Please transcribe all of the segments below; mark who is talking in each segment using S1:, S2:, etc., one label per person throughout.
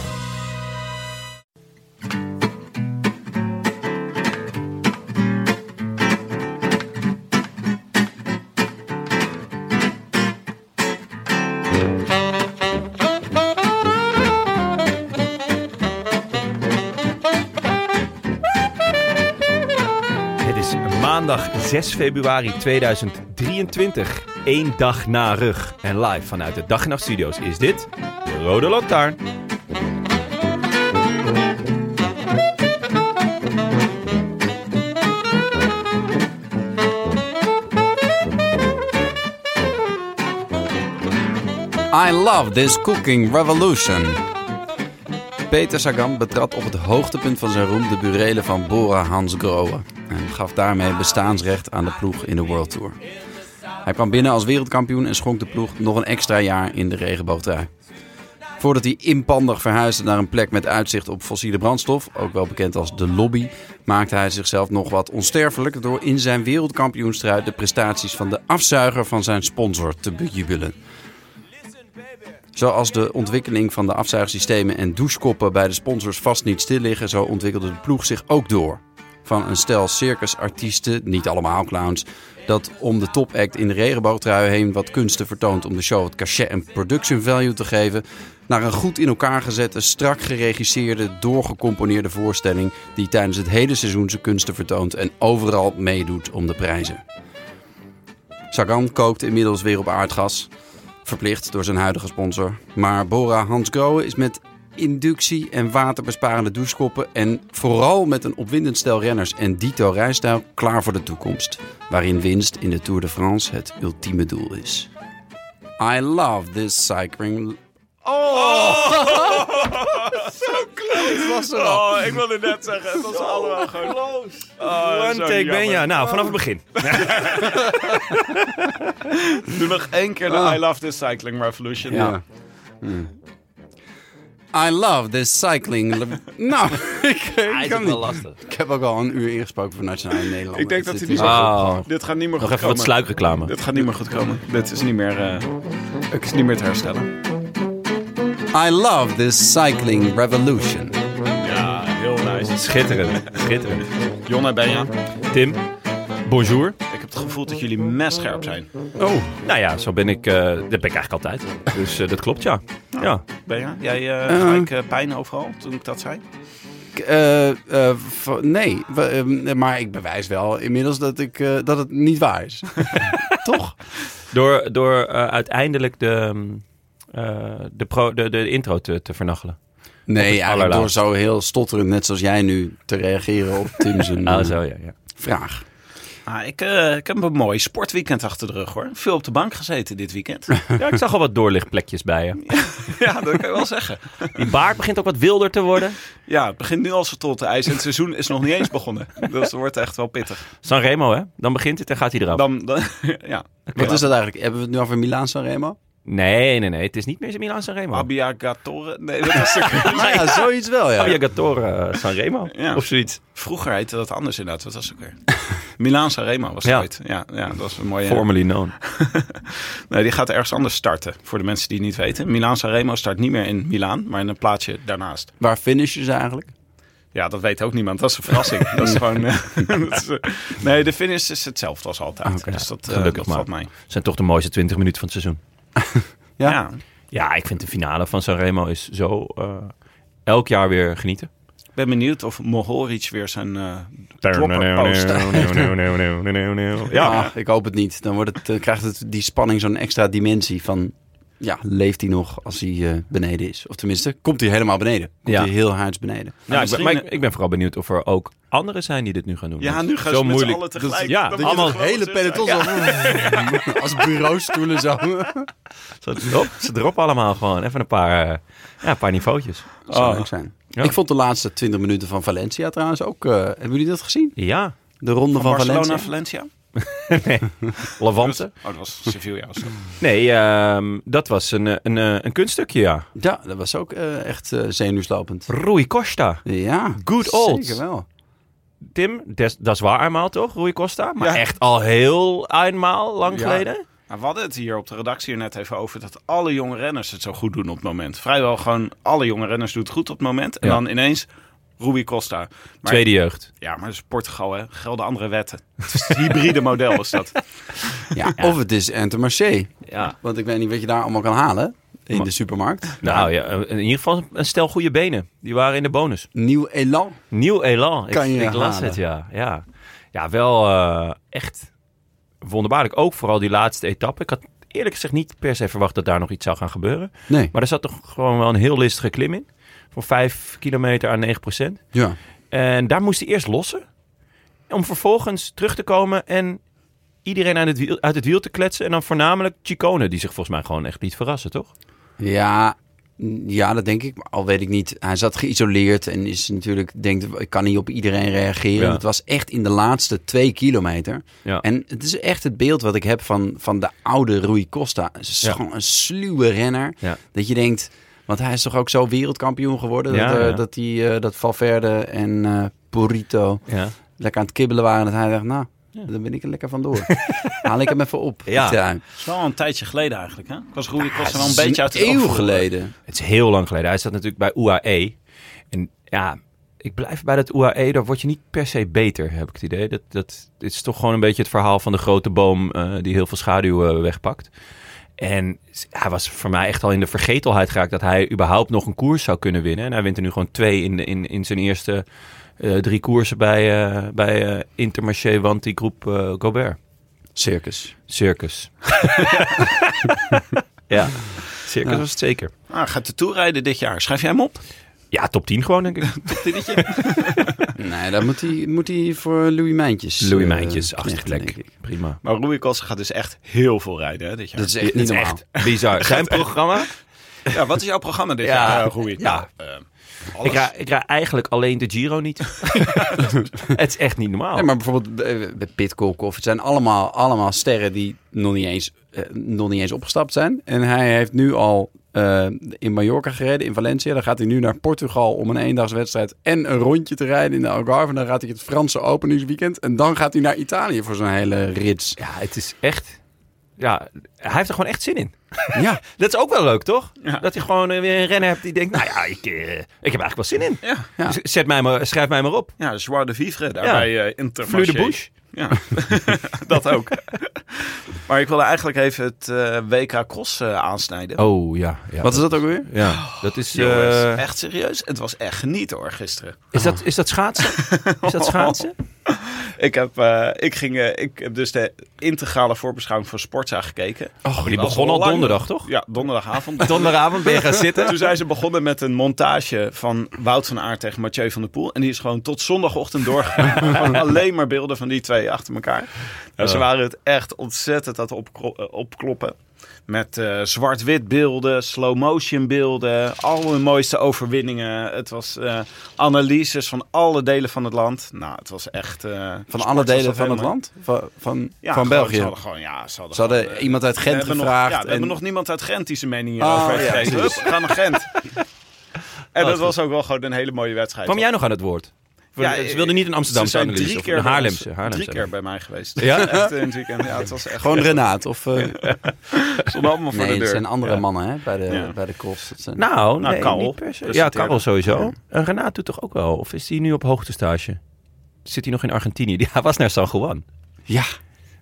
S1: Het is maandag 6 februari 2023. Eén dag na rug. En live vanuit de Dag en Nacht Studios is dit de Rode Lantaarn.
S2: I love this cooking revolution. Peter Sagan betrad op het hoogtepunt van zijn roem de burelen van Bora Hans Grohe en gaf daarmee bestaansrecht aan de ploeg in de World Tour. Hij kwam binnen als wereldkampioen en schonk de ploeg nog een extra jaar in de regenboogtrui. Voordat hij inpandig verhuisde naar een plek met uitzicht op fossiele brandstof, ook wel bekend als de lobby, maakte hij zichzelf nog wat onsterfelijk door in zijn wereldkampioenstrui de prestaties van de afzuiger van zijn sponsor te bejubelen. Zoals de ontwikkeling van de afzuigsystemen en douchekoppen bij de sponsors vast niet stil liggen, zo ontwikkelde de ploeg zich ook door. Van een stel circusartiesten, niet allemaal clowns, dat om de topact in de regenboogtrui heen wat kunsten vertoont om de show het cachet en production value te geven, naar een goed in elkaar gezette, strak geregisseerde, doorgecomponeerde voorstelling die tijdens het hele seizoen zijn kunsten vertoont en overal meedoet om de prijzen. Sagan kookt inmiddels weer op aardgas verplicht door zijn huidige sponsor. Maar Bora Hans Grohe is met inductie en waterbesparende douchekoppen en vooral met een opwindend stel renners en dito rijstijl klaar voor de toekomst, waarin winst in de Tour de France het ultieme doel is. I love this cycling. Oh! Zo close was
S1: Oh, ik wilde net zeggen, het was allemaal gewoon... Ah,
S3: One take Benja.
S1: Nou, vanaf het begin. Doe nog één keer de I Love This Cycling Revolution.
S2: Ja. Hm. I love this cycling. nou, ik,
S3: Hij is
S2: ik
S3: ook
S2: kan
S3: wel
S2: niet.
S3: lastig.
S2: Ik heb ook al een uur ingesproken voor Nationaal in Nederland.
S1: Ik denk dat
S2: Dit
S1: hij die
S2: is-
S1: zo
S3: Oh.
S1: goed... Dit gaat niet meer
S3: Nog
S1: goed
S3: even wat
S1: komen.
S3: sluikreclame.
S1: Dit gaat niet meer goed komen. Dit is niet meer, eh, het is niet meer te herstellen.
S2: I love this cycling revolution.
S1: Ja, heel nice.
S3: Schitterend. Schitterend.
S1: Jonna, Benja,
S3: Tim, bonjour.
S1: ik heb het gevoel dat jullie mes scherp zijn.
S3: Oh. Nou ja, zo ben ik, eh, dat ben ik eigenlijk altijd. Dus eh, dat klopt, ja. Ja.
S1: Benja, jij eh ga ik eh, pijn overal toen ik dat zei?
S2: Ik, eh, eh, v- nee, w- ehm, maar ik bewijs wel inmiddels dat, ik, eh, dat het niet waar is. Toch?
S3: Door, door eh, uiteindelijk de, mm, eh, de, pro, de, de intro te, te vernachelen.
S2: Nee, eigenlijk
S3: allerlaatst.
S2: door zo heel stotterend, net zoals jij nu, te reageren op Tim's
S3: Ah,
S2: eh,
S3: zo, ja. ja.
S2: vraag.
S1: Ah, ik, eh, ik heb een mooi sportweekend achter de rug hoor. Veel op de bank gezeten dit weekend.
S3: ja, ik zag al wat doorlichtplekjes bij je.
S1: ja, dat kan je wel zeggen.
S3: Die baard begint ook wat wilder te worden.
S1: Ja, het begint nu al zo tot de ijs en het seizoen is nog niet eens begonnen. Dus het wordt echt wel pittig.
S3: Sanremo, hè? Dan begint het en gaat hij eraf.
S1: Dan, dan- ja.
S2: Wat is dat eigenlijk? Hebben we het nu over Milaan Sanremo?
S3: Nee, nee, nee. Het is niet meer Milan Sanremo.
S1: Abiagatore? Nee, dat is de
S2: Nou ja, zoiets wel,
S3: Oh,
S2: ja.
S3: Abiagatore eh, Sanremo.
S1: Ja.
S3: Of zoiets.
S1: Vroeger heette dat anders inderdaad. Wat was het ook weer? Milaan Sanremo was het
S3: Ja.
S1: ooit. Ja, ja, dat was een mooie...
S3: Formerly known.
S1: Nee, die gaat ergens anders starten, voor de mensen die het niet weten. Milaan Sanremo start niet meer in Milaan, maar in een plaatsje daarnaast.
S2: Waar finishen ze eigenlijk?
S1: Ja, dat weet ook niemand. Dat is een verrassing. dat is gewoon... eh, dat is, eh, nee, de finish is hetzelfde als altijd.
S2: Oké.
S1: Dus dat, eh,
S3: Ah, Gelukkig
S1: dat
S3: maar.
S1: valt mij.
S3: Zijn toch de mooiste 20 minuten van het seizoen.
S2: Ja.
S1: ja,
S3: Ja, ik vind de finale van Sanremo is zo eh, elk jaar weer genieten.
S1: ben benieuwd of Mohoric weer zijn eh klopperpost...
S4: Ja,
S2: Ah, ik hoop het niet. Dan, wordt het, dan krijgt het die spanning zo'n extra dimensie van... Ja, leeft hij nog als hij eh, beneden is? Of tenminste, komt hij helemaal beneden? Komt
S4: Ja.
S2: hij heel hard beneden?
S3: Nou, ik ben, maar ik,
S1: misschien-
S3: ik ben vooral benieuwd of er ook anderen zijn die dit nu gaan doen.
S1: Ja,
S3: Want
S1: nu gaan
S3: zo
S1: ze met z'n
S3: moeilijk.
S1: allen tegelijk.
S3: ja,
S1: Dan moet je
S3: allemaal
S1: er gewoon
S2: hele
S1: zitten.
S2: peloton zo. Als bureaustoelen zo.
S3: Ze drop- ze droppen allemaal gewoon even een paar, eh, ja, een paar niveautjes.
S2: Zou leuk zijn.
S3: Ah. Ja.
S2: Ik vond de laatste 20 minuten van Valencia trouwens ook... eh, hebben jullie dat gezien?
S3: Ja,
S2: De ronde van,
S1: Barcelona,
S2: Valencia?
S1: Valencia?
S3: Levante.
S1: Oh, dat was Sevilla. was dat.
S3: Nee, ehm, dat was een, eh, een, eh, een kunststukje, ja.
S2: Ja, dat was ook eh, echt eh zenuwslopend.
S3: Rui Costa.
S2: Ja,
S3: Good old.
S2: Zeker wel.
S3: Tim, des- dat is waar eenmaal toch, Rui Costa? Maar echt al heel eenmaal, lang
S2: Ja.
S3: geleden.
S1: Nou, we hadden het hier op de redactie net even over dat alle jonge renners het zo goed doen op het moment. Vrijwel gewoon alle jonge renners doen het goed op het moment. En
S3: Ja.
S1: dan ineens Rui Costa. Maar,
S3: Tweede jeugd.
S1: Ja, maar dat is Portugal, hè. Gelden andere wetten. Het is het hybride model is dat.
S2: Ja, Of het is Intermarché.
S3: Ja.
S2: Want ik weet niet wat je daar allemaal kan halen in de supermarkt.
S3: Nou ja, in ieder geval een stel goede benen. Die waren in de bonus.
S2: Nieuw elan.
S3: Nieuw elan. Ik,
S2: Kan je
S3: ik las
S2: halen.
S3: het, ja. Ja, ja wel eh, echt wonderbaarlijk. Ook vooral die laatste etappe. Ik had eerlijk gezegd niet per se verwacht dat daar nog iets zou gaan gebeuren.
S2: Nee,
S3: Maar er zat toch gewoon wel een heel listige klim in. Voor 5 kilometer aan 9 procent.
S2: ja.
S3: En daar moest hij eerst lossen. Om vervolgens terug te komen en iedereen uit het, wiel, uit het wiel te kletsen. En dan voornamelijk Chicone, die zich volgens mij gewoon echt liet verrassen, toch?
S2: Ja, ja, dat denk ik. Maar Al weet ik niet. Hij zat geïsoleerd en is natuurlijk, denkt, ik kan niet op iedereen reageren.
S3: Ja.
S2: Het was echt in de laatste twee kilometer.
S3: Ja.
S2: En het is echt het beeld wat ik heb van, van de oude Rui Costa. Het is
S3: Ja.
S2: gewoon een sluwe renner.
S3: Ja.
S2: Dat je denkt, want hij is toch ook zo wereldkampioen geworden.
S3: Ja,
S2: dat, eh,
S3: ja.
S2: dat, die, eh, dat Valverde en eh Purito
S3: Ja.
S2: lekker aan het kibbelen waren. Dat hij dacht, nou, dan ben ik er lekker vandoor. Haal ik hem even op. die
S3: Ja.
S2: trui.
S1: Het is wel een tijdje geleden eigenlijk, hè. Ik was Rui Costa wel
S2: Het
S1: een
S2: is
S1: beetje uit Nou, het oog
S2: eeuw
S1: verloren.
S2: geleden.
S3: Het is heel lang geleden. Hij zat natuurlijk bij UAE. En ja, ik blijf bij dat UAE. Daar word je niet per se beter, heb ik het idee. Dat, dat dit is toch gewoon een beetje het verhaal van de grote boom eh, die heel veel schaduw eh, wegpakt. En s- hij was voor mij echt al in de vergetelheid geraakt dat hij überhaupt nog een koers zou kunnen winnen. En hij wint er nu gewoon twee in, de- in, in zijn eerste eh, drie koersen bij, eh bij eh, Intermarché, want die groep eh, Gobert.
S2: Circus.
S3: Circus. ja, circus was het zeker.
S1: Nou, hij gaat de Tour rijden dit jaar. Schrijf jij hem op?
S3: Ja, top 10 gewoon, denk ik.
S2: Nee, dan moet hij, moet hij voor Louis Mijntjes.
S3: Louis
S2: eh,
S3: Mijntjes,
S2: knechten,
S3: achtste plek.
S2: denk ik.
S3: Prima.
S1: Maar Rui Costa gaat dus echt heel veel rijden, hè, dit jaar.
S2: Dat is echt niet normaal.
S3: bizar. Zijn programma?
S1: Ja, wat is jouw programma dit
S3: Ja.
S1: jaar, eh, Rui?
S3: Ja.
S1: Nou, eh,
S3: Ik
S1: alles.
S3: rij, ik rij eigenlijk alleen de Giro niet. het is echt niet normaal.
S2: Nee, maar bijvoorbeeld eh, bij bij Pitcock of het zijn allemaal, allemaal sterren die nog niet, eens, eh, nog niet eens opgestapt zijn. En hij heeft nu al eh, in Mallorca gereden, in Valencia. Dan gaat hij nu naar Portugal om een eendagswedstrijd en een rondje te rijden in de Algarve. En dan gaat hij het Franse Open nieuws weekend. En dan gaat hij naar Italië voor zo'n hele rits.
S3: Ja, het is echt... Ja, hij heeft er gewoon echt zin in.
S2: Ja,
S3: Dat is ook wel leuk, toch?
S1: Ja.
S3: Dat je gewoon eh, weer een renner hebt die denkt... Nou ja, ik, eh, ik heb eigenlijk wel zin in.
S1: Ja.
S2: Ja.
S3: Z- Zet mij maar, schrijf mij maar op.
S1: Ja, Joie de Vivre daar
S3: Ja.
S1: bij eh Intermarché.
S3: Fleur de Bush.
S1: Ja, dat ook. maar ik wilde eigenlijk even het eh, WK Cross eh, aansnijden.
S3: Oh, ja. ja.
S2: wat is dat ook weer?
S3: Ja, dat is...
S1: Jongens,
S3: eh,
S1: echt serieus. Het was echt genieten hoor, gisteren.
S3: is, dat, is dat schaatsen? Is dat schaatsen?
S1: Ik heb, eh, ik ging, eh, ik heb dus de integrale voorbeschouwing van Sportza gekeken.
S3: Oh, die begon al
S1: lang.
S3: donderdag, toch?
S1: Ja, donderdagavond.
S3: Donderavond ben je gaan zitten.
S1: Toen zijn ze begonnen met een montage van Wout van Aert tegen Mathieu van der Poel. En die is gewoon tot zondagochtend doorgegaan. Gewoon alleen maar beelden van die twee achter elkaar. Nou, ze waren het echt ontzettend aan het opkro- eh, opkloppen. Met eh, zwart-wit beelden, slow-motion beelden, al hun mooiste overwinningen. Het was eh, analyses van alle delen van het land. Nou, het was echt... eh,
S2: Van
S1: sport
S2: alle
S1: was
S2: delen
S1: dat
S2: van het
S1: helemaal.
S2: land? Van, van,
S1: Ja,
S2: van
S1: gewoon, Ze
S2: België?
S1: hadden gewoon, ja, ze hadden,
S2: Ze hadden
S1: gewoon, eh,
S2: iemand uit
S1: we
S2: Gent
S1: hebben nog-
S2: gevraagd.
S1: ja, we
S2: en-
S1: hebben nog niemand uit Gent die zijn mening
S2: Oh,
S1: hierover heeft
S2: ja,
S1: gegeven. Hup,
S2: precies.
S1: we gaan naar Gent. En dat was ook wel gewoon een hele mooie wedstrijd.
S3: Kwam jij nog aan het woord?
S1: Ja,
S3: ze wilden niet een
S1: Ze
S3: Amsterdamse
S1: zijn
S3: analyse
S1: drie
S3: of
S1: keer,
S3: een
S1: bij ons-
S3: Haarlemse. Haarlemse.
S1: drie keer bij mij geweest.
S3: Ja?
S1: Echt in het weekend. Ja, het was echt
S2: Gewoon Renaat of... eh,
S1: stond allemaal voor
S2: nee,
S1: de
S2: het
S1: deur.
S2: zijn andere
S3: Ja.
S2: mannen hè, bij, de,
S1: Ja.
S2: bij de cross. Dat zijn-
S3: Nou,
S1: Nou,
S3: nee,
S1: Karel
S3: niet per se. Ja,
S1: presenteerde.
S3: Karel sowieso. En Renaat doet toch ook wel? Of is hij nu op hoogtestage? Zit hij nog in Argentinië? Die- Hij was naar San Juan.
S2: Ja.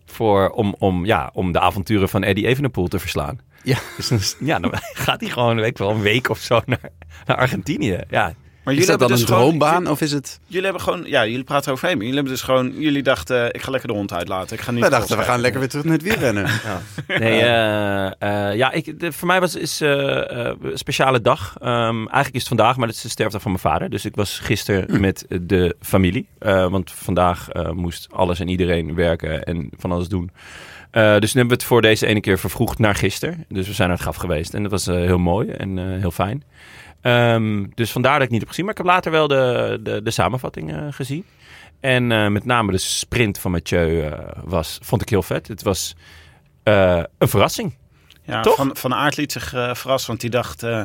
S3: Voor, om, om, ja, om de avonturen van Eddie Evenepoel te verslaan.
S2: Ja.
S3: Dus dan, is- ja, dan gaat hij gewoon weet ik wel, een week of zo naar, naar Argentinië. Ja,
S1: Maar
S2: Is dat
S1: hebben
S2: dan een
S1: dus gewoon-
S2: droombaan of is het...
S1: Jullie hebben gewoon, ja, jullie praten over hem. Jullie hebben dus gewoon, jullie dachten, ik ga lekker de hond uitlaten. Ik ga niet.
S2: Wij dachten, we
S1: crossrijden.
S2: gaan lekker weer terug naar het wielrennen.
S3: Nee, eh, eh, ja, ik, de- voor mij was is eh, eh, een speciale dag. Ehm, eigenlijk is het vandaag, maar het is de sterfdag van mijn vader. Dus ik was gisteren met de familie. Eh, want vandaag eh, moest alles en iedereen werken en van alles doen. Eh, dus nu hebben we het voor deze ene keer vervroegd naar gisteren. Dus we zijn naar het graf geweest. En dat was eh, heel mooi en eh, heel fijn. Ehm, dus vandaar dat ik niet heb gezien. Maar ik heb later wel de, de, de samenvatting eh, gezien. En eh, met name de sprint van Mathieu eh, was, vond ik heel vet. Het was eh, een verrassing.
S1: Ja,
S3: Toch?
S1: Van, van Aert liet zich eh verrassen, want die dacht, eh,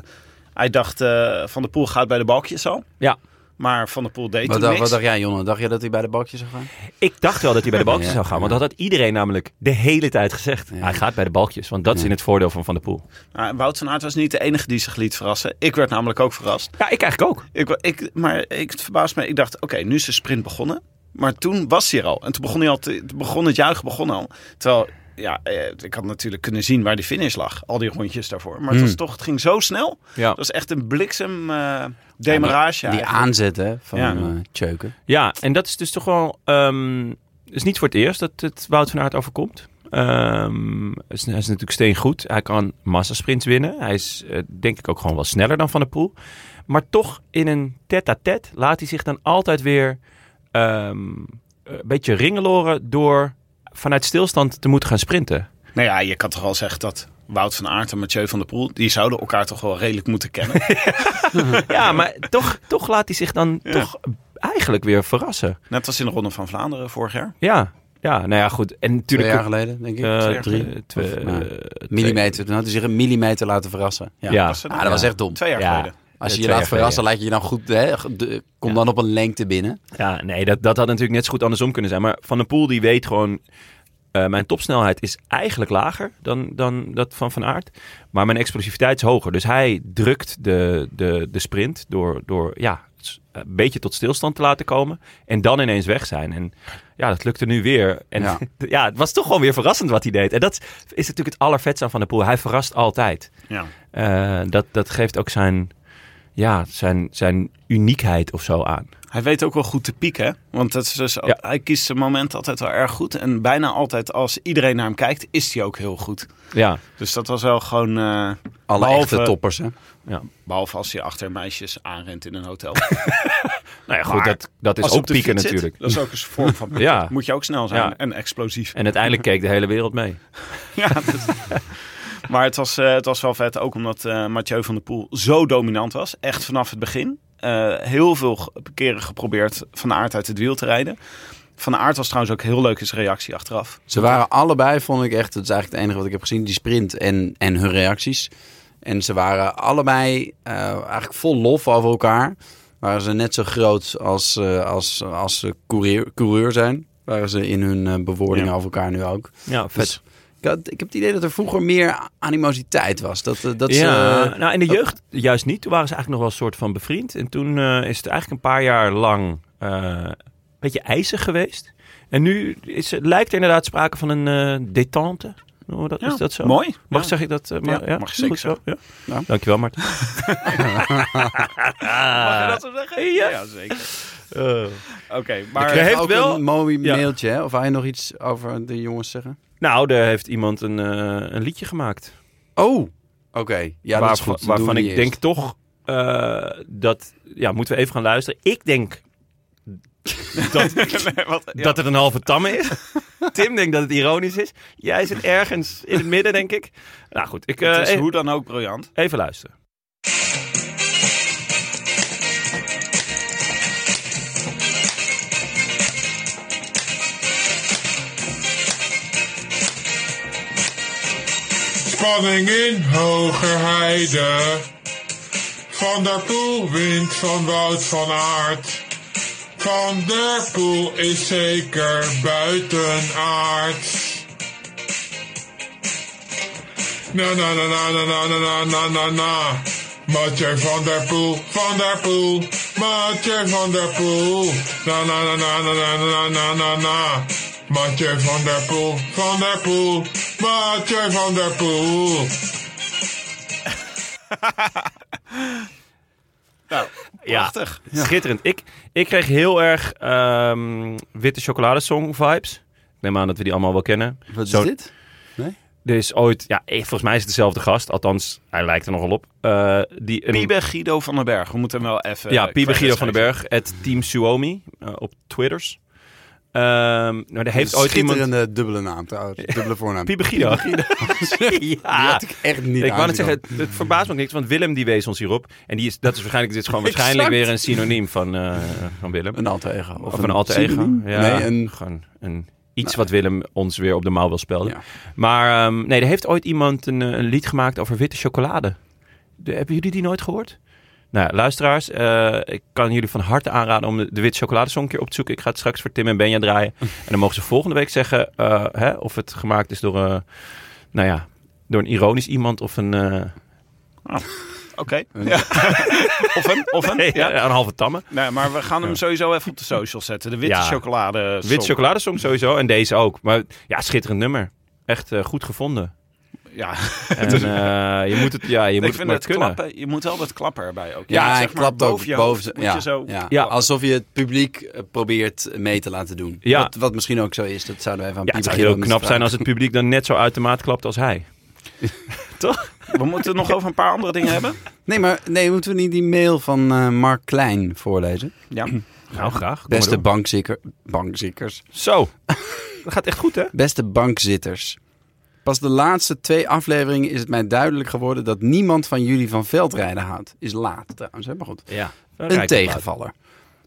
S1: hij dacht, eh, Van der Poel gaat bij de balkjes al.
S3: Ja.
S1: Maar Van der Poel deed
S2: Wat,
S1: toen
S2: dacht-
S1: niks.
S2: wat dacht jij, Jonne? Dacht jij dat hij bij de balkjes zou gaan?
S3: Ik dacht wel dat hij bij de balkjes
S2: Ja,
S3: zou gaan. Want
S2: ja.
S3: dat had iedereen namelijk de hele tijd gezegd. Hij gaat bij de balkjes, want dat is in het voordeel van Van der Poel.
S1: Nou, Wout van Aert was niet de enige die zich liet verrassen. Ik werd namelijk ook verrast.
S3: Ja, ik eigenlijk ook.
S1: Ik, wa- ik, maar ik, het verbaast me. Ik dacht, oké, nu is de sprint begonnen. Maar toen was hij er al. En toen begon, hij al te, toen begon het juichen begon al. Terwijl, ja, eh, ik had natuurlijk kunnen zien waar die finish lag. Al die rondjes daarvoor. Maar het, was toch, het ging zo snel.
S3: Ja.
S1: Dat was echt een bliksem eh, demarrage.
S2: Die
S1: eigenlijk.
S2: aanzet hè, van
S1: Ja.
S2: eh Tjeuken.
S3: Ja, en dat is dus toch wel. ehm het is niet voor het eerst dat het Wout van Aert overkomt. Ehm, hij is- hij is natuurlijk steengoed. Hij kan massasprints winnen. Hij is eh, denk ik ook gewoon wel sneller dan Van der Poel. Maar toch in een tête-à-tête laat hij zich dan altijd weer ehm, een beetje ringeloren door vanuit stilstand te moeten gaan sprinten.
S1: Nou ja, je kan toch wel zeggen dat Wout van Aert en Mathieu van der Poel... die zouden elkaar toch wel redelijk moeten kennen.
S3: Ja, maar toch, toch laat hij zich dan
S1: Ja.
S3: toch eigenlijk weer verrassen.
S1: Net als in de Ronde van Vlaanderen vorig jaar.
S3: Ja, ja nou ja, goed. En
S2: Twee
S3: natuurlijk...
S2: jaar geleden, denk ik.
S3: eh,
S2: Twee jaar
S3: drie,
S2: geleden.
S3: twee,
S2: Of, nou,
S3: eh, twee-
S2: millimeter. Toen had hij zich een millimeter laten verrassen. Ja,
S3: Ja.
S1: ze
S2: Ah,
S1: dan?
S2: dat was echt dom.
S1: Twee jaar
S3: Ja.
S1: geleden.
S2: Als je
S3: Twee
S2: je
S3: jaar
S2: laat verrassen,
S3: geleden.
S2: laat je je dan goed... Hè, de- kom dan op een lengte binnen.
S3: Ja, nee, dat, dat had natuurlijk net zo goed andersom kunnen zijn. Maar Van der Poel die weet gewoon... eh, mijn topsnelheid is eigenlijk lager dan, dan dat van Van Aert. Maar mijn explosiviteit is hoger. Dus hij drukt de, de, de sprint door, door ja, s- een beetje tot stilstand te laten komen. En dan ineens weg zijn. En ja, dat lukte nu weer. En
S2: Ja.
S3: ja, het was toch gewoon weer verrassend wat hij deed. En dat is natuurlijk het allervetste aan Van der Poel. Hij verrast altijd.
S1: Ja.
S3: Eh, dat, dat geeft ook zijn, ja, zijn, zijn uniekheid of zo aan.
S1: Hij weet ook wel goed te pieken, hè? Want dat is dus,
S3: Ja.
S1: hij kiest zijn moment altijd wel erg goed. En bijna altijd als iedereen naar hem kijkt, is hij ook heel goed.
S3: Ja.
S1: Dus dat was wel gewoon... eh,
S2: Alle
S1: Behalve-
S2: echte toppers, hè.
S1: behalve als hij achter meisjes aanrent in een hotel.
S3: Nou ja, goed, dat, dat is
S1: als hij
S3: ook
S1: op de
S3: pieken
S1: fiets zit,
S3: natuurlijk.
S1: dat is ook een vorm van pieken.
S3: Ja.
S1: Moet je ook snel zijn
S3: Ja.
S1: en explosief.
S3: En uiteindelijk keek de hele wereld mee.
S1: Ja, dus- maar het was, eh, het was wel vet, ook omdat eh Mathieu van der Poel zo dominant was. Echt vanaf het begin. Eh, heel veel ge- keren geprobeerd Van Aert uit het wiel te rijden. Van Aert was trouwens ook heel leuk in zijn reactie achteraf.
S2: Ze waren allebei, vond ik echt, dat is eigenlijk het enige wat ik heb gezien, die sprint en, en hun reacties. En ze waren allebei eh, eigenlijk vol lof over elkaar. Waren ze net zo groot als, eh, als, als ze coureur, coureur zijn. Waren ze in hun eh, bewoordingen
S1: Ja.
S2: over elkaar nu ook.
S3: Ja, vet.
S2: Dus ik, had- ik heb het idee dat er vroeger meer animositeit was. Dat, eh, dat
S3: ja,
S2: ze,
S3: nou in de jeugd juist niet. Toen waren ze eigenlijk nog wel een soort van bevriend. En toen eh, is het eigenlijk een paar jaar lang eh, een beetje ijzig geweest. En nu is, het lijkt er inderdaad sprake van een eh détente. Noemen we dat,
S1: Ja,
S3: is dat zo?
S1: Mooi.
S3: Mag
S1: Ja.
S3: zeg ik dat? eh,
S1: Ja,
S3: maar, ja,
S1: mag je zeker
S3: goed zo. Ja.
S2: Ja.
S3: Dankjewel, Marten.
S1: Mag je dat zo zeggen? Eh, Ja, zeker. Oké, maar...
S2: Er
S3: Hij
S2: kreeg
S3: heeft
S2: ook
S3: wel-
S2: een mooi
S3: Ja.
S2: mailtje. Hè? Of wou je nog iets over de jongens zeggen?
S3: Nou, daar heeft iemand een, eh, een liedje gemaakt.
S2: Oh, oké. Ja, dat is
S3: waarvan
S2: goed. Dan doen
S3: waarvan
S2: we
S3: ik
S2: die
S3: denk
S2: eerst.
S3: toch eh, dat... Ja, moeten we even gaan luisteren. Ik denk
S1: Nee, wat- ja.
S3: dat het een halve tamme is. Tim denkt dat het ironisch is. Jij zit ergens in het midden, denk ik. Nou goed, ik, eh,
S1: Het is
S3: e-
S1: hoe dan ook briljant.
S3: even luisteren.
S5: Spanning in hoger heide. Van der Poel wint van Wout van Aert. Van der Poel is zeker buiten aard. Na na na na na na na na na na na. Mathieu van der Poel, van der Poel, Mathieu van der Poel. Na na na na na na na na na na. Mathieu van der Poel, van der Poel, Mathieu van der Poel.
S1: Nou, Prachtig.
S3: Ja. Schitterend. Ik, ik kreeg heel erg ehm, witte chocoladesong vibes. Ik neem aan dat we die allemaal wel kennen.
S2: Wat is
S3: Zo-
S2: dit?
S3: Er is ooit, ja, eh, volgens mij is het dezelfde gast, althans, hij lijkt er nogal op. eh, die een-
S1: Piebe Guido van den Berg. We moeten hem wel even...
S3: ja,
S1: eh,
S3: Piebe Guido van den
S1: credits
S3: Berg, het Team Suomi eh, op Twitters. Ehm, nou, er heeft
S2: Heeft
S3: ooit iemand.
S2: Schitterende dubbele naam trouwens. Dubbele voornaam.
S3: Piebe Guido.
S2: Die
S3: ja.
S2: had ik echt niet
S3: Ik wou net
S2: aanzien
S3: zeggen, het, het verbaast me ook niks, want Willem die wees ons hierop. En die is, dat is waarschijnlijk, dit is gewoon waarschijnlijk
S2: Exact.
S3: weer een synoniem van, eh, van Willem.
S2: Een alter ego.
S3: Of, een, alter ego.
S2: pseudoniem?
S3: Ja,
S2: Nee, een...
S3: gewoon een, Nou. iets wat Willem ons weer op de mouw wil spelden.
S2: Ja.
S3: Maar ehm, nee, er heeft ooit iemand een, eh, een lied gemaakt over witte chocolade. De- hebben jullie die nooit gehoord? Nou, ja, luisteraars, eh, ik kan jullie van harte aanraden om de, de witte chocoladesong een keer op te zoeken. Ik ga het straks voor Tim en Benja draaien. en dan mogen ze volgende week zeggen eh, hè, of het gemaakt is door, eh, nou ja, door een ironisch iemand of een, eh,
S1: Oké. Ja. of hem, of hem. Ja.
S3: ja, een halve tamme.
S1: Nee, maar we gaan hem sowieso even op de social zetten. De witte
S3: Ja.
S1: chocolade
S3: Witte chocoladesong sowieso en deze ook. Maar ja, schitterend nummer. Echt eh, goed gevonden.
S1: Ja,
S3: En eh, je moet het, ja, je moet
S1: ik
S3: het
S1: vind
S3: maar
S1: het
S3: kunnen.
S1: klappen. Je moet wel wat klappen erbij ook.
S2: Ja, hij
S1: zeg maar,
S2: klapt ook
S1: boven je hoofd moet
S2: ja,
S1: je zo...
S2: ja.
S3: Ja.
S2: Alsof je het publiek eh, probeert mee te laten doen.
S3: Ja.
S2: Wat, wat misschien ook zo is. Dat zouden wij van
S3: Ja, het zou heel knap zijn als het publiek dan net zo uit de maat klapt als hij.
S1: We moeten het nog over een paar andere dingen hebben.
S2: Nee, maar nee, moeten we niet die mail van eh, Mark Klein voorlezen?
S1: Ja.
S3: Nou, graag.
S2: Beste bankzikker, bankzikkers.
S3: Zo. Dat gaat echt goed, hè?
S2: Beste bankzitters. Pas de laatste twee afleveringen is het mij duidelijk geworden dat niemand van jullie van veldrijden houdt. Is laat trouwens, hè? maar goed.
S3: Ja.
S2: Een tegenvaller.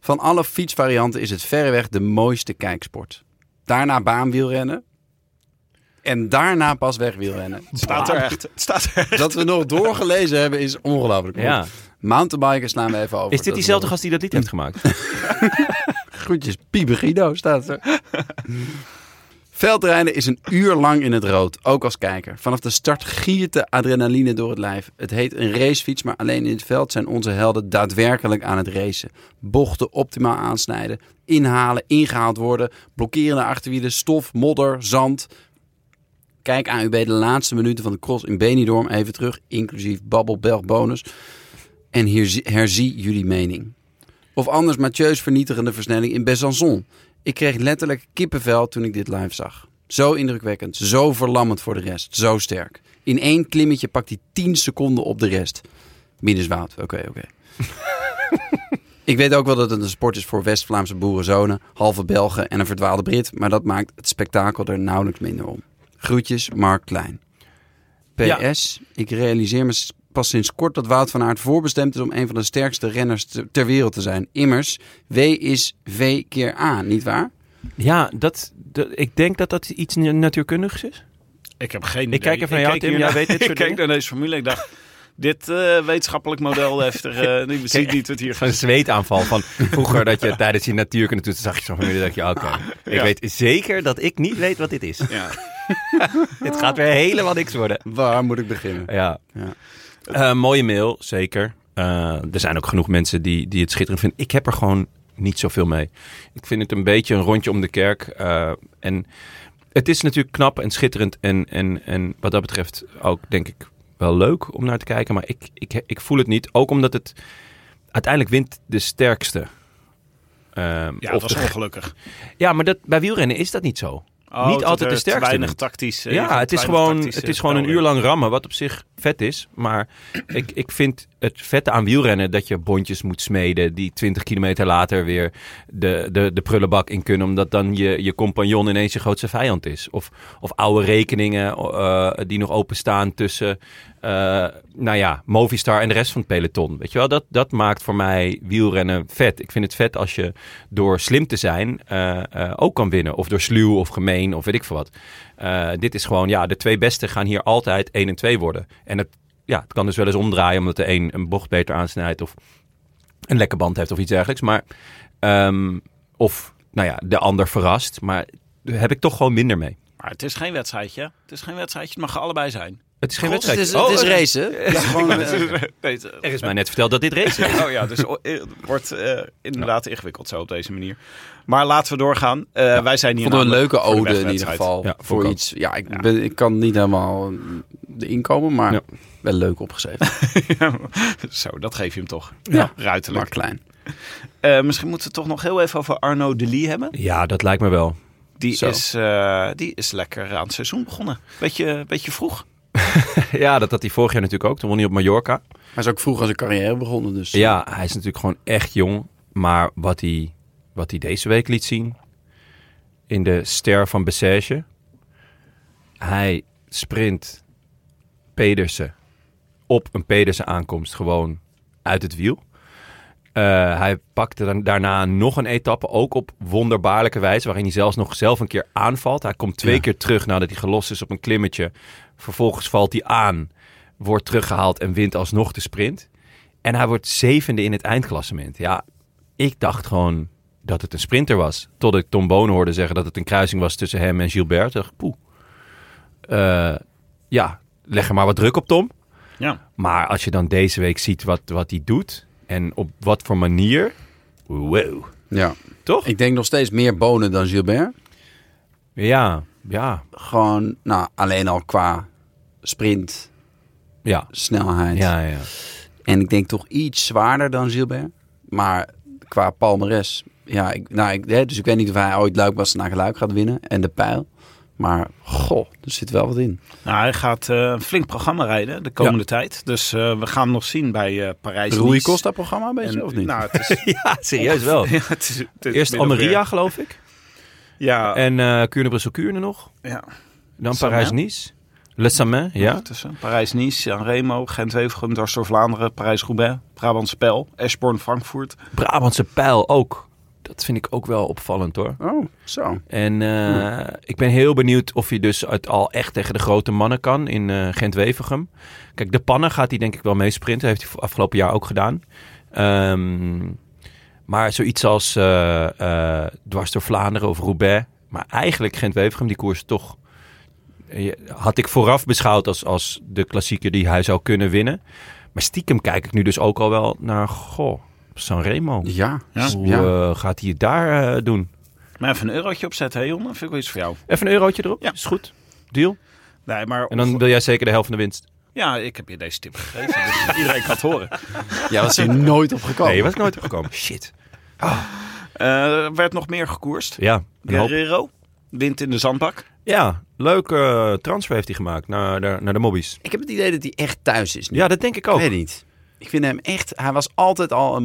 S2: Van alle fietsvarianten is het verreweg de mooiste kijksport. Daarna baanwielrennen. En daarna pas wegwielrennen.
S1: Staat er echt. Staat er echt.
S2: Dat we nog doorgelezen hebben is ongelooflijk.
S3: Ja.
S2: Mountainbiken slaan we even over.
S3: Is dit
S2: Dat
S3: diezelfde
S2: we-
S3: gast die dat lied heeft gemaakt?
S2: Groetjes, Pieper Guido staat er. Veldrijden is een uur lang in het rood, ook als kijker. Vanaf de start giert de adrenaline door het lijf. Het heet een racefiets, maar alleen in het veld zijn onze helden daadwerkelijk aan het racen. Bochten optimaal aansnijden, inhalen, ingehaald worden, blokkerende achterwielen, stof, modder, zand. Kijk AUB de laatste minuten van de cross in Benidorm even terug, inclusief babbelbelg bonus. En hier, herzie jullie mening. Of anders Mathieu's vernietigende versnelling in Besançon. Ik kreeg letterlijk kippenvel toen ik dit live zag. Zo indrukwekkend, zo verlammend voor de rest, zo sterk. In één klimmetje pakt hij 10 seconden op de rest. Minuswoud, oké, oké. ik weet ook wel dat het een sport is voor West-Vlaamse boerenzonen, halve Belgen en een verdwaalde Brit. Maar dat maakt het spektakel er nauwelijks minder om. Groetjes, Mark Klein. PS, ik realiseer me s- pas sinds kort dat Wout van Aert voorbestemd is om een van de sterkste renners te- ter wereld te zijn. Immers, W is V keer A, nietwaar?
S3: Ja, dat, dat- ik denk dat dat iets na- natuurkundigs is.
S1: Ik heb geen
S3: Ik kijk even naar jou,
S1: keek
S3: Tim.
S1: hiernaar-
S3: Jij weet dit
S1: Ik
S3: soort
S1: kijk
S3: dingen.
S1: naar deze formule. Ik dacht, dit eh, wetenschappelijk model heeft er... eh, ik zie niet wat hier
S3: Van een zweetaanval van vroeger dat je tijdens je natuurkunde toetsen zag je zo'n familie dat je, oké, ik
S1: Ja.
S3: weet zeker dat ik niet weet wat dit is.
S1: Ja.
S3: Dit gaat weer helemaal niks worden.
S2: Waar moet ik beginnen?
S3: Ja.
S2: Ja.
S3: Eh, mooie mail, zeker. Eh, er zijn ook genoeg mensen die, die het schitterend vinden. Ik heb er gewoon niet zoveel mee. Ik vind het een beetje een rondje om de kerk. eh, en het is natuurlijk knap en schitterend. En, en, en wat dat betreft ook, denk ik, wel leuk om naar te kijken. Maar ik, ik, ik voel het niet. Ook omdat het uiteindelijk wint de sterkste. Ehm,
S1: Ja,
S3: of
S1: dat was
S3: de-
S1: ongelukkig.
S3: ja, maar dat, bij wielrennen is dat niet zo.
S1: Oh,
S3: Niet
S1: dat
S3: altijd
S1: er
S3: de sterkste
S1: Te weinig
S3: wint.
S1: tactisch. eh, je
S3: Ja,
S1: gaat
S3: het is,
S1: te weinig
S3: gewoon,
S1: tactisch,
S3: het
S1: eh,
S3: is gewoon een
S1: spel
S3: uur
S1: in.
S3: lang rammen, wat op zich vet is. Maar ik, ik vind het vette aan wielrennen dat je bondjes moet smeden... die 20 kilometer later weer de, de, de prullenbak in kunnen... omdat dan je, je compagnon ineens je grootste vijand is. Of, of oude rekeningen eh, die nog openstaan tussen... eh, nou ja, Movistar en de rest van het peloton. Weet je wel, dat, dat maakt voor mij wielrennen vet. Ik vind het vet als je door slim te zijn eh, eh, ook kan winnen. Of door sluw of gemeen of weet ik veel wat. Eh, dit is gewoon, ja, de twee beste gaan hier altijd 1 en 2 worden. En het, ja, het kan dus wel eens omdraaien omdat de een een bocht beter aansnijdt of een lekke band heeft of iets dergelijks. Maar, ehm, of, nou ja, de ander verrast. Maar daar heb ik toch gewoon minder mee.
S1: Maar het is geen wedstrijdje. Het is geen wedstrijdje. Het mag er allebei zijn.
S3: Het is geen
S2: Het
S3: wedstrijd. Oh,
S2: is, het is racen. Het is gewoon, eh,
S1: Nee, het-
S3: er is mij net verteld dat dit race is.
S1: Oh ja, dus o- eh, het wordt eh, inderdaad ingewikkeld zo op deze manier. Maar laten we doorgaan. Eh, Wij zijn hier
S2: vonden we een
S1: namelijk
S2: leuke
S1: voor
S2: ode
S1: de
S2: in ieder
S1: wegwedstrijd.
S2: geval.
S3: Ja,
S2: voor
S3: ik ook.
S2: iets. Ja, ik, Ben, ik kan niet helemaal eh, de inkomen, maar
S3: Ja.
S2: Wel leuk opgeschreven,
S1: Zo, dat geef je hem toch.
S2: Ja. maar
S1: Ruiterlijk.
S2: klein.
S1: Eh, misschien moeten we het toch nog heel even over Arno de Lee hebben.
S3: Ja, dat lijkt me wel.
S1: Die
S2: Zo.
S1: is, eh, die is lekker aan het seizoen begonnen. Beetje, beetje vroeg.
S3: ja, dat had hij vorig jaar natuurlijk ook. Toen won hij op Mallorca.
S2: Hij is ook vroeg aan zijn carrière begonnen, dus
S3: Ja, hij is natuurlijk gewoon echt jong. Maar wat hij, wat hij deze week liet zien in de ster van Bessage. Hij sprint Pedersen op een Pedersen aankomst gewoon uit het wiel. Eh, hij pakte dan, daarna nog een etappe, ook op wonderbaarlijke wijze, waarin hij zelfs nog zelf een keer aanvalt. Hij komt twee keer terug nadat hij gelost is op een klimmetje. Vervolgens valt hij aan, wordt teruggehaald en wint alsnog de sprint. En hij wordt zevende in het eindklassement. Ja, ik dacht gewoon dat het een sprinter was. Tot ik Tom Boon hoorde zeggen dat het een kruising was tussen hem en Gilbert. Dacht ik, poeh. Eh, ja, leg er maar wat druk op, Tom.
S1: Ja.
S3: Maar als je dan deze week ziet wat, wat hij doet en op wat voor manier. Wow.
S2: ja.
S3: Toch?
S2: eh, Ik denk nog steeds meer bonen dan Gilbert.
S3: Ja, ja,
S2: Gewoon, nou, alleen al qua sprint,
S3: ja.
S2: snelheid.
S3: Ja, ja.
S2: En ik denk toch iets zwaarder dan Gilbert. Maar qua palmares, ja, ik, nou, ik, hè, dus ik weet niet of hij ooit Luik was naar Luik gaat winnen. En de pijl. Maar goh, er zit wel wat in.
S1: Nou, hij gaat eh, een flink programma rijden de komende tijd. Dus eh, we gaan hem nog zien bij eh Parijs.
S2: Rui Costa programma een beetje,
S1: En-
S2: of niet?
S1: Nou, het is,
S3: Ja, serieus wel.
S1: ja, het is- het is
S3: Eerst
S1: min of meer-
S3: Almeria, geloof ik.
S1: Ja,
S3: En eh Kuurne-Brussel-Kuurne nog.
S1: ja.
S3: Dan
S1: Samen.
S3: Parijs-Nice. Le Samen, ja.
S1: Tussen Parijs-Nice, eh, San Remo, Gent-Wevelgem, dwars door Vlaanderen, Parijs-Roubaix, Brabantse Pijl, Eschborn, Frankfurt.
S3: Brabantse pijl ook. Dat vind ik ook wel opvallend hoor.
S2: oh, zo.
S3: En eh, ik ben heel benieuwd of hij dus het al echt tegen de grote mannen kan in eh Gent-Wevergem. Kijk, de pannen gaat hij denk ik wel mee sprinten. Heeft hij afgelopen jaar ook gedaan. Ehm, maar zoiets als eh, eh, dwars door Vlaanderen of Roubaix. Maar eigenlijk Gent-Wevergem, die koers toch... eh, Had ik vooraf beschouwd als, als de klassieker die hij zou kunnen winnen. Maar stiekem kijk ik nu dus ook al wel naar... Goh, Sanremo.
S2: Ja,
S1: Ja.
S2: s-
S3: Hoe
S2: ja.
S3: eh, gaat hij het daar eh, doen?
S1: Maar even een eurotje opzetten, hè, Jon? Dat vind ik wel iets voor jou.
S3: Even een eurotje erop.
S1: Ja.
S3: Is goed. Deal.
S1: Nee, maar
S3: En dan wil jij zeker de helft van de winst.
S1: Ja, ik heb je deze tip gegeven, dus iedereen kan het horen.
S2: ja, was hier nooit op gekomen.
S3: Nee, je was ik nooit opgekomen. Shit.
S1: Eh, Er werd nog meer gekoerst.
S3: Ja, een hoop.
S1: Guerrero wint in de zandbak.
S3: ja leuke transfer heeft hij gemaakt naar de, naar de mobbies.
S2: Ik heb het idee dat hij echt thuis is nu.
S3: Ja, dat denk ik ook.
S2: Ik weet niet. Ik vind hem echt... Hij was altijd al een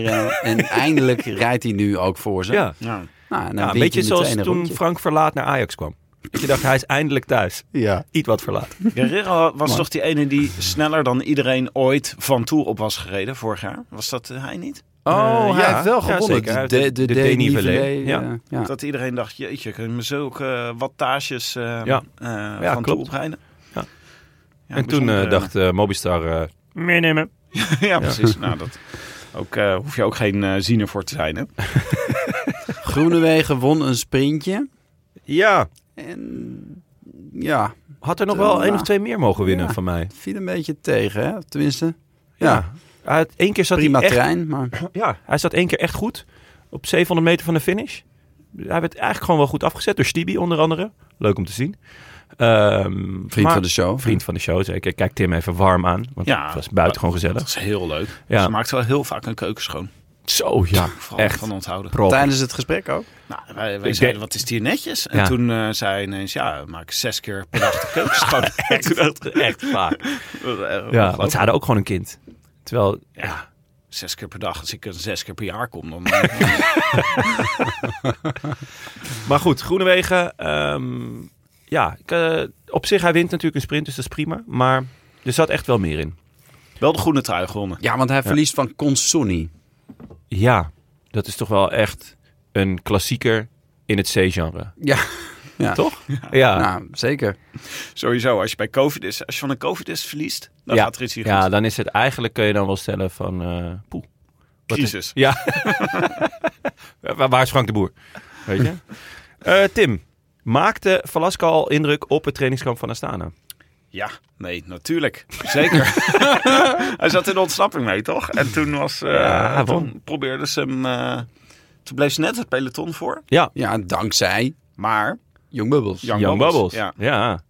S2: renner. en eindelijk rijdt hij nu ook voor ze.
S3: Ja.
S1: Ja.
S2: Nou, en dan
S3: Ja, een
S2: wint
S3: beetje
S2: hij
S3: zoals
S2: meteen een
S3: toen
S2: rondje.
S3: Frank Verlaat naar Ajax kwam. Dat je dacht, hij is eindelijk thuis.
S2: Ja.
S3: Iets wat verlaat.
S1: Guerrero was toch die ene die sneller dan iedereen ooit van Tour op was gereden vorig jaar? Was dat eh, hij niet?
S2: Oh,
S3: Eh,
S2: hij
S3: ja,
S2: heeft
S3: ja,
S2: wel gewonnen.
S3: zeker. Hij
S2: de de,
S3: heeft
S2: de,
S3: de- de
S2: dénivelé,
S3: dénivelé, ja.
S2: eh, ja.
S1: Dat iedereen dacht, jeetje, kunnen we zulke eh, wattages eh,
S3: Ja.
S1: eh,
S3: Ja,
S1: van Tour
S3: klopt.
S1: oprijden?
S3: Ja.
S1: Ja,
S3: en toen
S1: bijzonder,
S3: eh,
S1: eh,
S3: dacht eh, Mobistar... eh, Meenemen.
S1: ja, precies. Nou, dat ook, eh, hoef je ook geen eh ziener voor te zijn, hè?
S2: Groenewegen won een sprintje.
S3: Ja,
S2: En ja,
S3: had er nog wel één of twee meer mogen winnen
S2: Ja.
S3: van mij.
S2: viel een beetje tegen, hè? Tenminste,
S3: Ja.
S2: Ja.
S3: Hij had één keer zat
S2: prima
S3: hij echt
S2: trein, maar
S3: Ja, hij zat één keer echt goed. Op 700 meter van de finish. Hij werd eigenlijk gewoon wel goed afgezet door Stibi onder andere. Leuk om te zien. Ehm,
S2: vriend
S3: maar-
S2: van de show.
S3: Vriend van de show, zeker. Kijk Tim even warm aan. Want
S1: Ja.
S3: het was buitengewoon
S1: Dat
S3: gezellig.
S1: is heel leuk.
S3: Ja.
S1: Ze maakt wel heel vaak een keuken schoon.
S3: Zo, ja.
S1: Vooral
S3: Echt.
S1: van onthouden.
S3: Pro.
S2: Tijdens het gesprek ook.
S1: Nou, wij, wij
S3: denk-
S1: zeiden, wat is het hier netjes? En
S3: Ja.
S1: toen eh, zei hij ineens, ja, we maken zes keer per dag de keuken schoon.
S3: Echt, echt vaak. Ja,
S1: ja,
S3: want ze hadden ook gewoon een kind. Terwijl,
S1: ja, zes keer per dag. Als ik er zes keer per jaar kom, dan...
S3: Maar goed, Groenewegen. ehm, ja, ik, eh, op zich, hij wint natuurlijk een sprint, dus dat is prima. Maar er zat echt wel meer in.
S1: wel de groene trui gewonnen.
S2: Ja, want hij verliest van Consonni.
S3: Ja, dat is toch wel echt een klassieker in het C-genre.
S2: Ja, ja.
S3: Toch? Ja.
S2: Nou, zeker.
S1: Sowieso, als je bij COVID is, als je van een COVID is verliest, dan
S3: ja.
S1: gaat er iets hier
S3: ja,
S1: goed.
S3: dan is het eigenlijk, kun je dan wel stellen van, eh poeh. Wat is-
S1: Crisis.
S3: Ja. Waar- Waar is Frank de Boer? Weet je? Eh, Tim, maakte Velasco al indruk op het trainingskamp van Astana?
S1: Ja, nee, natuurlijk. Zeker. hij zat in de ontsnapping mee, toch? En toen was... eh,
S3: Ja, hij won.
S1: toen probeerden ze hem... eh, toen bleef ze net het peloton voor.
S3: Ja,
S2: Ja, dankzij
S1: Maar
S2: Jong Bubbles.
S1: Young,
S3: Young
S1: Bubbles.
S3: Bubbles.
S1: Ja.
S3: Ja.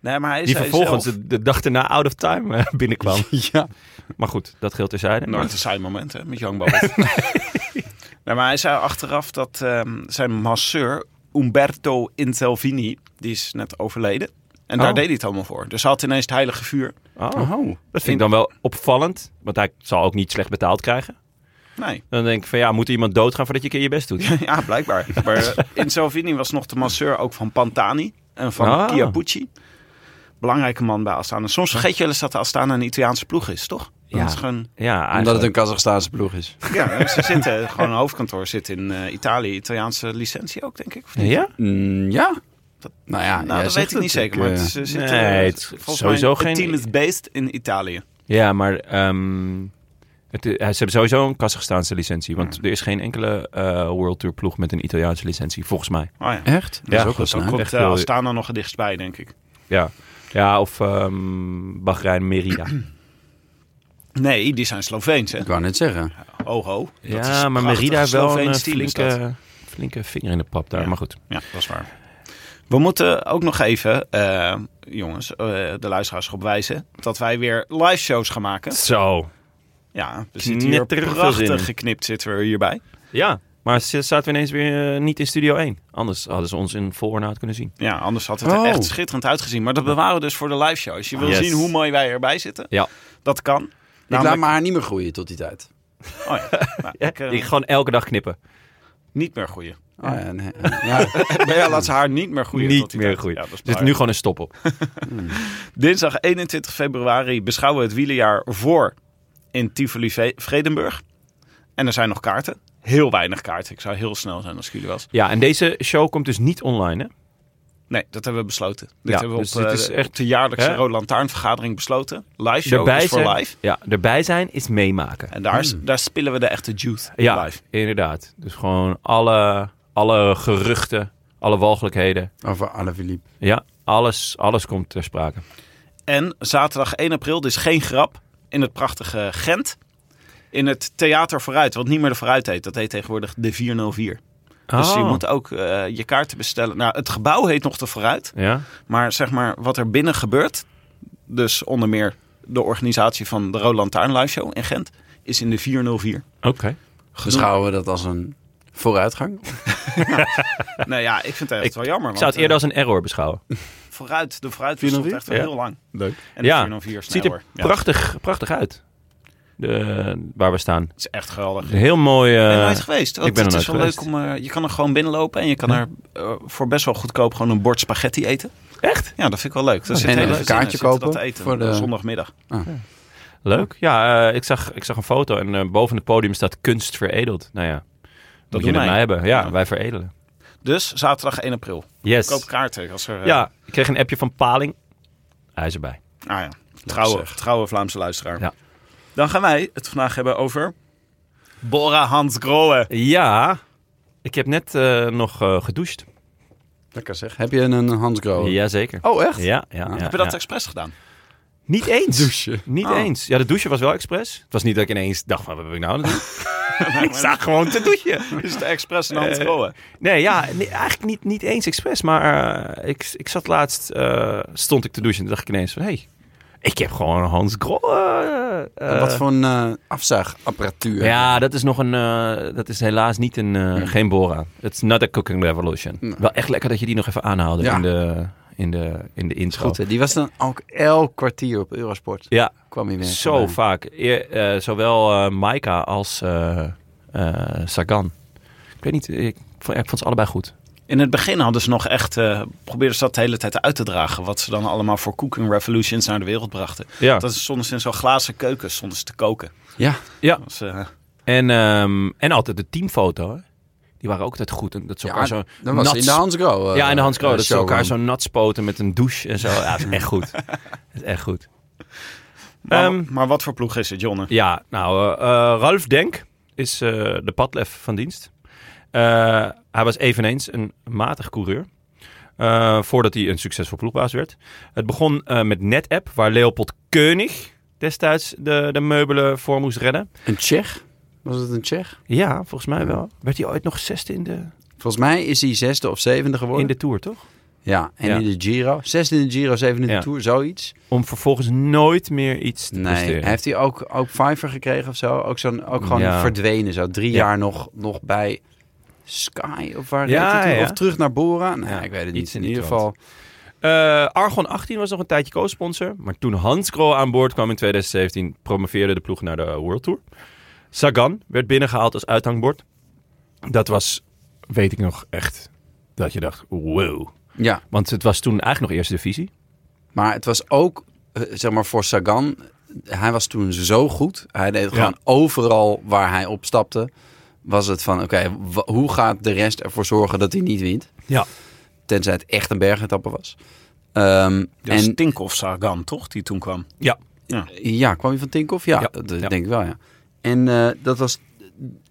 S1: Nee, maar hij is
S3: Die
S1: hij
S3: vervolgens
S1: zelf.
S3: de, de dag erna out of time eh, binnenkwam.
S1: Ja.
S3: Maar goed, dat geldt terzijde.
S1: Nooit een saai moment, hè, met Young Bobbert. nee, maar hij zei achteraf dat ehm, zijn masseur, Umberto Intelvini, die is net overleden. En daar
S3: Oh.
S1: deed hij het allemaal voor. Dus hij had ineens het heilige vuur.
S3: Oh, dat vind ik dan wel opvallend. Want hij zal ook niet slecht betaald krijgen.
S1: Nee,
S3: Dan denk ik van ja, moet er iemand doodgaan voordat je een keer je best doet?
S1: ja, blijkbaar. Maar eh, Intelvini was nog de masseur ook van Pantani en van
S3: Ah.
S1: Chiappucci. Belangrijke man bij Astana. Soms vergeet je wel eens dat de Astana een Italiaanse ploeg is, toch? Dat
S3: Ja.
S1: is gewoon,
S3: Ja,
S2: Omdat het
S3: eigenlijk.
S2: een Kazachstaanse ploeg is.
S1: ja, eh, ze zitten gewoon een hoofdkantoor zit in eh, Italië. Italiaanse licentie ook, denk ik. Of niet?
S3: Ja?
S2: Mm, ja. nou ja, jij
S1: Nou, dat
S2: zegt
S1: weet ik niet
S2: het.
S1: zeker. Maar
S2: eh,
S1: het is, eh, zit, eh,
S3: nee, het is
S1: volgens
S3: sowieso
S1: mij, het
S3: geen-
S1: team is based in Italië. Oh
S3: Ja, maar ehm, het, eh, ze hebben sowieso een Kazachstaanse licentie. Want er is geen enkele eh, World Tour ploeg met een Italiaanse licentie, volgens mij.
S1: Oh ja.
S2: Echt? Dat
S3: Ja,
S2: is ook wel
S3: dat
S2: snel.
S1: Dan
S3: ook.
S1: komt
S3: echt
S1: eh,
S3: heel-
S1: Astana nog het dichtst bij, denk ik.
S3: Ja, ja of ehm Bahrein Merida.
S1: Nee, die zijn Sloveens, hè?
S2: Ik wou net zeggen.
S1: Oh, ho. Dat is
S3: ja, maar
S1: prachtig.
S3: Merida heeft wel een eh,
S1: Sloveens team is dat.
S3: flinke, flinke vinger in de pap daar. Maar goed.
S1: Ja, dat is waar. We moeten ook nog even, eh, jongens, eh, de luisteraars erop wijzen... dat wij weer live shows gaan maken.
S3: Zo.
S1: Ja, we zitten hier
S3: Knetterend veel zin in.
S1: prachtig geknipt zitten we hierbij.
S3: Ja, maar ze zaten we ineens weer eh, niet in Studio 1. Anders hadden ze ons in vol ornaat kunnen zien.
S1: Ja, anders had het er
S2: Oh.
S1: echt schitterend uitgezien. Maar dat bewaren we dus voor de live show. Als je wil
S3: Yes.
S1: zien hoe mooi wij erbij zitten,
S3: Ja.
S1: dat kan.
S2: Ik laat
S1: Namelijk-
S2: mijn haar niet meer groeien tot die tijd.
S1: Oh ja. Nou, ik, eh,
S3: Ik gewoon elke dag knippen.
S1: niet meer groeien.
S2: Oh, ja, nee. ja.
S1: Maar ja, laat ze haar niet meer groeien. tot
S3: niet
S1: die
S3: meer
S1: tijd.
S3: goed.
S1: Ja,
S3: Er
S1: dat is
S3: zit
S1: nu...
S3: nu gewoon een stop op.
S1: Dinsdag 21 februari beschouwen we het wielerjaar voor in Tivoli Ve- Vredenburg. En er zijn nog kaarten. Heel weinig kaarten. Ik zou heel snel zijn als ik jullie was.
S3: Ja, en deze show komt dus niet online, hè?
S1: Nee, dat hebben we besloten. Dit
S3: Ja,
S1: hebben we
S3: dus
S1: op,
S3: dit
S1: eh,
S3: is
S1: de-
S3: echt-
S1: op de jaarlijkse
S3: hè?
S1: Rode Lantaarnvergadering besloten. Live show is voor
S3: zijn,
S1: live.
S3: Ja, erbij zijn is meemaken.
S1: En daar, is- daar spillen we de echte juice
S3: Ja,
S1: live.
S3: inderdaad. Dus gewoon alle, alle geruchten, alle walgelijkheden.
S2: Over Alain Philippe.
S3: Ja, alles, alles komt ter sprake.
S1: En zaterdag 1 april, dus geen grap, in het prachtige Gent. In het Theater Vooruit, wat niet meer de Vooruit heet. Dat heet tegenwoordig de 404. Dus
S3: Ah. Oh.
S1: je moet ook eh, je kaarten bestellen. Nou, het gebouw heet nog de Vooruit.
S3: Ja?
S1: Maar zeg maar, wat er binnen gebeurt... Dus onder meer de organisatie van de Roland Tuin Live Show in Gent... is in de 404.
S3: Oké.
S2: Beschouwen we dat als een vooruitgang?
S1: nou ja, ik vind het echt wel jammer.
S3: Ik zou het eerder als een error beschouwen.
S1: als... Vooruit, de Vooruit bestond echt wel
S3: Ja.
S1: heel lang.
S2: Leuk.
S1: En de
S3: Ja,
S1: 404 is
S3: Het ziet
S1: sneller.
S3: er
S1: Ja,
S3: prachtig, prachtig uit. De, waar we staan.
S1: het is echt geweldig.
S3: Een heel mooi... eh,
S1: Ik ben er nooit geweest. Want
S3: ik ben er
S1: het is
S3: nooit
S1: wel
S3: geweest.
S1: leuk om. eh, je kan er gewoon binnenlopen en je kan er eh, voor best wel goedkoop gewoon een bord spaghetti eten.
S3: echt?
S1: Ja, dat vind ik wel leuk. Dat zit
S2: en
S1: heel
S2: een
S1: leuk
S2: kaartje kopen
S1: dat te eten
S2: voor de-
S1: zondagmiddag.
S3: Leuk. Ja, eh, ik, zag, ik zag een foto en eh, boven het podium staat kunst veredeld. Nou ja, dat moet je
S1: doen
S3: met
S1: wij.
S3: mij hebben. Ja,
S1: Ja.
S3: wij veredelen.
S1: Dus zaterdag 1 april.
S3: Yes.
S1: Koop kaarten als er. eh,
S3: Ja, ik kreeg een appje van Paling. Hij is erbij.
S1: Ah ja. Trouwe, trouwe Vlaamse luisteraar.
S3: Ja.
S1: Dan gaan wij het vandaag hebben over. Bora Hans Grohe.
S3: Ja, ik heb net eh, nog eh, gedoucht.
S2: Lekker zeg. Heb je een Hans Grohe?
S3: Jazeker.
S2: Oh, echt?
S3: Ja, ja, ja,
S1: Heb je dat
S3: ja.
S1: expres gedaan?
S3: Niet eens.
S2: Douchen.
S3: Niet eens. Ja, de douche was wel expres. Het was niet dat ik ineens dacht, van, wat heb ik nou aan het doen? ik sta gewoon te douchen.
S1: Is het expres een Hans
S3: Eh,
S1: Grohe?
S3: Nee, ja, nee, eigenlijk niet, niet eens expres. Maar eh, ik, ik zat laatst, eh, stond ik te douchen. En toen dacht ik ineens van, hey, ik heb gewoon een Hans Grol. eh, eh.
S2: En Wat voor een eh, afzuigapparatuur?
S3: Ja, dat is nog een. eh, dat is helaas niet een. eh, Geen Bora. It's not a cooking revolution. Wel echt lekker dat je die nog even aanhoudt
S2: Ja.
S3: in, de, in, de, in de intro.
S2: Goed, eh, hè? die was dan ook elk kwartier op Eurosport.
S3: Ja,
S2: Kwam hij weer.
S3: zo vaak. Eer- eh, zowel eh Maika als eh, eh, Sagan. Ik weet niet. Ik vond, ik vond ze allebei goed.
S1: In het begin hadden ze nog echt, eh probeerden ze dat de hele tijd uit te dragen. Wat ze dan allemaal voor cooking revolutions naar de wereld brachten.
S3: Ja.
S1: Dat is soms in zo'n glazen keuken, soms te koken.
S2: Ja,
S3: Ja.
S1: Dat is, eh,
S3: En, ehm, en altijd de teamfoto. hè. Die waren ook altijd goed. En Dat ze
S2: ja
S3: elkaar zo
S2: dan was hij in de Hans Grohe. eh,
S3: Ja, en de Hans Kroon.
S2: eh,
S3: Dat ze
S2: showroom.
S3: elkaar zo nat spoten met een douche en zo. Ja, dat is echt goed. Dat is echt goed.
S1: maar,
S3: Ehm,
S1: maar wat voor ploeg is het, Jonne?
S3: Ja, nou, eh, eh, Ralf Denk is eh, de padlef van dienst. Eh, hij was eveneens een matig coureur. eh, voordat hij een succesvol ploegbaas werd. Het begon eh, met NetApp, waar Leopold Keunig destijds de, de meubelen voor moest redden.
S2: Een Tsjech? Was het een Tsjech?
S3: Ja, volgens mij wel. Werd hij ooit nog zesde in de,
S2: Volgens mij is hij zesde of zevende geworden.
S3: in de Tour, toch?
S2: Ja, en
S3: Ja.
S2: in de Giro. Zesde in de Giro, zevende in de
S3: Ja.
S2: Tour, zoiets.
S3: Om vervolgens nooit meer iets te
S2: Nee,
S3: presteren.
S2: heeft hij ook, ook Pfeiffer gekregen of zo? Ook, zo'n, ook gewoon
S3: Ja.
S2: verdwenen zo. Drie
S3: Ja.
S2: jaar nog, nog bij Sky of waar?
S3: Ja,
S2: reed hij toen?
S3: ja.
S2: Of terug naar Bora? Nee,
S3: Ja,
S2: ik weet het
S3: iets in
S2: niet. In
S3: die
S2: ieder
S3: trant.
S2: geval.
S3: Eh, Argon 18 was nog een tijdje co-sponsor. Maar toen Hans Krol aan boord kwam in 2017, promoveerde de ploeg naar de World Tour. Sagan werd binnengehaald als uithangbord. Dat was, weet ik nog echt, dat je dacht, wow.
S2: Ja,
S3: Want het was toen eigenlijk nog eerste divisie.
S2: maar het was ook, eh, zeg maar, voor Sagan. Hij was toen zo goed. Hij deed
S3: Ja.
S2: gewoon overal waar hij opstapte. Was het van, oké, wa- hoe gaat de rest ervoor zorgen dat hij niet wint?
S3: Ja.
S2: Tenzij het echt een bergetappe was. Ehm,
S1: Dat is
S2: en
S1: Tinkoff Sagan, toch? Die toen kwam.
S3: Ja.
S2: Ja, kwam je van Tinkoff? Ja,
S3: Ja,
S2: dat
S3: ja.
S2: denk ik wel, ja. En eh, dat was...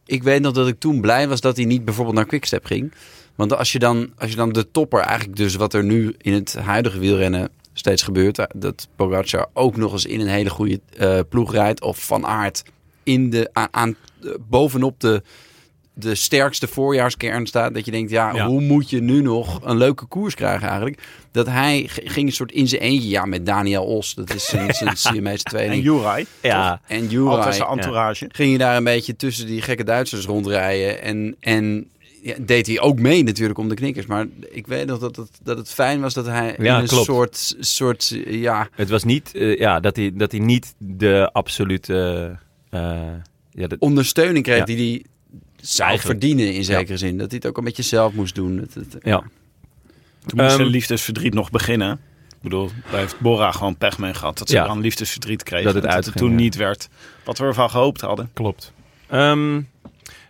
S2: Ik weet nog dat ik toen blij was dat hij niet bijvoorbeeld naar Quickstep ging. Want als je, dan, als je dan de topper eigenlijk dus wat er nu in het huidige wielrennen steeds gebeurt... eh, dat Pogacar ook nog eens in een hele goede eh, ploeg rijdt... of Van Aert in de, aan, aan- eh, bovenop de, de sterkste voorjaarskern staat... dat je denkt, ja,
S3: Ja.
S2: hoe moet je nu nog een leuke koers krijgen eigenlijk? Dat hij g- ging een soort in zijn eentje... ja, met Daniel Os, dat is zijn, zijn Siamese
S1: En
S2: tweeling.
S1: Juraj.
S3: Ja.
S2: En
S1: Altijd
S2: Juraj
S1: zijn entourage.
S2: ging je daar een beetje tussen die gekke Duitsers rondrijden. En, en ja, deed hij ook mee natuurlijk om de knikkers. Maar ik weet nog dat het, dat het fijn was dat hij
S3: Ja,
S2: in een
S3: klopt.
S2: soort, soort eh, ja,
S3: Het was niet eh, ja, dat, hij, dat hij niet de absolute... eh, ja, dat,
S2: ondersteuning kreeg
S3: Ja.
S2: die hij zou
S3: Eigenlijk.
S2: verdienen in zekere zin. Dat hij het ook een beetje zelf moest doen. Het, het-
S3: ja.
S1: Toen moest
S3: Ehm,
S1: zijn liefdesverdriet nog beginnen. Ik bedoel, daar heeft Bora gewoon pech mee gehad. Dat ze
S3: Ja.
S1: dan liefdesverdriet kregen.
S3: Dat het
S1: en
S3: uitging,
S1: toen
S3: ja.
S1: niet werd wat we ervan gehoopt hadden.
S3: Klopt. Ehm,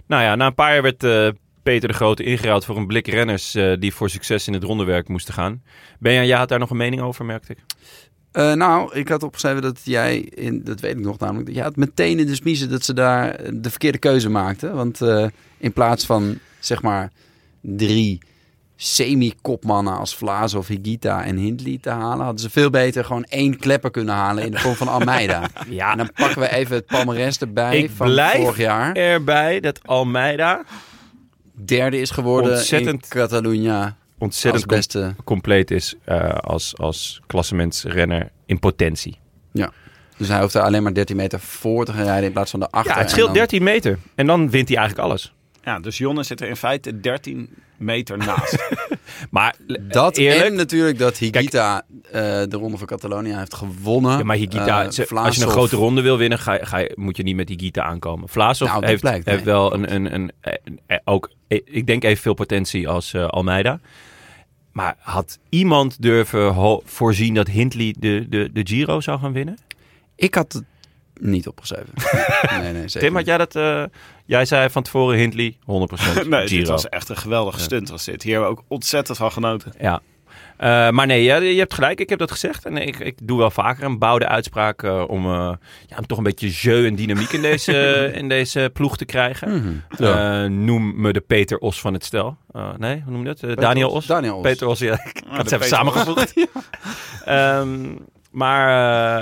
S3: nou ja, na een paar jaar werd eh, Peter de Grote ingeruild voor een blik renners eh, die voor succes in het rondewerk moesten gaan. Benja, jij had daar nog een mening over, merkte ik.
S2: Eh, nou, ik had opgeschreven dat jij, in, dat weet ik nog namelijk, dat je had meteen in de smiezen dat ze daar eh, de verkeerde keuze maakten. Want eh, in plaats van zeg maar drie semi-kopmannen als Vlaas of Higita en Hindley te halen, hadden ze veel beter gewoon één klepper kunnen halen in de vorm van Almeida.
S3: Ja.
S2: En dan pakken we even het palmarès erbij
S3: Ik
S2: van
S3: blijf
S2: vorig jaar.
S3: Erbij dat Almeida
S2: Derde is geworden
S3: Ontzettend-
S2: in Catalunya als
S3: ontzettend com-
S2: beste.
S3: compleet is eh, als, als klassementsrenner in potentie.
S2: Ja. Dus hij hoeft er alleen maar 13 meter voor te gaan rijden in plaats van de achter.
S3: Ja, het
S2: en
S3: scheelt
S2: dan-
S3: 13 meter. En dan wint hij eigenlijk alles.
S1: Ja, dus Jonne zit er in feite 13 meter naast.
S3: Maar
S2: Dat
S3: eerlijk,
S2: en natuurlijk dat Higita eh, de Ronde van Catalonië heeft gewonnen.
S3: Ja, maar Higita,
S2: Eh,
S3: ze- als je
S2: Vlaashoff-
S3: een grote ronde wil winnen, ga, je- ga, je- moet je niet met Higita aankomen. Vlaashoff
S2: Nou, dat
S3: heeft,
S2: blijkt, nee.
S3: heeft wel een, een, een, een- eh, ook, eh, ik denk evenveel potentie als eh, Almeida. Maar had iemand durven ho- voorzien dat Hindley de, de, de Giro zou gaan winnen?
S2: Ik had het niet opgeschreven. nee, nee, zeker
S3: Tim, had
S2: niet.
S3: jij dat... eh, jij zei van tevoren Hindley, 100%
S1: nee,
S3: Giro.
S1: Dus dit was echt een geweldige stunt was dit. Hier hebben we ook ontzettend van genoten.
S3: Ja. Eh, maar nee, ja, je hebt gelijk. Ik heb dat gezegd. En ik, ik doe wel vaker een bouwde uitspraak eh, om, eh, ja, om toch een beetje jeu en dynamiek in deze, in deze ploeg te krijgen. Eh, noem me de Peter Os van het stel. Eh, nee, hoe noem je dat? Eh, Daniel Os?
S2: Daniel Os.
S3: Peter Os, ja. Ik
S1: Ah,
S3: had
S1: de
S3: ze even
S1: Peter-
S3: samengevoegd. Ehm, maar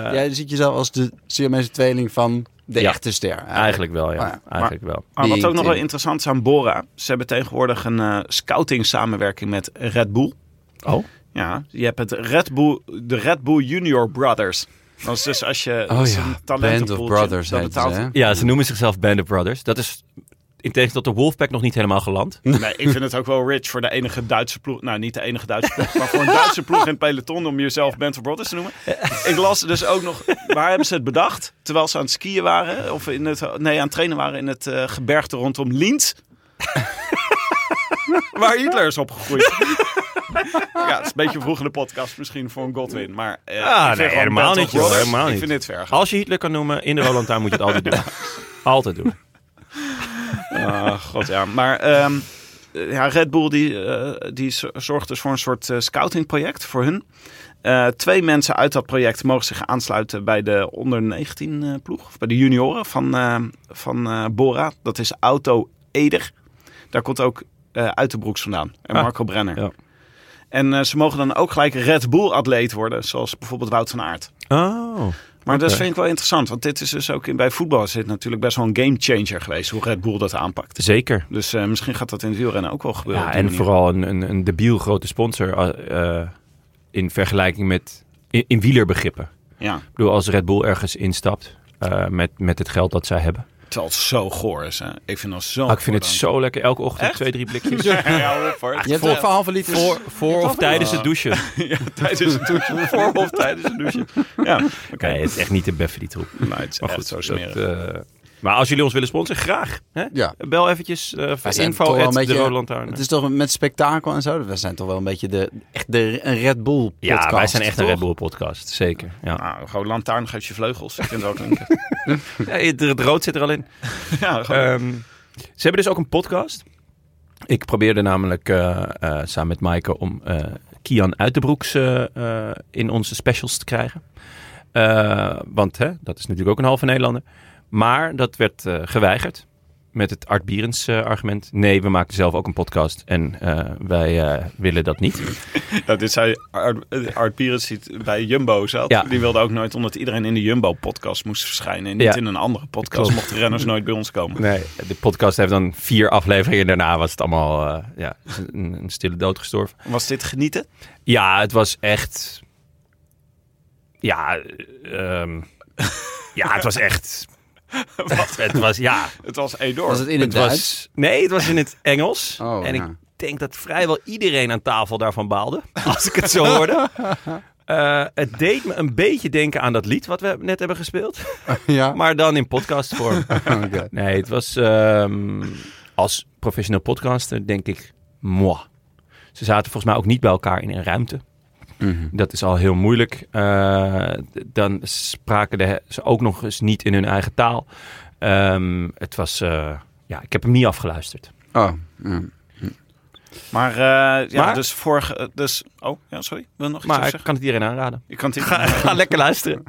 S3: eh,
S2: Jij ziet jezelf als de Siamese tweeling van de
S3: Ja.
S2: echte ster. Eigenlijk.
S3: eigenlijk wel, ja.
S2: Ah, ja.
S3: Eigenlijk wel.
S1: Maar wat
S2: Die
S1: ook nog wel
S2: team.
S1: interessant is aan Bora. Ze hebben tegenwoordig een eh, scouting samenwerking met Red Bull.
S3: Oh?
S1: Ja, je hebt het Red Bull, de Red Bull Junior Brothers. Dat is dus als je
S2: Oh
S1: dat is
S2: ja,
S1: een
S2: Band
S1: talentenpoeltje.
S2: of Brothers
S1: Dat
S2: heet
S1: betaalt-
S2: ze, hè?
S3: Ja, ze noemen zichzelf Band of Brothers. Dat is in tegenstelling tot de Wolfpack nog niet helemaal geland.
S1: Nee, ik vind het ook wel rich voor de enige Duitse ploeg. Nou, niet de enige Duitse ploeg, maar voor een Duitse ploeg in het peloton om jezelf Band of Brothers te noemen. Ik las dus ook nog, waar hebben ze het bedacht? Terwijl ze aan het skiën waren, of in het, nee, aan het trainen waren in het eh, gebergte rondom Linz. waar Hitler is opgegroeid. ja, het is een beetje vroeg in de podcast misschien voor een Godwin, maar... eh,
S3: Ah,
S1: ik vind
S3: nee,
S1: gewoon
S3: helemaal
S1: Band of
S3: niet, joh,
S1: Brothers,
S3: helemaal niet.
S1: Ik vind dit ver gaan.
S3: Als je Hitler kan noemen, in de Roland Tuin moet je het altijd doen. Altijd doen.
S1: Ah, god ja. Maar ehm, ja, Red Bull die, eh, die zo- zorgt dus voor een soort eh, scoutingproject voor hun. Eh, twee mensen uit dat project mogen zich aansluiten bij de onder 19 eh, ploeg. Of bij de junioren van, eh, van eh, Bora. Dat is Auto Eder. Daar komt ook eh Uiterbroeks vandaan. En
S3: Ah,
S1: Marco Brenner.
S3: ja.
S1: En eh, ze mogen dan ook gelijk Red Bull atleet worden. Zoals bijvoorbeeld Wout van Aert.
S3: Oh.
S1: Maar dat vind ik wel interessant. Want dit is dus ook in, bij voetbal is dit natuurlijk best wel een gamechanger geweest. Hoe Red Bull dat aanpakt.
S3: Zeker.
S1: Dus eh, misschien gaat dat in het wielrennen ook wel gebeuren.
S3: Ja,
S1: op die
S3: en
S1: manier.
S3: vooral een, een, een debiel grote sponsor eh, eh, in vergelijking met in, in wielerbegrippen.
S1: Ja,
S3: Ik bedoel, als Red Bull ergens instapt eh, met, met het geld dat zij hebben.
S1: terwijl het zo goor is. Hè. Ik vind dat zo
S3: Ah, ik vind
S1: goor
S3: het zo lekker. Elke ochtend twee, drie blikjes.
S1: dan. Ja, op, hoor.
S2: Je hebt voor halve liter.
S3: Voor, voor of tijdens het douchen.
S1: Ja, tijdens het douchen. Voor of tijdens het douchen. Ja, oké.
S3: Nee, het is echt niet de beffen die troep.
S1: Nou, het is
S3: Maar
S1: echt
S3: goed,
S1: zo
S3: dat,
S1: smerig.
S3: eh, maar als jullie ons willen sponsoren, graag. Hè?
S2: Ja.
S3: Bel eventjes eh
S2: Wij
S3: voor
S2: zijn toch
S3: info
S2: wel een
S3: at de
S2: beetje-
S3: Rode Lantaarn.
S2: Het is toch met spektakel en zo. We zijn toch wel een beetje de, echt de, een Red Bull podcast.
S3: ja, wij zijn echt een
S2: toch?
S3: Red Bull podcast. Zeker. Ja.
S1: Nou, gewoon lantaarn geeft je vleugels. Ik vind het ook een...
S3: Ja, het- het rood zit er al in.
S1: ja, gewoon...
S3: Ehm, ze hebben dus ook een podcast. Ik probeerde namelijk eh, eh, samen met Maaike om eh, Kian Uitenbroeks eh, eh, in onze specials te krijgen. Eh, want hè, dat is natuurlijk ook een halve Nederlander. Maar dat werd eh, geweigerd met het Art Bierens eh, argument. Nee, we maken zelf ook een podcast en eh, wij eh, willen dat niet.
S1: Nou, dit zei Art, eh, Art Pierens die het bij Jumbo zat.
S3: Ja.
S1: Die wilde ook nooit, omdat iedereen in de Jumbo-podcast moest verschijnen. En niet
S3: Ja.
S1: in een andere podcast
S3: Klopt.
S1: mochten renners nooit bij ons komen.
S3: Nee, de podcast heeft dan vier afleveringen. Daarna was het allemaal eh, ja, een, een stille dood gestorven.
S1: Was dit genieten?
S3: Ja, het was echt. Ja, eh, ehm, ja, het was echt. Het was ja.
S1: Het was Edor.
S2: Was het in het,
S3: Het
S2: Duits?
S3: was, nee, het was in het Engels.
S2: Oh,
S3: en
S2: ja.
S3: ik denk dat vrijwel iedereen aan tafel daarvan baalde. Als ik het zo hoorde. Eh, het deed me een beetje denken aan dat lied wat we net hebben gespeeld.
S2: Ja.
S3: Maar dan in podcastvorm.
S2: Oké.
S3: Nee, het was ehm, als professioneel podcaster, denk ik, moi. Ze zaten volgens mij ook niet bij elkaar in een ruimte. Dat is al heel moeilijk. Eh, d- dan spraken de, ze ook nog eens niet in hun eigen taal. Ehm, het was, eh, ja, ik heb hem niet afgeluisterd.
S2: Oh, ja.
S1: Maar, eh, ja,
S3: Maar-
S1: dus vorige... eh, Dus, oh, ja, sorry. Wil je nog iets
S3: Maar
S1: over
S3: ik
S1: zeggen?
S3: kan het iedereen aanraden.
S1: Je kan het
S3: Ga, ga Ah, lekker luisteren.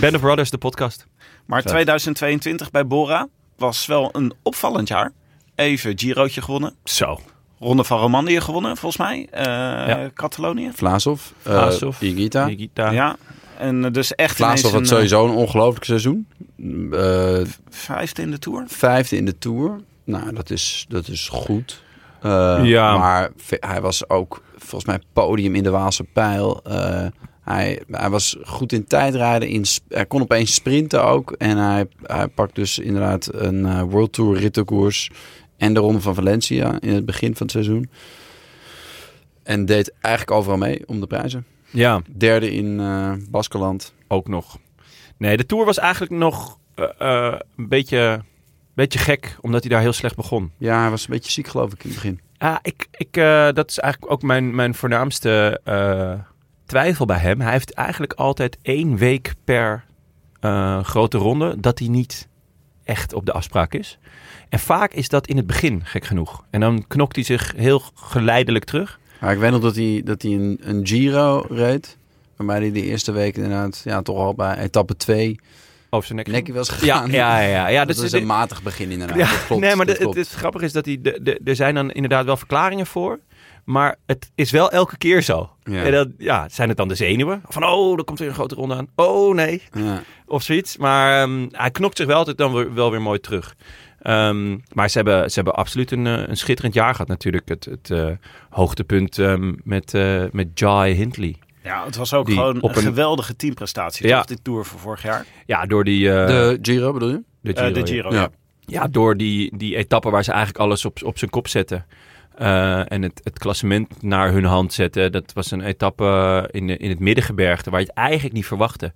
S3: Band of Brothers, de podcast.
S1: Maar 2022 bij Bora was wel een opvallend jaar. Even Girootje gewonnen.
S3: Zo.
S1: Ronde van Romandie gewonnen, volgens mij. Eh,
S3: Ja.
S1: Catalonië.
S2: Vlaasov, eh,
S3: Vlaasov,
S2: Igita.
S3: Nikita.
S1: Ja. En eh, dus echt
S2: Vlaasov had
S1: ineens een,
S2: sowieso een ongelooflijk seizoen. Eh,
S1: eh, vijfde in de Tour.
S2: vijfde in de Tour. Nou, dat is, dat is goed. Eh,
S3: Ja.
S2: Maar ve- hij was ook volgens mij podium in de Waalse Pijl. Eh, hij, hij was goed in tijdrijden. In, sp- hij kon opeens sprinten ook. En hij, hij pakt dus inderdaad een eh, World Tour rittenkoers. En de Ronde van Valencia in het begin van het seizoen. En deed eigenlijk overal mee om de prijzen.
S3: ja.
S2: Derde in eh Baskeland.
S3: ook nog. Nee, de Tour was eigenlijk nog eh, eh, een beetje, beetje gek, omdat hij daar heel slecht begon.
S2: Ja, hij was een beetje ziek geloof ik in het begin.
S3: Ja, Ah, ik, ik, eh, dat is eigenlijk ook mijn, mijn voornaamste eh, twijfel bij hem. Hij heeft eigenlijk altijd één week per eh, grote ronde dat hij niet echt op de afspraak is. En vaak is dat in het begin, gek genoeg. En dan knokt hij zich heel geleidelijk terug.
S2: Maar ik weet nog dat hij, dat hij een, een Giro reed. Waarbij hij de eerste week inderdaad ja, toch al bij etappe 2
S3: Over zijn nek.
S2: nekje was
S3: Ja,
S2: gegaan.
S3: ja, ja. ja.
S2: dat
S3: dus
S2: is
S3: de-
S2: een matig begin inderdaad.
S3: Ja,
S2: dat klopt,
S3: nee, maar
S2: dat
S3: de- het,
S2: klopt.
S3: het grappige is dat die, de, de, er zijn dan inderdaad wel verklaringen voor. Maar het is wel elke keer zo.
S2: Ja.
S3: En dat, ja, zijn het dan de zenuwen? Van, oh, er komt weer een grote ronde aan. Oh, nee.
S2: Ja.
S3: Of zoiets. Maar ehm, hij knokt zich wel altijd dan weer, wel weer mooi terug. Ehm, maar ze hebben, ze hebben absoluut een, eh, een schitterend jaar gehad natuurlijk. Het, het eh, hoogtepunt ehm, met, eh, met Jai Hindley.
S1: Ja, het was ook
S3: Die
S1: gewoon
S3: op
S1: een
S3: een-
S1: geweldige teamprestatie.
S3: Ja.
S1: Toch, dit Tour van vorig jaar.
S3: Ja, door die... eh,
S2: De Giro bedoel je?
S3: de
S1: Eh, de
S3: ja.
S1: Giro, ja.
S3: Ja, door die, die etappe waar ze eigenlijk alles op, op zijn kop zetten. Eh, en het, het klassement naar hun hand zetten. Dat was een etappe in, de- in het middengebergte waar je het eigenlijk niet verwachtte.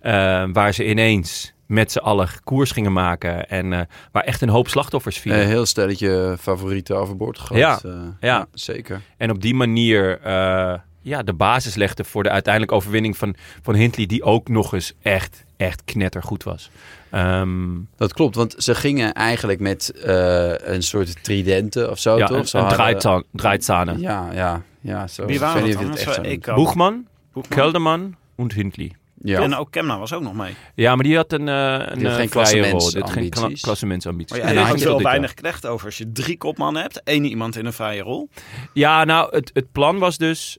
S3: Eh, waar ze ineens met z'n allen koers gingen maken. En eh, waar echt een hoop slachtoffers vielen.
S2: Eh, heel stelletje favorieten overboord gegooid.
S3: Ja,
S2: eh,
S3: ja.
S2: zeker.
S3: En op die manier eh, ja, de basis legde voor de uiteindelijke overwinning van, van Hindley. Die ook nog eens echt, echt knettergoed was. Ehm,
S2: Dat klopt, want ze gingen eigenlijk met eh, een soort tridenten of zo,
S3: ja,
S2: toch?
S3: een,
S2: Ze
S3: een
S2: hadden-
S3: draaitza- draaitzane.
S2: Ja, ja, ja. Zo.
S1: Wie
S2: Ik weet
S1: waren
S2: niet
S1: dat Eh,
S2: of
S1: dan?
S2: dit echt
S1: Dat was
S2: zo-
S1: Eko,
S3: Boegman,
S1: Boekman.
S3: Kelderman en Hindley.
S2: Ja.
S1: En ook Kemna was ook nog mee.
S3: Ja, maar die had een, eh een
S2: had
S3: eh,
S2: geen
S3: vrije rol. Dit geen
S2: klassementsambities.
S3: kla klassementsambities.
S1: Maar Oh ja,
S3: Nee,
S1: en
S2: hij
S3: dat
S2: had
S1: er hangt
S3: is
S1: wel
S3: dit
S1: weinig knecht over. Als je drie kopmannen hebt, één iemand in een vrije rol.
S3: jaar. Ja, nou, het, het plan was dus... eh,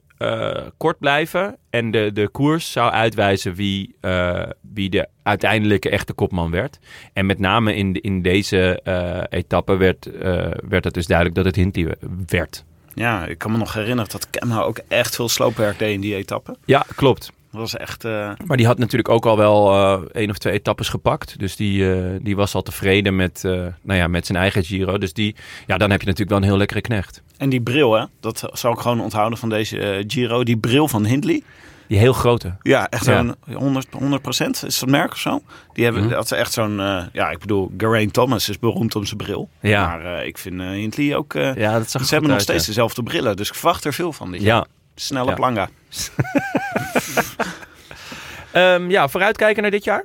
S3: eh, kort blijven. En de, de koers zou uitwijzen wie, eh, wie de uiteindelijke echte kopman werd. En met name in, de- in deze eh, etappe werd, eh, werd het dus duidelijk dat het Hinti werd.
S1: Ja, ik kan me nog herinneren dat Kemna ook echt veel sloopwerk deed in die etappe.
S3: Ja, klopt.
S1: Dat was echt... eh,
S3: Maar die had natuurlijk ook al wel eh één of twee etappes gepakt. Dus die, eh, die was al tevreden met, eh, nou ja, met zijn eigen Giro. Dus die, ja, dan heb je natuurlijk wel een heel lekkere knecht.
S1: En die bril, hè? Dat zal ik gewoon onthouden van deze eh, Giro. Die bril van Hindley.
S3: Die heel grote.
S1: Ja, echt
S3: Ja.
S1: zo'n 100, 100 is dat merk of zo? Die hebben,
S3: Mhm.
S1: dat is echt zo'n... eh, ja, ik bedoel, Geraint Thomas is beroemd om zijn bril.
S3: Ja.
S1: Maar eh, ik vind eh, Hindley ook... eh,
S3: Ja, dat zag
S1: ze hebben nog steeds dezelfde brillen, dus ik verwacht er veel van. Die
S3: Ja.
S1: Snelle
S3: Ja.
S1: planga.
S3: Ehm, ja, vooruitkijken naar dit jaar.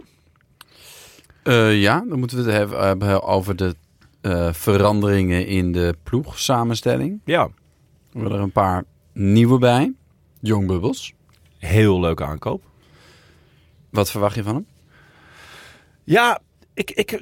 S2: Eh, ja, dan moeten we het hebben- hebben over de eh, veranderingen in de ploegsamenstelling.
S3: Ja.
S2: We hebben er een paar nieuwe bij. Jong Bubbels.
S3: Heel leuke aankoop.
S2: Wat verwacht je van hem?
S3: Ja, ik, ik,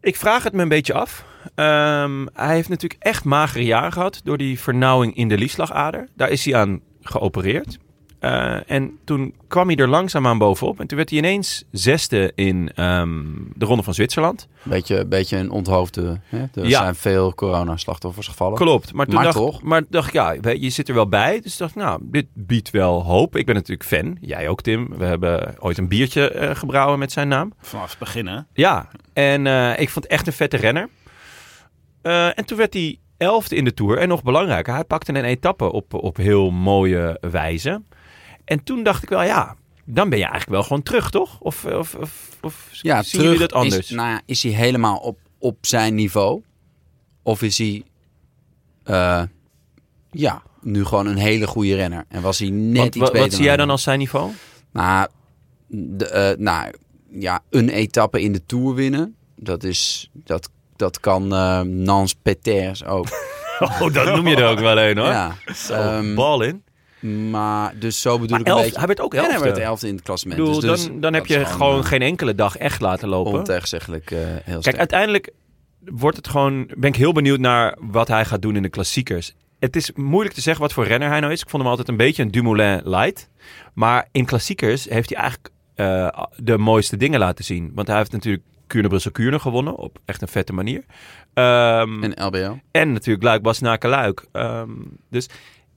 S3: ik vraag het me een beetje af. Ehm, hij heeft natuurlijk echt magere jaren gehad door die vernauwing in de lieslagader. Daar is hij aan geopereerd. Eh, en toen kwam hij er langzaamaan bovenop. En toen werd hij ineens zesde in ehm, de Ronde van Zwitserland.
S2: Beetje, beetje een onthoofde. Hè? Er
S3: Ja.
S2: zijn veel corona-slachtoffers gevallen.
S3: Klopt, maar toen
S2: Maar
S3: dacht,
S2: toch?
S3: maar dacht ik, ja, weet je, je zit er wel bij. Dus ik dacht, nou, dit biedt wel hoop. Ik ben natuurlijk fan. Jij ook, Tim. We hebben ooit een biertje eh, gebrouwen met zijn naam.
S1: Vanaf het begin, hè?
S3: Ja, en eh, ik vond het echt een vette renner. Eh, en toen werd hij elfde in de Tour. En nog belangrijker, hij pakte een etappe op, op heel mooie wijze. En toen dacht ik wel, ja, dan ben je eigenlijk wel gewoon terug, toch? Of, of, of, of
S2: Ja,
S3: zien
S2: terug
S3: jullie dat anders?
S2: Is, nou ja, is hij helemaal op, op zijn niveau? Of is hij eh, ja, nu gewoon een hele goede renner? En was hij net
S3: Want
S2: iets
S3: wa-
S2: beter?
S3: wat zie jij dan
S2: hem?
S3: als zijn niveau?
S2: Nou, de, eh, nou ja, een etappe in de Tour winnen. Dat, is, dat, dat kan eh Nans Peters ook.
S3: Oh, dat noem je er ook wel een, hoor. Oh,
S2: Ja. Ehm,
S3: Bal in.
S2: maar dus zo bedoel
S3: Maar
S2: ik een
S3: elf-
S2: beetje.
S3: hij werd ook
S2: En hij
S3: elfde.
S2: werd elfde in het
S3: Ik
S2: klassement.
S3: bedoel,
S2: dus, dus
S3: dan, dan heb
S2: dat
S3: je
S2: is
S3: gewoon
S2: eh,
S3: geen enkele dag echt laten lopen.
S2: ontegenzeggelijk eh, heel sterk.
S3: Kijk, uiteindelijk wordt het gewoon. Ben ik heel benieuwd naar wat hij gaat doen in de klassiekers. Het is moeilijk te zeggen wat voor renner hij nou is. Ik vond hem altijd een beetje een Dumoulin light. Maar in klassiekers heeft hij eigenlijk eh, de mooiste dingen laten zien. Want hij heeft natuurlijk Kuurne-Brussel-Kuurne gewonnen. Op echt een vette manier. Ehm, en,
S2: en LBO.
S3: natuurlijk Luik-Basnaken-Luik. Ehm, dus ik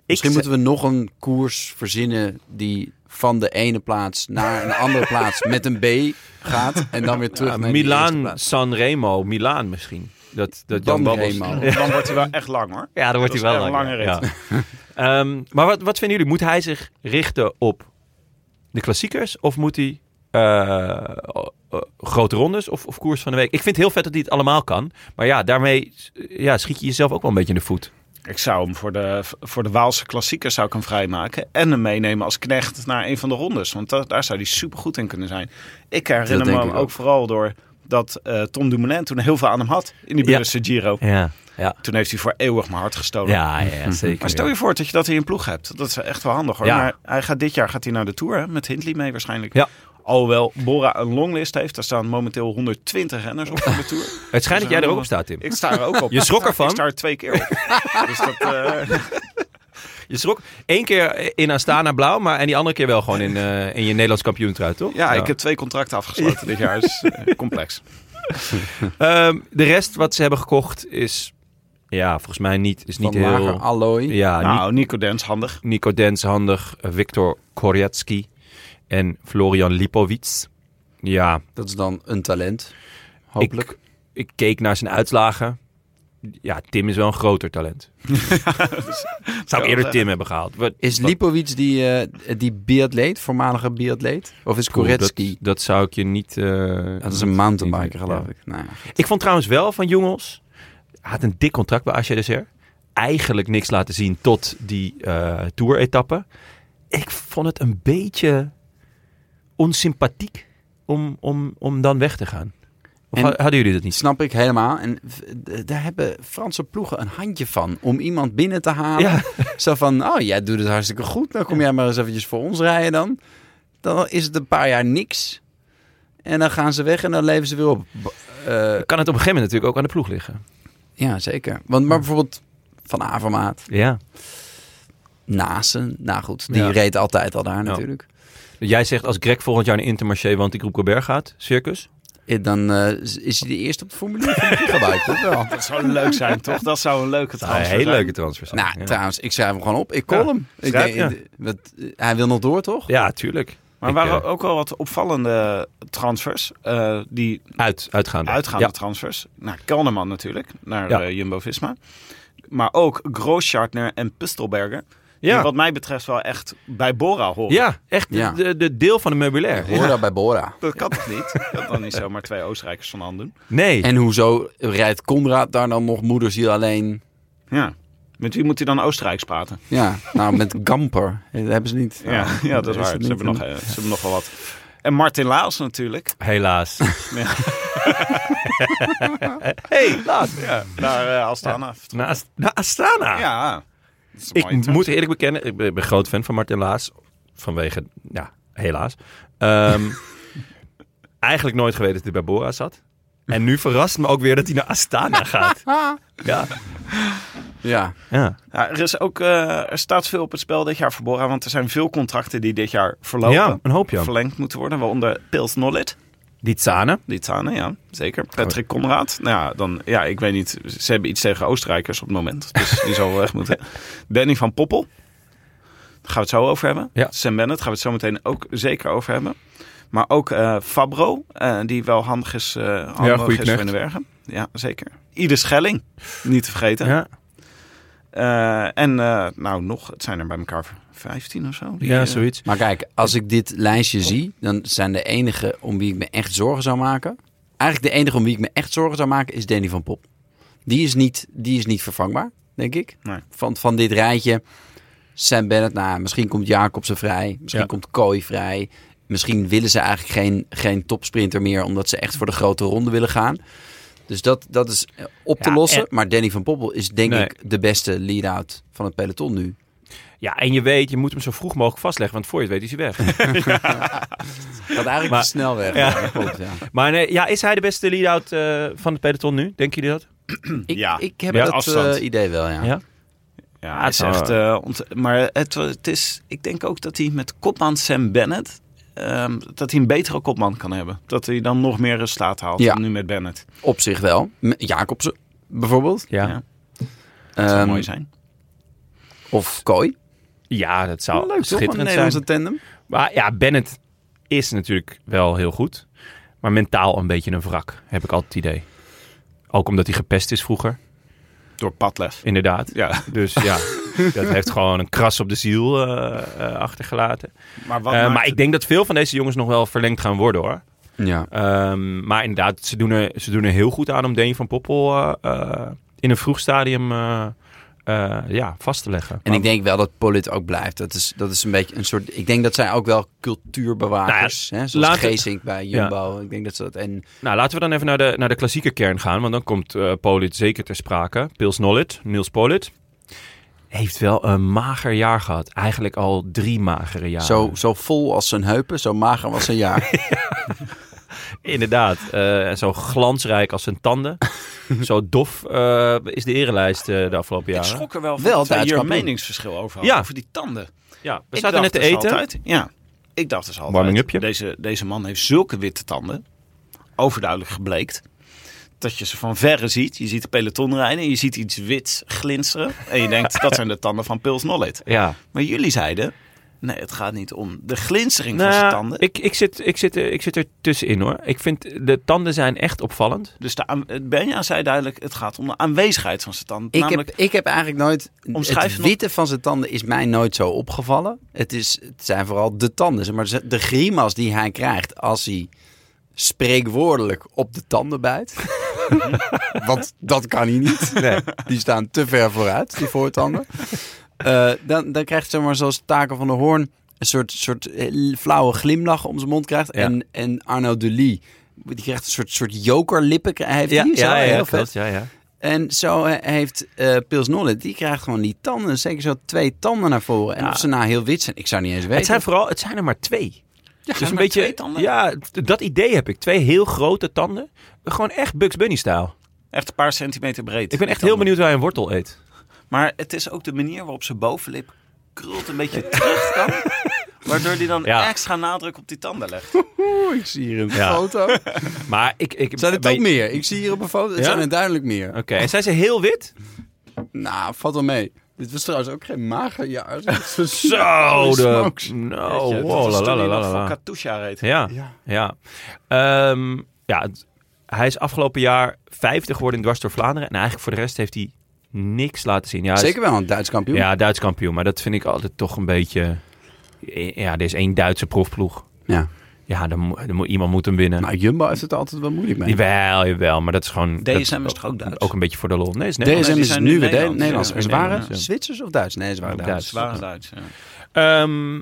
S2: Misschien moeten we nog een koers verzinnen die van de ene plaats naar een andere plaats met een B gaat en dan weer terug naar die eerste
S3: Ah, Milaan,
S2: plaats.
S3: San Remo, Milaan misschien. Dat, dat Jan
S2: Dan
S3: Babbels-
S2: Remo.
S1: Dan wordt hij wel echt lang, hoor.
S3: Ja, dan wordt
S1: Dat
S3: hij
S1: is
S3: wel
S1: echt een
S3: langer,
S1: lange
S3: ja. Ehm, maar wat, wat vinden jullie? Moet hij zich richten op de klassiekers? Of moet hij eh, eh, grote rondes of, of koers van de week? Ik vind het heel vet dat hij het allemaal kan. Maar ja, daarmee eh, ja, schiet je jezelf ook wel een beetje in de voet.
S1: Ik zou hem voor de, voor de Waalse klassieker zou ik hem vrijmaken. En hem meenemen als knecht naar een van de rondes. Want da- daar zou hij supergoed in kunnen zijn. Ik herinner me
S2: denk
S1: hem
S2: ik
S1: ook
S2: ook.
S1: vooral door dat eh, Tom Dumoulin toen heel veel aan hem had. In die
S3: Ja.
S1: Burse Giro.
S3: Ja, ja.
S1: Toen heeft hij voor eeuwig mijn hart gestolen.
S3: Ja, ja zeker.
S1: Maar stel je voor dat je dat in een ploeg hebt. Dat is echt wel handig hoor.
S3: Ja.
S1: Maar hij gaat, dit jaar gaat hij naar de Tour hè, met Hindley mee waarschijnlijk.
S3: Ja.
S1: Alhoewel Bora een longlist heeft. Daar staan momenteel 120 renners op voor de Tour.
S3: Het schijnt dat jij er ook op staat, Tim.
S1: Ik sta er ook op.
S3: Je schrok
S1: Ik sta-
S3: ervan?
S1: Ik sta er twee keer op. dus dat, eh,
S3: Je schrok één keer in Astana blauw, maar en die andere keer wel gewoon in, eh, in je Nederlands kampioentrui, toch?
S1: Ja, ik heb twee contracten afgesloten dit jaar. is eh, complex.
S3: Ah, Ehm, de rest wat ze hebben gekocht is, ja, volgens mij niet, is niet
S2: Van
S3: heel...
S2: lager allooi.
S3: Ja, niet
S1: nou, Nico Dens, handig.
S3: Nico Dens handig, Victor Koretski en Florian Lipowitz. Ja,
S2: Dat is dan een talent. Hopelijk.
S3: ik, ik keek naar zijn uitslagen. Ja, Tim is wel een groter talent. Zou ik eerder Tim hebben gehaald. Wat-
S2: is
S3: wat-
S2: Lipovic die, eh, die biatleet, voormalige biatleet? Of is Koretsky?
S3: Dat, dat zou ik je niet... eh,
S2: Dat is een mountainbiker,
S3: niet-
S2: geloof
S3: ja.
S2: ik. Nou, ja.
S3: Ik vond trouwens wel van jongens... Hij had een dik contract bij AG Dessert. Eigenlijk niks laten zien tot die eh tour-etappe. Ik vond het een beetje onsympathiek om, om, om dan weg te gaan. Of
S2: En-
S3: ha- hadden jullie dat niet?
S2: Snap ik helemaal. En v- d- daar hebben Franse ploegen een handje van. Om iemand binnen te halen.
S3: Ja.
S2: Zo van, oh, jij doet het hartstikke goed. Dan kom jij maar eens eventjes voor ons rijden dan. Dan is het een paar jaar niks. En dan gaan ze weg en dan leven ze weer op. B- eh,
S3: Kan het op een gegeven moment natuurlijk ook aan de ploeg liggen.
S2: ja, zeker. Want maar bijvoorbeeld Van Avermaat.
S3: Ja.
S2: Nasen. Nou goed, die
S3: Ja.
S2: reed altijd al daar natuurlijk.
S3: Jij zegt als Greg volgend jaar naar Intermarché want die Groep Colbert gaat, circus.
S2: Eh, Dan eh, is hij de eerste op de formulier van de gigabyte, toch wel?
S1: Dat zou leuk zijn, toch? Dat zou een leuke
S3: Ah,
S1: transfer
S3: heel
S1: zijn.
S3: leuke transfer. zijn.
S2: Nou,
S3: ja.
S2: trouwens, ik schrijf hem gewoon op. Ik call
S3: Ja,
S2: hem. Ik
S3: schrijf,
S2: denk,
S3: ja.
S2: eh, wat, eh, hij wil nog door, toch?
S3: ja, tuurlijk.
S1: Maar
S3: Ik,
S1: er waren
S3: eh,
S1: ook wel wat opvallende transfers. eh, die
S3: Uit, uitgaande.
S1: uitgaande
S3: Ja.
S1: transfers. Naar Kelderman natuurlijk, naar
S3: Ja.
S1: eh, Jumbo-Visma. Maar ook Grooschartner en Pustelberger.
S3: Ja.
S1: Die wat mij betreft wel echt bij Bora horen.
S3: Ja, echt de-
S2: Ja.
S3: De, de deel van de meubilair.
S2: Bora bij Bora.
S1: Dat kan toch niet? Ik kan dan niet zomaar twee Oostenrijkers van de hand doen.
S3: Nee,
S2: En hoezo rijdt Conrad daar dan nog moederziel alleen?
S1: Ja. Met wie moet hij dan Oostenrijks praten?
S2: Ja, nou met Gamper. Dat hebben ze niet.
S1: Ja, ja, dat is waar. Ze
S2: het
S1: hebben, nog,
S2: niet.
S1: eh, ze hebben nog wel wat. En Martin Laas natuurlijk.
S3: helaas.
S1: Ja.
S3: hey, laat.
S1: Ja, naar eh, Astana.
S3: Naast, naar Astana.
S1: Ja. dat is een mooie
S3: ik
S1: transfer.
S3: moet eerlijk bekennen, ik ben, ik ben groot fan van Martin Laas. Vanwege, ja, helaas. Ehm, eigenlijk nooit geweten dat hij bij Bora zat. En nu verrast me ook weer dat hij naar Astana gaat. Ja.
S2: Ja,
S3: ja.
S1: Ja, er, is ook, eh, er staat veel op het spel dit jaar voor Bora. Want er zijn veel contracten die dit jaar verlopen.
S3: Ja, een hoop, ja.
S1: Verlengd moeten worden. Waaronder Pils Nollet.
S3: Die Tsane.
S1: Litane, ja.
S3: Oh.
S1: Zeker. Patrick Conrad. Nou ja, dan, ja, ik weet niet. Ze hebben iets tegen Oostenrijkers op het moment. Dus die zal wel weg moeten. Danny van Poppel. Daar gaan we het zo over hebben.
S3: Ja.
S1: Sam Bennett gaan we het zo meteen ook zeker over hebben. Maar ook eh, Fabro, eh, die wel handig is, eh handig
S3: goeie
S1: is voor
S3: knecht.
S1: in de bergen. Ja, zeker. Ieder Schelling, niet te vergeten.
S3: Ja,
S1: Eh, en eh, nou nog, het zijn er bij elkaar 15 of zo. die,
S3: ja,
S1: eh,
S3: zoiets.
S2: maar kijk, als ik dit lijstje zie, dan zijn de enige om wie ik me echt zorgen zou maken. Eigenlijk de enige om wie ik me echt zorgen zou maken is Danny van Pop. Die is niet, die is niet vervangbaar, denk ik.
S1: Nee.
S2: Van, van dit rijtje. Sam Bennett, nou, misschien komt Jacobsen vrij. Misschien
S3: Ja.
S2: komt Kooi vrij. Misschien willen ze eigenlijk geen, geen topsprinter meer, omdat ze echt voor de grote ronde willen gaan. Dus dat, dat is eh, op te
S3: Ja,
S2: lossen.
S3: en-
S2: Maar Danny van Poppel is denk
S3: Nee.
S2: ik de beste lead-out van het peloton nu.
S3: Ja, en je weet, je moet hem zo vroeg mogelijk vastleggen, want voor je het weet is hij weg.
S2: Dat eigenlijk
S3: Maar-
S2: de snelweg. eh,
S3: Ja.
S2: Ja. klopt, ja.
S3: Maar nee, ja, is hij de beste lead-out eh, van het peloton nu? Denken jullie dat?
S2: Ik,
S1: Ja.
S2: ik heb
S3: Ja,
S2: dat
S1: afstand.
S2: eh, idee wel, ja.
S3: Ja.
S1: Ja, het is
S3: het zou-
S1: echt... eh, ont- maar het, het is, ik denk ook dat hij met kopman Sam Bennett... ehm, dat hij een betere kopman kan hebben. Dat hij dan nog meer resultaat haalt
S2: Ja.
S1: dan nu met Bennett.
S2: Op zich wel. M- Jacobsen bijvoorbeeld.
S3: Ja.
S1: Ja.
S3: ja.
S1: Dat zou
S2: Ehm,
S1: mooi zijn.
S2: Of Kooi.
S3: dat zou
S2: toch? Een
S3: schitterend zijn.
S2: Nederlandse tandem.
S3: Maar ja, Bennett is natuurlijk wel heel goed. Maar mentaal een beetje een wrak, heb ik altijd het idee. Ook omdat hij gepest is vroeger,
S1: Door Padlef.
S3: inderdaad.
S1: Ja,
S3: Dus ja, dat heeft gewoon een kras op de ziel eh, eh, achtergelaten.
S1: maar wat
S3: Eh,
S1: maakt
S3: maar
S1: het-
S3: ik denk dat veel van deze jongens nog wel verlengd gaan worden hoor.
S2: Ja.
S3: Ehm, maar inderdaad, ze doen, er, ze doen er heel goed aan om Danny van Poppel eh, eh, in een vroeg stadium eh, eh, ja, vast te leggen.
S2: En ik denk wel dat Polit ook blijft. Dat is, dat is een beetje een soort... Ik denk dat zij ook wel cultuurbewakers...
S3: Nou ja,
S2: hè, zoals
S3: laten-
S2: Geesink bij Jumbo. Ik denk dat ze dat... En
S3: Nou, laten we dan even naar de, naar de klassieke kern gaan. Want dan komt eh Polit zeker ter sprake. Pils Nollet, Niels Polit. Heeft wel een mager jaar gehad. Eigenlijk al drie magere jaren.
S2: zo, zo vol als zijn heupen, zo mager als zijn jaar.
S3: Inderdaad. eh, en zo glansrijk als zijn tanden. zo dof eh, is de erelijst eh, de afgelopen
S1: Ik
S3: jaren.
S1: schrok er wel van
S2: Wel
S1: dat wij
S2: Duits
S1: hier een
S2: kampioen.
S1: meningsverschil over hadden.
S3: Ja.
S1: Over die tanden.
S3: Ja, we
S1: Ik
S3: zaten net
S1: dacht
S3: te
S1: dus
S3: eten.
S1: altijd- ja, ik dacht dus altijd.
S3: Warming upje.
S1: Deze, deze man heeft zulke witte tanden. Overduidelijk gebleekt. Dat je ze van verre ziet. Je ziet de peloton rijden. en Je ziet iets wits glinsteren. En je denkt, dat zijn de tanden van Pils Nollet.
S3: Ja.
S1: Maar jullie zeiden, nee, het gaat niet om de glinstering van zijn
S3: Nou,
S1: tanden.
S3: ik, ik, zit, ik, zit, ik zit er tussenin hoor. Ik vind de tanden zijn echt opvallend.
S1: Dus de, aan- Benja zei duidelijk, het gaat om de aanwezigheid van zijn tanden.
S2: Ik heb,
S1: Namelijk,
S2: ik heb eigenlijk nooit...
S1: Omschrijf
S2: Het
S1: nog-
S2: witte van zijn tanden is mij nooit zo opgevallen. Het, is, het zijn vooral de tanden. zeg Maar ze- de grimas die hij krijgt als hij spreekwoordelijk op de tanden bijt. Want dat kan hij niet. Die staan te ver vooruit, die voortanden. Eh, dan, dan krijgt zeg maar, zoals Taken van der Hoorn een soort, soort eh, flauwe glimlach om zijn mond krijgt. En, en Arno Delis, die krijgt een soort, soort jokerlippen. krijgt- Heeft hij zo, heel vet.
S3: klopt, ja, ja.
S2: En zo eh, heeft eh Pils Nollet, die krijgt gewoon die tanden. Zeker zo twee tanden naar voren. En
S3: Ja.
S2: of ze nou heel wit zijn, ik zou niet eens weten.
S3: Het zijn vooral, het zijn er maar twee. dus
S1: maar twee tanden?
S3: Ja, d- dat idee heb ik. Twee heel grote tanden. Gewoon echt Bugs Bunny-stijl.
S1: echt een paar centimeter breed.
S3: Ik ben
S1: die
S3: echt heel
S1: tanden.
S3: benieuwd waar hij een wortel eet.
S1: Maar het is ook de manier waarop zijn bovenlip krult een beetje terug dan. Waardoor hij dan
S3: Ja. Oh,
S1: extra nadruk op die tanden legt.
S2: Oeh, ik zie hier een
S3: Ja.
S2: foto.
S3: Maar ik... ik
S2: Zijn het
S3: bij-
S2: ook meer? Ik zie hier op een foto. Het
S3: Ja?
S2: zijn er duidelijk meer.
S3: Oké, en zijn ze heel wit?
S2: Nou, valt wel mee. Dit was trouwens ook geen magerjaar. Oh,
S3: Zo, de...
S1: Weet je,
S3: No,
S1: dat
S3: wow,
S1: was
S3: la,
S1: toen
S3: la,
S1: hij
S3: la,
S1: nog
S3: la,
S1: voor
S3: la.
S1: Katusha reed.
S3: Ja, ja. Ehm, ja, het- hij is afgelopen jaar vijfde geworden in dwars door Vlaanderen. En eigenlijk voor de rest heeft hij niks laten zien. Ja, hij is-
S2: Zeker wel een Duits kampioen.
S3: Ja, Duits kampioen. Maar dat vind ik altijd toch een beetje... Ja, er is één Duitse proefploeg.
S2: Ja.
S3: Ja, dan, moet- dan moet, iemand moet hem winnen.
S2: Nou, Jumbo heeft het er altijd wel moeilijk mee.
S3: Jawel, jawel. Maar dat is gewoon... dat-
S1: DSM is toch ook Duits?
S3: Ook een beetje voor de lol. Nee, is net.
S2: DSM
S1: die
S2: is
S1: zijn
S2: nu
S1: nu
S2: weer
S1: Nederlands.
S2: Nederlands.
S1: Ja,
S2: En Ze
S3: weer
S2: waren
S3: Nederlands, ja.
S2: Zwitsers of Duits? Nee, ze waren
S3: Duits.
S2: Duits.
S1: Zware Duits, ja.
S3: Ehm,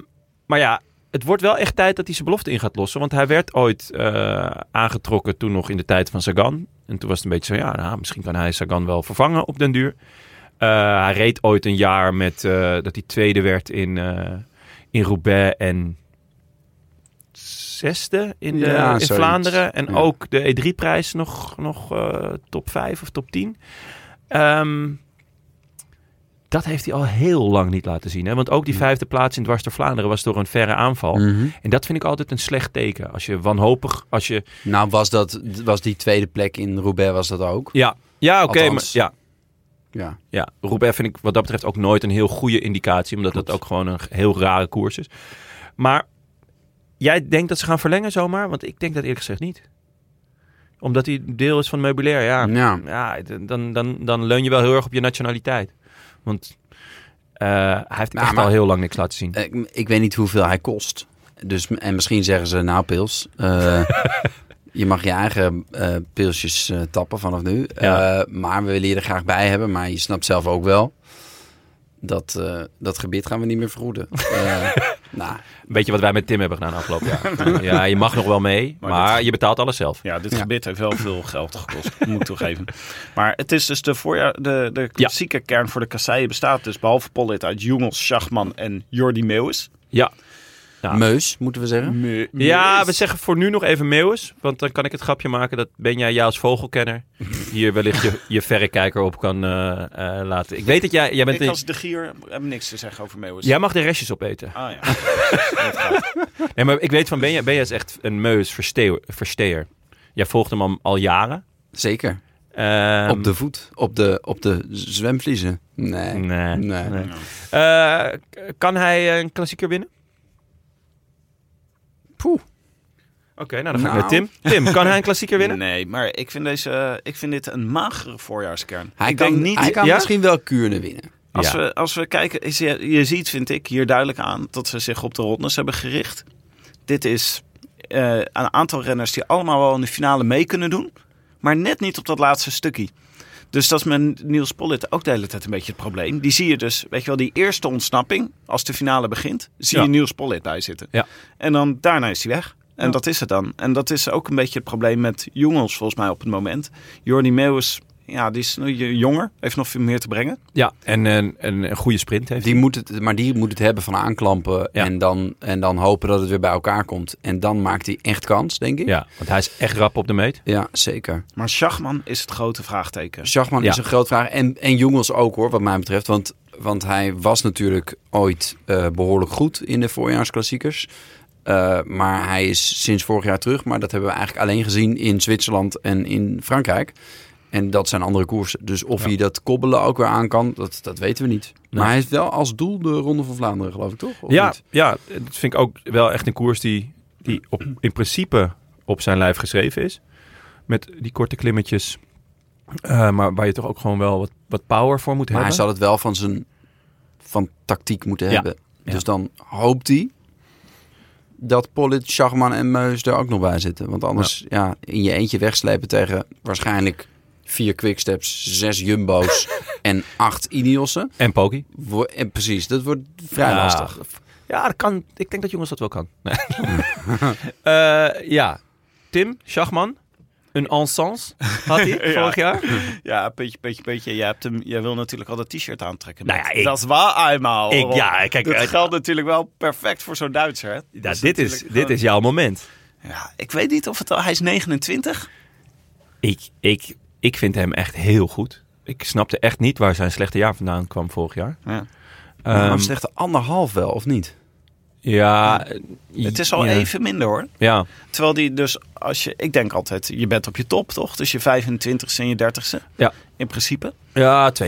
S3: maar ja, het wordt wel echt tijd dat hij zijn belofte in gaat lossen. Want hij werd ooit eh, aangetrokken toen nog in de tijd van Sagan. En toen was het een beetje zo, ja, nou, misschien kan hij Sagan wel vervangen op den duur. Eh, hij reed ooit een jaar met, eh, dat hij tweede werd in, eh, in Roubaix en zesde in, de,
S2: Ja,
S3: in
S2: zoiets.
S3: Vlaanderen. En
S2: Ja.
S3: ook de E3-prijs nog, nog eh, top 5 of top 10. Ehm, dat heeft hij al heel lang niet laten zien. Hè? Want ook die vijfde plaats in dwars door Vlaanderen was door een verre aanval.
S2: Mhm.
S3: En dat vind ik altijd een slecht teken. Als je wanhopig, als je...
S2: Nou, was, dat, was die tweede plek in Roubaix was dat ook?
S3: Ja, ja oké. maar
S2: Althans.
S3: ja,
S2: Ja.
S3: ja, Roubaix vind ik wat dat betreft ook nooit een heel goede indicatie. Omdat dat ook gewoon een heel rare koers is. Maar jij denkt dat ze gaan verlengen zomaar? Want ik denk dat eerlijk gezegd niet. Omdat hij deel is van het meubilair, ja.
S2: Ja.
S3: Ja, d- dan, dan, dan leun je wel heel erg op je nationaliteit. Want eh, hij heeft
S2: Nou,
S3: echt
S2: maar- Eh,
S3: al heel lang niks laten zien.
S2: Ik, ik weet niet hoeveel hij kost. Dus, en misschien zeggen ze, nou Pils, eh, je mag je eigen eh, pilsjes eh, tappen vanaf nu.
S3: Ja.
S2: Eh, maar we willen je er graag bij hebben. Maar je snapt zelf ook wel, dat, eh, dat gebied gaan we niet meer vergoeden. Eh, nou,
S3: Weet je wat wij met Tim hebben gedaan afgelopen jaar? ja, je mag nog wel mee, maar,
S1: Maar dat-
S3: je betaalt alles zelf.
S1: Ja, dit gebit heeft wel veel geld gekost, moet ik toegeven. Maar het is dus de, voorjaar, de, de klassieke kern voor de kasseien bestaat dus behalve Pollitt uit Jongels, Schachman en Jordi Meeuwis.
S3: Ja. Ja. Mm.
S2: Meus, moeten we zeggen.
S3: Ja, we zeggen voor nu nog even Meeuwis. Want dan kan ik het grapje maken dat ben jij jou als vogelkenner hier wellicht je, je verrekijker op kan eh, eh, laten. Ik weet dat jij, jij bent...
S1: Ik
S3: een-
S1: als de gier heb niks te zeggen over Meeuwis.
S3: Jij mag de restjes opeten.
S1: Ah ja.
S3: Nee, maar ik weet van Benja, Benja is echt een meus versteeuw- versteer. Jij volgt hem al, al jaren.
S2: Zeker.
S3: Ehm,
S2: op de voet. Op de, op de zwemvliezen. Nee.
S3: Nee.
S2: Nee.
S3: nee. Eh, k- kan hij een klassieker winnen?
S2: Poeh.
S3: Oké, nou dan ga ik
S2: Nou.
S3: naar Tim. Tim, kan hij een klassieker winnen?
S1: Nee, maar ik vind, deze, ik vind dit een magere voorjaarskern.
S2: Hij
S1: ik
S2: kan,
S1: denk niet...
S2: hij kan
S3: Ja?
S2: misschien wel Kuurne winnen.
S1: Als,
S3: Ja.
S1: we, als we kijken, is, je, je ziet, vind ik, hier duidelijk aan dat ze zich op de rondes hebben gericht. Dit is eh, een aantal renners die allemaal wel in de finale mee kunnen doen, maar net niet op dat laatste stukje. Dus dat is met Niels Pollitt ook de hele tijd een beetje het probleem. Die zie je dus, weet je wel, die eerste ontsnapping, als de finale begint, zie
S3: Ja.
S1: je Niels Pollitt bij zitten.
S3: Ja.
S1: En dan daarna is hij weg. En dat is het dan. En dat is ook een beetje het probleem met jongens volgens mij op het moment. Jordi Meeuwis, ja, die is nu jonger, heeft nog veel meer te brengen.
S3: Ja, en een, een, een goede sprint heeft
S2: Die moet het, maar die moet het hebben van aanklampen
S3: Ja.
S2: en, dan, en dan hopen dat het weer bij elkaar komt. En dan maakt hij echt kans, denk ik.
S3: Ja, want hij is echt rap op de meet.
S2: Ja, zeker.
S1: Maar Schachman is het grote vraagteken.
S2: Schachman
S3: Ja.
S2: is een groot vraag. En, en Jongens ook hoor, wat mij betreft. Want, want hij was natuurlijk ooit eh, behoorlijk goed in de voorjaarsklassiekers. Eh, maar hij is sinds vorig jaar terug. Maar dat hebben we eigenlijk alleen gezien in Zwitserland en in Frankrijk. En dat zijn andere koersen. Dus of hij dat kobbelen ook weer aan kan, dat, dat weten we niet. Maar hij heeft wel als doel de Ronde van Vlaanderen, geloof ik toch? Of
S3: Ja,
S2: niet?
S3: ja, dat vind ik ook wel echt een koers die, die op, in principe op zijn lijf geschreven is. Met die korte klimmetjes. Eh, maar waar je toch ook gewoon wel wat, wat power voor moet
S2: Maar hij
S3: hebben.
S2: zal het wel van zijn van tactiek moeten
S3: Ja.
S2: hebben.
S3: Ja.
S2: Dus dan hoopt hij dat Pollitt, Schachman en Meus er ook nog bij zitten. Want anders ja. in je eentje wegslepen tegen waarschijnlijk vier quicksteps, zes jumbo's en acht Ineos'en.
S3: En Poki.
S2: Wo- En precies, dat wordt vrij
S3: Ja.
S2: lastig.
S3: Ja, dat kan. Ik denk dat jongens dat wel kan. Nee. Eh, ja, Tim Schachman. Een ensemble had hij vorig jaar.
S1: Ja, beetje, beetje, beetje. Jij, hebt hem, jij wil natuurlijk al dat t-shirt aantrekken.
S3: Nou ja,
S1: Matt.
S3: ik-
S1: dat is waar eenmaal.
S3: Ik- ja, kijk,
S1: Dat
S3: uit-
S1: geldt natuurlijk wel perfect voor zo'n Duitser. hè?
S3: Ja,
S1: Dat is
S3: dit, is,
S1: natuurlijk
S3: dit is jouw moment.
S1: gewoon- Ja, ik weet niet of het al... Hij is 29.
S3: Ik, ik, ik vind hem echt heel goed. Ik snapte echt niet waar zijn slechte jaar vandaan kwam vorig jaar.
S1: Ja.
S2: Nou,
S3: Ehm,
S2: slechte anderhalf wel, of niet?
S3: ja, eh,
S1: Het is al
S3: ja.
S1: even minder hoor.
S3: Ja,
S1: Terwijl die dus, als je, ik denk altijd, je bent op je top toch? Dus je 25ste en je 30ste.
S3: Ja.
S1: In principe.
S3: ja 32e.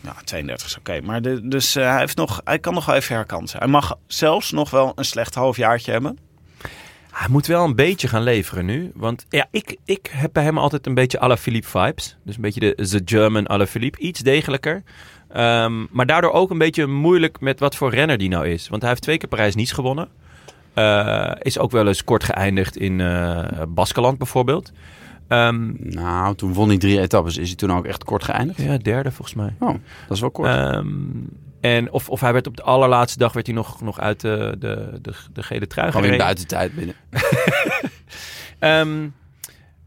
S1: Nou, 32 is oké. Maar de, dus eh, hij, heeft nog, hij kan nog wel even herkansen. Hij mag zelfs nog wel een slecht halfjaartje hebben.
S3: Hij moet wel een beetje gaan leveren nu. Want ja, ik, ik heb bij hem altijd een beetje à la Philippe vibes. Dus een beetje de The German à la Philippe. Iets degelijker. Ehm, maar daardoor ook een beetje moeilijk met wat voor renner die nou is. Want hij heeft twee keer Parijs-Nice gewonnen. Eh, is ook wel eens kort geëindigd in eh Baskeland bijvoorbeeld. Ehm,
S2: Nou, toen won hij drie etappes. Is hij toen ook echt kort geëindigd?
S3: ja, derde volgens mij.
S2: Oh, dat is wel kort.
S3: Ehm, en of, of hij werd op de allerlaatste dag werd hij nog, nog uit de, de, de, de gele trui
S2: Gewoon weer
S3: gereden.
S2: buiten tijd binnen.
S3: Ehm,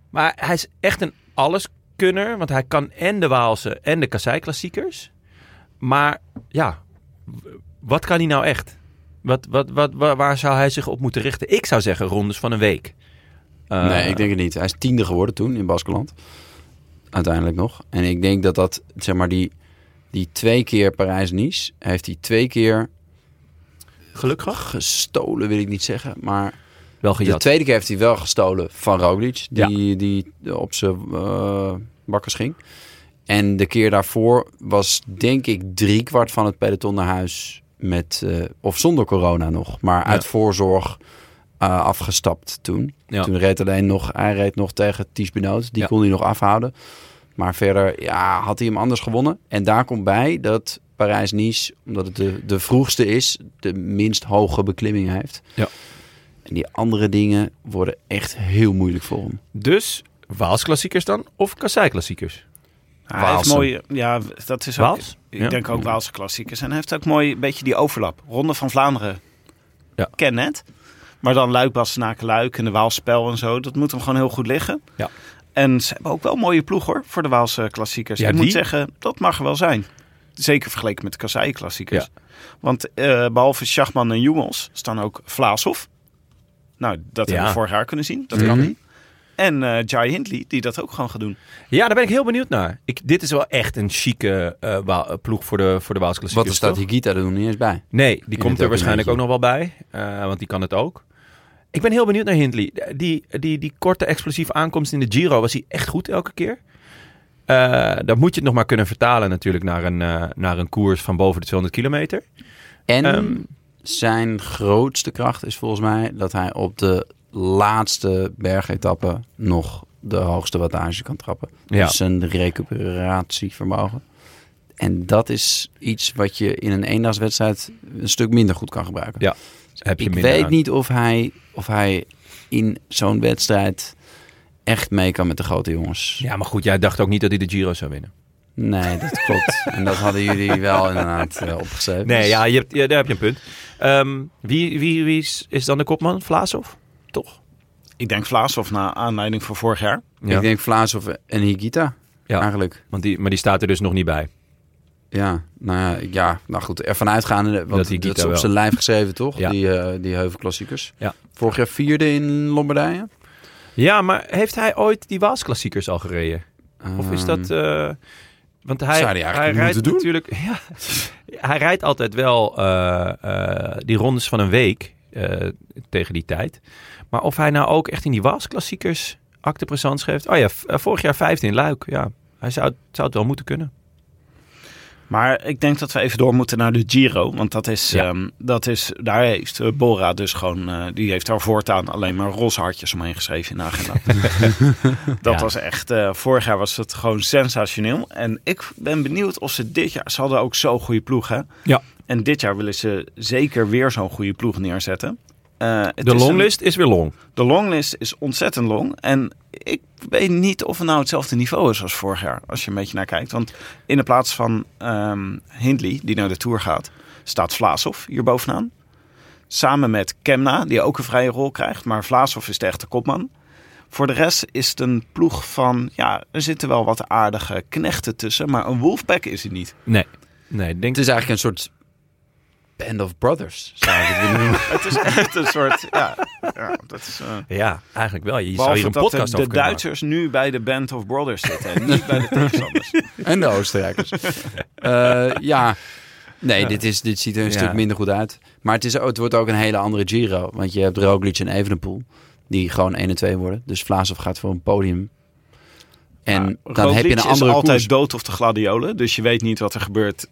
S3: maar hij is echt een alleskunner. Want hij kan en de Waalse en de Kassei-klassiekers. Maar ja, w- wat kan hij nou echt? Wat, wat, wat, wa- waar zou hij zich op moeten richten? Ik zou zeggen rondes van een week. Eh,
S2: nee, ik denk het niet. Hij is tiende geworden toen in Baskeland. Uiteindelijk nog. En ik denk dat dat, zeg maar, die, die twee keer Parijs-Nice... heeft hij twee keer
S3: Gelukkig
S2: gestolen, wil ik niet zeggen. Maar
S3: wel
S2: de
S3: gejat.
S2: tweede keer heeft hij wel gestolen van Roglic.
S3: Ja.
S2: Die, die op zijn eh, bakkers ging. En de keer daarvoor was, denk ik, driekwart van het peloton naar huis... Met, eh, of zonder corona nog, maar uit voorzorg eh, afgestapt toen.
S3: Ja.
S2: Toen reed alleen nog, hij reed nog tegen Ties Benoot. Die
S3: Ja.
S2: kon hij nog afhouden. Maar verder ja, had hij hem anders gewonnen. En daar komt bij dat Parijs-Nice, omdat het de, de vroegste is, de minst hoge beklimming heeft.
S3: Ja.
S2: En die andere dingen worden echt heel moeilijk voor hem.
S3: Dus Waals-klassiekers dan of Kassei-klassiekers?
S1: Hij heeft
S2: Waalse.
S1: mooie, ja, dat is ook,
S3: Waals?
S1: ik
S3: Ja.
S1: denk ook Waalse klassiekers. En hij heeft ook mooi een beetje die overlap. Ronde van Vlaanderen.
S3: Ja.
S1: Ken het. Maar dan Luik, Bastenaken, Luik en de Waalspel en zo. Dat moet hem gewoon heel goed liggen.
S3: Ja.
S1: En ze hebben ook wel een mooie ploeg hoor, voor de Waalse klassiekers.
S3: Ja,
S1: ik
S3: die-
S1: moet zeggen, dat mag er wel zijn. Zeker vergeleken met de Kassei-klassiekers. Want eh, behalve Schachman en Jumels staan ook Vlaashoff. Nou, dat hebben we vorig jaar kunnen zien. Dat
S3: Mhm.
S1: kan niet. En eh Jai Hindley, die dat ook gewoon gaat doen.
S3: Ja, daar ben ik heel benieuwd naar. Ik, dit is wel echt een chique eh, Wa- eh, ploeg voor de, voor de
S2: Wat
S3: Waals-klassiekers.
S2: er staat
S3: toch?
S2: die Gita er nog niet eens bij.
S3: Nee, die
S2: het
S3: komt
S2: ook
S3: er
S2: een
S3: waarschijnlijk ook
S2: beetje.
S3: nog wel bij. eh, want die kan het ook. Ik ben heel benieuwd naar Hindley. Die, die, die korte explosieve aankomst in de Giro was hij echt goed elke keer. Eh dan moet je het nog maar kunnen vertalen natuurlijk naar een, eh, naar een koers van boven de 200 kilometer.
S2: En
S3: Ehm.
S2: zijn grootste kracht is volgens mij dat hij op de laatste bergetappe nog de hoogste wattage kan trappen.
S3: Ja.
S2: Dus zijn recuperatievermogen. En dat is iets wat je in een eendagswedstrijd een stuk minder goed kan gebruiken.
S3: Ja, Heb je
S2: Ik
S3: minder
S2: weet
S3: aan.
S2: niet of hij, of hij in zo'n wedstrijd echt mee kan met de grote jongens.
S3: Ja, maar goed, jij dacht ook niet dat hij de Giro zou winnen.
S2: Nee, dat klopt. en dat hadden jullie wel inderdaad eh, opgeschreven.
S3: Nee,
S2: Dus-
S3: ja, je hebt, ja, daar heb je een punt. Ehm, wie wie, wie is, is dan de kopman? Vlaashoff? Toch?
S1: Ik denk Vlaashoff na aanleiding van vorig jaar.
S3: Ja.
S2: Ik denk Vlaashoff en Higita
S3: Ja.
S2: eigenlijk.
S3: Want die, maar die staat er dus nog niet bij.
S2: Ja, nou ja, ja, nou goed, ervan uitgaande,
S3: Dat
S2: want
S3: die
S2: dat,
S3: Gita
S2: is op
S3: wel.
S2: zijn lijf geschreven, toch?
S3: Ja.
S2: Die, eh die heuvelklassiekers.
S3: Ja.
S2: Vorig jaar vierde in Lombardije.
S3: Ja, maar heeft hij ooit die Waasklassiekers al gereden? Of is dat... eh, want hij,
S2: Zou hij eigenlijk
S3: hij
S2: moeten
S3: rijdt
S2: doen?
S3: natuurlijk... Ja, hij rijdt altijd wel eh, eh, die rondes van een week eh, tegen die tijd. Maar of hij nou ook echt in die Waasklassiekers acte présence geeft... Oh ja, v- eh, vorig jaar vijfde in Luik, ja. Hij zou, het- zou het wel moeten kunnen.
S1: Maar ik denk dat we even door moeten naar de Giro. Want dat is,
S3: Ja.
S1: ehm, dat is daar heeft eh, Bora dus gewoon... eh, die heeft daar voortaan alleen maar roze hartjes omheen geschreven in de agenda. dat
S3: Ja.
S1: was echt... eh, vorig jaar was het gewoon sensationeel. En ik ben benieuwd of ze dit jaar... Ze hadden ook zo'n goede ploeg, hè?
S3: Ja.
S1: En dit jaar willen ze zeker weer zo'n goede ploeg neerzetten. Eh, het
S3: De
S1: is een-
S3: longlist is weer long.
S1: De longlist is ontzettend long. En ik weet niet of het nou hetzelfde niveau is als vorig jaar. Als je een beetje naar kijkt. Want in de plaats van ehm, Hindley, die naar de Tour gaat, staat Vlaashoff hier bovenaan. Samen met Kemna, die ook een vrije rol krijgt. Maar Vlaashoff is de echte kopman. Voor de rest is het een ploeg van... Ja, er zitten wel wat aardige knechten tussen. Maar een wolfpack is het niet.
S3: Nee. Nee, denk
S2: Het is eigenlijk een soort band of brothers, zou ik het willen noemen.
S1: Het is echt een soort... Ja, ja dat is... eh,
S3: Ja, eigenlijk wel. Je zou hier
S1: Behalve
S3: een
S1: dat de,
S3: podcast over
S1: de
S3: kunnen maken.
S1: Duitsers nu bij de Band of Brothers zitten en niet bij de tegenstanders.
S2: En de Oostenrijkers. Eh, ja, Nee, dit, is, dit ziet er een stuk minder goed uit. Maar het, is, ook- het wordt ook een hele andere Giro. Want je hebt Roglic en Evenepoel. Die gewoon 1 en 2 worden. Dus Vlaasov gaat voor een podium. En dan heb je een andere
S1: is altijd
S2: koers.
S1: dood of de gladiolen. Dus je weet niet wat er gebeurt.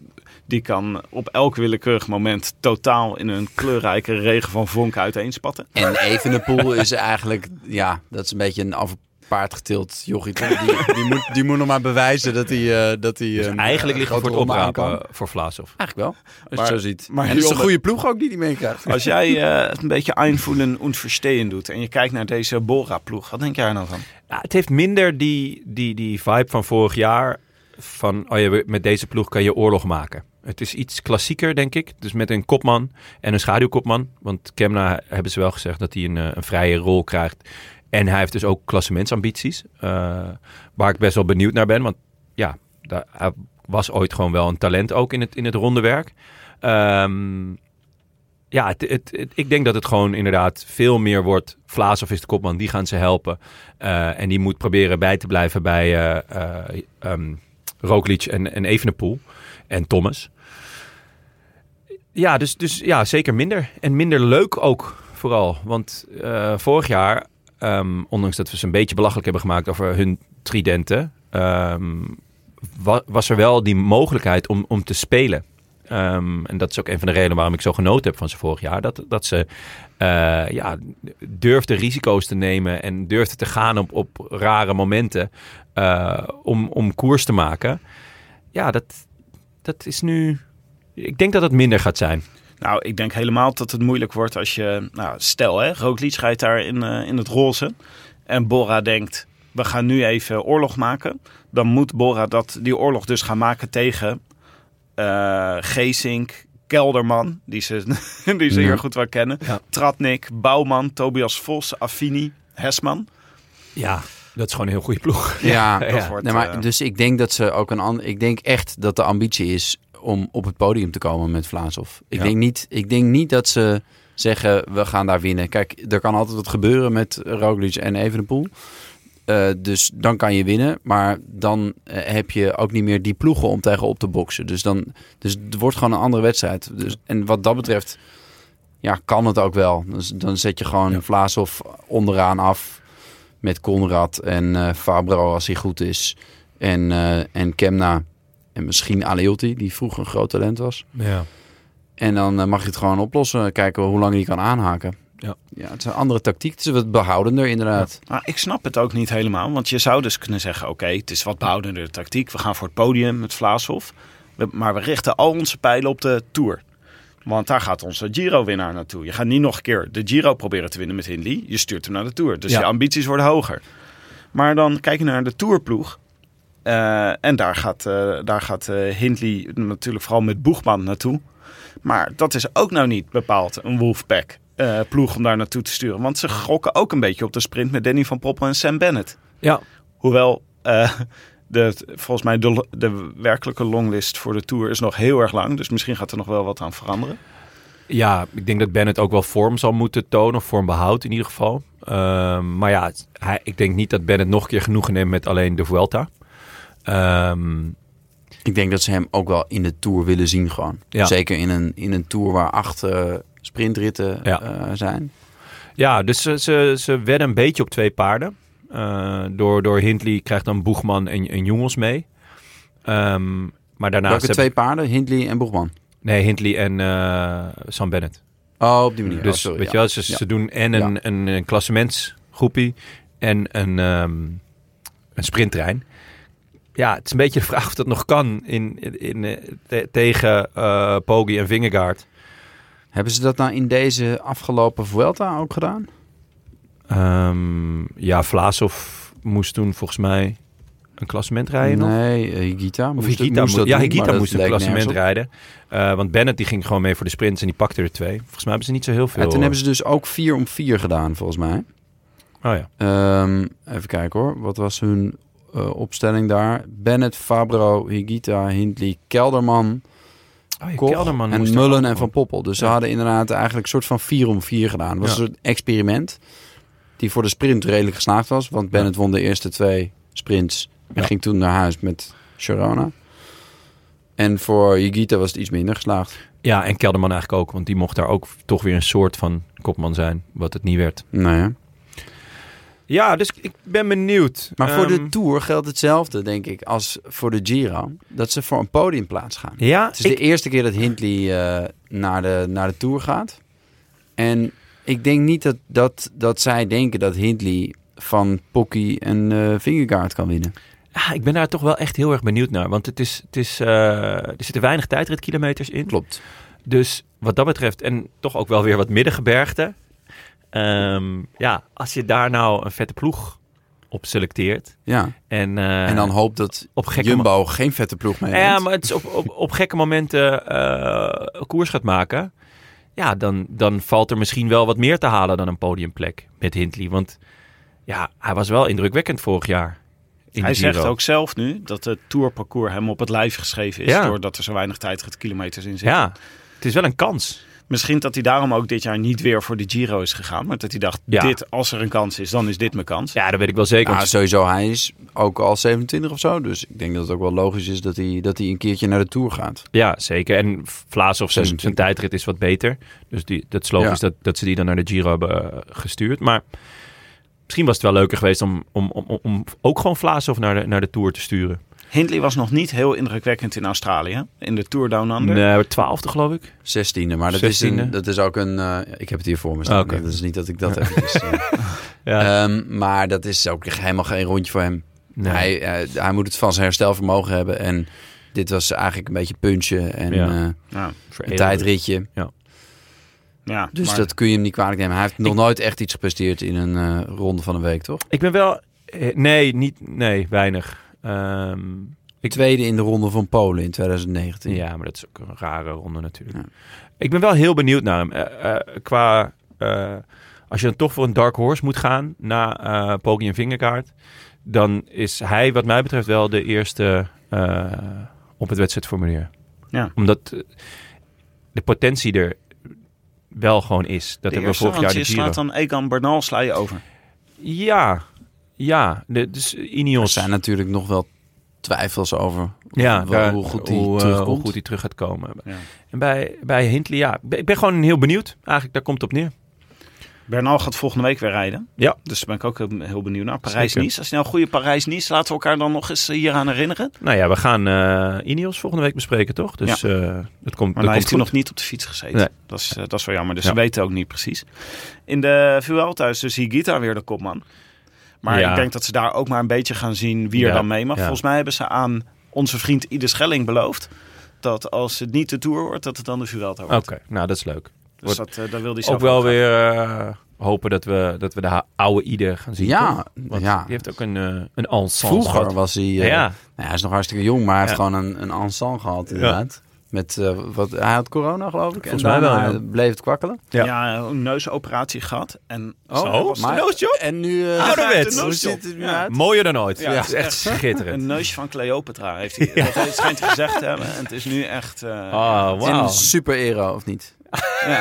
S1: Die kan op elk willekeurig moment totaal in een kleurrijke regen van vonk uiteenspatten.
S2: En Evenepoel is eigenlijk... Ja, dat is een beetje een af paard getild jochie. toch? Die, die, moet, die moet nog maar bewijzen dat hij... eh, dat hij eh,
S3: Dus Eigenlijk ligt
S2: een
S3: het voor
S2: grote
S3: het
S2: ronde aan
S3: oprapen
S2: kan.
S3: eh, voor Vlaashoff.
S2: Eigenlijk wel, als je
S1: Maar-
S2: het zo ziet.
S1: maar
S2: Maar en het is een
S1: Jonne-
S2: goede ploeg ook die die meekrijgt.
S1: Als jij eh, het een beetje aanvoelen en verstehen doet. En je kijkt naar deze Bora-ploeg. Wat denk jij daar nou van?
S3: Ja, het heeft minder die, die, die vibe van vorig jaar. Van, oh ja, met deze ploeg kan je oorlog maken. Het is iets klassieker, denk ik. Dus met een kopman en een schaduwkopman. Want Kemna hebben ze wel gezegd dat hij een, eh, een vrije rol krijgt. En hij heeft dus ook klassementsambities. eh, waar ik best wel benieuwd naar ben. Want ja, daar, hij was ooit gewoon wel een talent ook in het, in het ronde werk. Ehm, ja, het, het, het- ik denk dat het gewoon inderdaad veel meer wordt. Vlaasov is de kopman, die gaan ze helpen. Eh, en die moet proberen bij te blijven bij eh eh, ehm, Roglic en, en Evenepoel en Thomas. Ja, dus, dus ja, zeker minder. En minder leuk ook, vooral. Want eh, vorig jaar, ehm, ondanks dat we ze een beetje belachelijk hebben gemaakt over hun tridenten, ehm, wa- was er wel die mogelijkheid om, om te spelen. Ehm, en dat is ook een van de redenen waarom ik zo genoten heb van ze vorig jaar. Dat, dat ze eh, ja, durfde risico's te nemen en durfde te gaan op, op rare momenten eh, om, om koers te maken. Ja, dat, dat is nu. Ik denk dat het minder gaat zijn.
S1: Nou, ik denk helemaal dat het moeilijk wordt als je... Nou, stel hè, Roglic rijdt daar in, eh, in het roze. En Bora denkt, we gaan nu even oorlog maken. Dan moet Bora dat, die oorlog dus gaan maken tegen eh Geesink, Kelderman, die ze, die ze hier goed wel kennen. Tratnik, Bouwman, Tobias Vos, Affini, Hesman.
S3: Ja, dat is gewoon een heel goede ploeg.
S2: Ja,
S1: dat
S2: ja.
S1: wordt,
S2: Nee, maar,
S1: eh,
S2: dus ik denk dat ze ook een ander. Ik denk echt dat de ambitie is om op het podium te komen met Vlaashoff. Ik,
S3: Ja.
S2: denk niet, ik denk niet dat ze zeggen we gaan daar winnen. Kijk, er kan altijd wat gebeuren met Roglic en Evenepoel. Eh, dus dan kan je winnen, maar dan eh, heb je ook niet meer die ploegen om tegen op te boksen. Dus, dan, dus het wordt gewoon een andere wedstrijd. Dus, en wat dat betreft, ja, kan het ook wel. Dus dan zet je gewoon Vlaashoff onderaan af met Conrad en eh Fabro als hij goed is. En, eh, en Kemna. En misschien Aleotti, die vroeger een groot talent was.
S3: Ja.
S2: En dan eh, mag je het gewoon oplossen. Kijken hoe lang hij kan aanhaken.
S3: Ja.
S2: ja, het is een andere tactiek. Het is wat behoudender inderdaad.
S1: Maar ik snap het ook niet helemaal. Want je zou dus kunnen zeggen, oké, het is wat behoudende tactiek. We gaan voor het podium met Vlaashof. We- Maar we richten al onze pijlen op de Tour. Want daar gaat onze Giro-winnaar naartoe. Je gaat niet nog een keer de Giro proberen te winnen met Hindley. Je stuurt hem naar de Tour. Dus
S3: Ja.
S1: je ambities worden hoger. Maar dan kijk je naar de Tourploeg. Eh, en daar gaat, eh, daar gaat eh, Hindley natuurlijk vooral met Boegman naartoe. Maar dat is ook nou niet bepaald een Wolfpack eh, ploeg om daar naartoe te sturen. Want ze gokken ook een beetje op de sprint met Danny van Poppel en Sam Bennett.
S3: Ja.
S1: Hoewel, eh, de, volgens mij de, de werkelijke longlist voor de Tour is nog heel erg lang. Dus misschien gaat er nog wel wat aan veranderen.
S3: ja, ik denk dat Bennett ook wel vorm zal moeten tonen. Of vorm behoudt in ieder geval. Ehm, maar ja, hij, ik denk niet dat Bennett nog een keer genoegen neemt met alleen de Vuelta. Ehm,
S2: Ik denk dat ze hem ook wel in de Tour willen zien gewoon.
S3: Ja.
S2: Zeker in een, in een Tour waar acht eh, sprintritten
S3: Ja.
S2: eh, zijn.
S3: Ja, dus ze, ze, ze wedden een beetje op twee paarden. Eh, door, door Hindley krijgt dan Boegman en, en Jongens mee. Ehm, maar daarnaast...
S2: Welke
S3: heb-
S2: twee paarden? Hindley en Boegman.
S3: Nee, Hindley en eh, Sam Bennett.
S2: Oh, op die manier.
S3: dus
S2: Oh, sorry,
S3: weet je
S2: ja.
S3: wel, ze,
S2: Ja.
S3: ze doen en een,
S2: Ja.
S3: een, een klassementsgroepie en een, ehm, een sprinttrein. Ja, het is een beetje de vraag of dat nog kan in, in, eh, te- tegen eh Poggi en Vingegaard.
S2: Hebben ze dat nou in deze afgelopen Vuelta ook gedaan?
S3: Ehm, ja, Vlaasov moest toen volgens mij een klassement rijden nog.
S2: Nee, eh, Higita
S3: Of
S2: moest,
S3: Higita
S2: moest
S3: moest,
S2: dat
S3: ja,
S2: doen, maar
S3: Higita
S2: dat
S3: moest een
S2: leek
S3: klassement
S2: nergens op.
S3: rijden. Eh, want Bennett die ging gewoon mee voor de sprints en die pakte er twee. Volgens mij hebben ze niet zo heel veel.
S2: En toen hebben ze dus ook 4 om 4 gedaan, volgens mij.
S3: Oh ja.
S2: Ehm, even kijken hoor. Wat was hun eh, opstelling daar? Bennett, Fabro, Higita, Hindley, Kelderman,
S3: Oh ja,
S2: Koch
S3: Kelderman
S2: en
S3: moest
S2: Mullen
S3: er-
S2: en Van Poppel. Dus ze
S3: Ja.
S2: hadden inderdaad eigenlijk een soort van 4 om 4 gedaan. Het was
S3: Ja.
S2: een soort experiment die voor de sprint redelijk geslaagd was. Want Bennett won de eerste twee sprints en
S3: Ja.
S2: ging toen naar huis met Sharona. En voor Higuita was het iets minder geslaagd.
S3: Ja, en Kelderman eigenlijk ook. Want die mocht daar ook toch weer een soort van kopman zijn. Wat het niet werd.
S2: Nou ja.
S3: Ja, dus ik ben benieuwd.
S2: Maar voor
S3: Ehm,
S2: de Tour geldt hetzelfde, denk ik, als voor de Giro. Dat ze voor een podiumplaats gaan.
S3: Ja,
S2: Het is
S3: ik,
S2: de eerste keer dat Hindley eh, naar, de, naar de Tour gaat. En ik denk niet dat, dat, dat zij denken dat Hindley van Pocky en eh Vingegaard kan winnen.
S3: ah, ik ben daar toch wel echt heel erg benieuwd naar. Want het is, het is, eh, er zitten weinig tijdritkilometers in.
S2: Klopt.
S3: Dus wat dat betreft, en toch ook wel weer wat middengebergte. Ehm, ja, als je daar nou een vette ploeg op selecteert.
S2: Ja.
S3: En, eh,
S2: en dan hoopt dat
S3: op gekke
S2: Jumbo geen vette ploeg mee heeft.
S3: Nou Ja, maar het is op, op, op gekke momenten eh, een koers gaat maken. Ja, dan, dan valt er misschien wel wat meer te halen dan een podiumplek met Hindley. Want ja, hij was wel indrukwekkend vorig jaar. In
S1: Hij
S3: de Giro.
S1: zegt ook zelf nu dat het tourparcours hem op het lijf geschreven is.
S3: Ja.
S1: Doordat er zo weinig tijdritkilometers in zitten.
S3: Ja, het is wel een kans.
S1: Misschien dat hij daarom ook dit jaar niet weer voor de Giro is gegaan. Maar dat hij dacht,
S3: Ja.
S1: dit, als er een kans is, dan is dit mijn kans.
S3: Ja, dat weet ik wel zeker.
S2: Nou,
S3: want-
S2: sowieso, hij is ook al 27 of zo. Dus ik denk dat het ook wel logisch is dat hij, dat hij een keertje naar de Tour gaat.
S3: ja, zeker. En Vlaas of zijn,
S2: 26.
S3: zijn tijdrit is wat beter. Dus die, dat is logisch
S2: Ja.
S3: dat, dat ze die dan naar de Giro hebben eh, gestuurd. Maar misschien was het wel leuker geweest om, om, om, om- om ook gewoon Vlaas of naar de, naar de Tour te sturen.
S1: Hindley was nog niet heel indrukwekkend in Australië. In de Tour Down Under.
S3: Nee, twaalfde geloof ik.
S2: 16e, maar dat, Is,
S3: 16e.
S2: een, dat is ook een... eh, ik heb het hier voor me staan.
S3: Ah, Oké.
S2: Dat is niet dat ik dat eventjes... eh,
S3: Ja.
S2: Ehm, maar dat is ook helemaal geen rondje voor hem.
S3: Nee.
S2: Hij, hij, hij moet het van zijn herstelvermogen hebben. En dit was eigenlijk een beetje punchen en
S3: Ja.
S2: eh,
S1: Ja,
S2: een tijdritje.
S1: ja,
S2: Dus
S1: maar-
S2: dat kun je hem niet kwalijk nemen. Hij heeft nog
S3: Ik-
S2: nooit echt iets gepresteerd in een eh, ronde van een week, toch?
S3: Ik ben wel... eh, Nee, niet... Nee, weinig. Ehm, Ik-
S2: Tweede in de ronde van Polen in 2019.
S3: ja, maar dat is ook een rare ronde natuurlijk.
S2: Ja.
S3: Ik ben wel heel benieuwd naar hem. Eh, eh, qua... eh, als je dan toch voor een dark horse moet gaan na eh Poggi en Vingerkaart... dan is hij wat mij betreft wel de eerste eh, op het wedstrijdformulier.
S1: Ja.
S3: Omdat eh, de potentie er wel gewoon is. Dat
S1: de
S3: hebben we
S1: eerste,
S3: vorig jaar
S1: want
S3: de
S1: je
S3: Giro.
S1: slaat dan Egan Bernal sla je over.
S3: Ja, ja. De, dus
S2: Er
S3: Ineos.
S2: zijn natuurlijk nog wel twijfels over
S3: Ja,
S2: wel-
S3: daar-
S2: hoe goed die
S3: hoe, eh,
S2: terugkomt.
S3: hoe goed die terug gaat komen.
S1: Ja.
S3: En bij, bij Hindley, ja, ik ben- ik ben gewoon heel benieuwd. Eigenlijk, daar komt het op neer.
S1: Bernal gaat volgende week weer rijden.
S3: Ja.
S1: Dus daar ben ik ook heel, heel benieuwd naar. Parijs-Nice. Als je nou een goede Parijs-Nice, laten we elkaar dan nog eens eh, hieraan herinneren.
S3: Nou ja, we gaan eh Ineos volgende week bespreken, toch? Dus eh dat komt, dat
S1: Maar hij heeft
S3: komt
S1: hij
S3: goed.
S1: nog niet op de fiets gezeten.
S3: Nee.
S1: Dat, is, eh, dat is wel jammer. Dus
S3: Ja.
S1: ze weten ook niet precies. In de Vuelta is dus Higuita weer de kopman. Maar
S3: Ja.
S1: ik denk dat ze daar ook maar een beetje gaan zien wie er
S3: Ja,
S1: dan mee mag.
S3: ja.
S1: Volgens mij hebben ze aan onze vriend Ide Schelling beloofd... dat als het niet de Tour wordt, dat het dan de Vuelta
S3: Oké,
S1: wordt.
S3: nou dat is leuk.
S1: Dus dat, eh, daar wil hij zelf
S3: Ook wel
S1: aan.
S3: weer eh, hopen dat we, dat we de ha- oude Ieder gaan zien.
S2: Ja,
S3: toch? Want
S2: ja.
S3: die heeft ook een, eh een ensemble.
S2: Vroeger
S3: gehad.
S2: was hij...
S3: Ja,
S2: eh,
S3: ja.
S2: Nou, hij is nog hartstikke jong, maar hij heeft
S3: Ja.
S2: gewoon een, een ensemble gehad inderdaad. Met, eh, wat, hij had corona geloof ik.
S3: Volgens
S2: en
S3: mij wel,
S2: daarna
S3: ja.
S2: bleef het kwakkelen.
S1: Ja, een neusoperatie gehad. En
S2: Oh, maar- En nu... eh,
S3: Ouderwets.
S2: Hoe ziet het nu
S1: Ja.
S2: uit?
S3: Mooier dan ooit.
S1: Ja,
S3: Ja, het is echt
S1: Een
S3: schitterend.
S1: neusje van Cleopatra heeft hij. Dat heeft- schijnt hij gezegd te hebben. En het is nu echt. eh,
S2: Ah,
S3: Oh,
S2: In
S3: wauw.
S2: een super ero, of niet?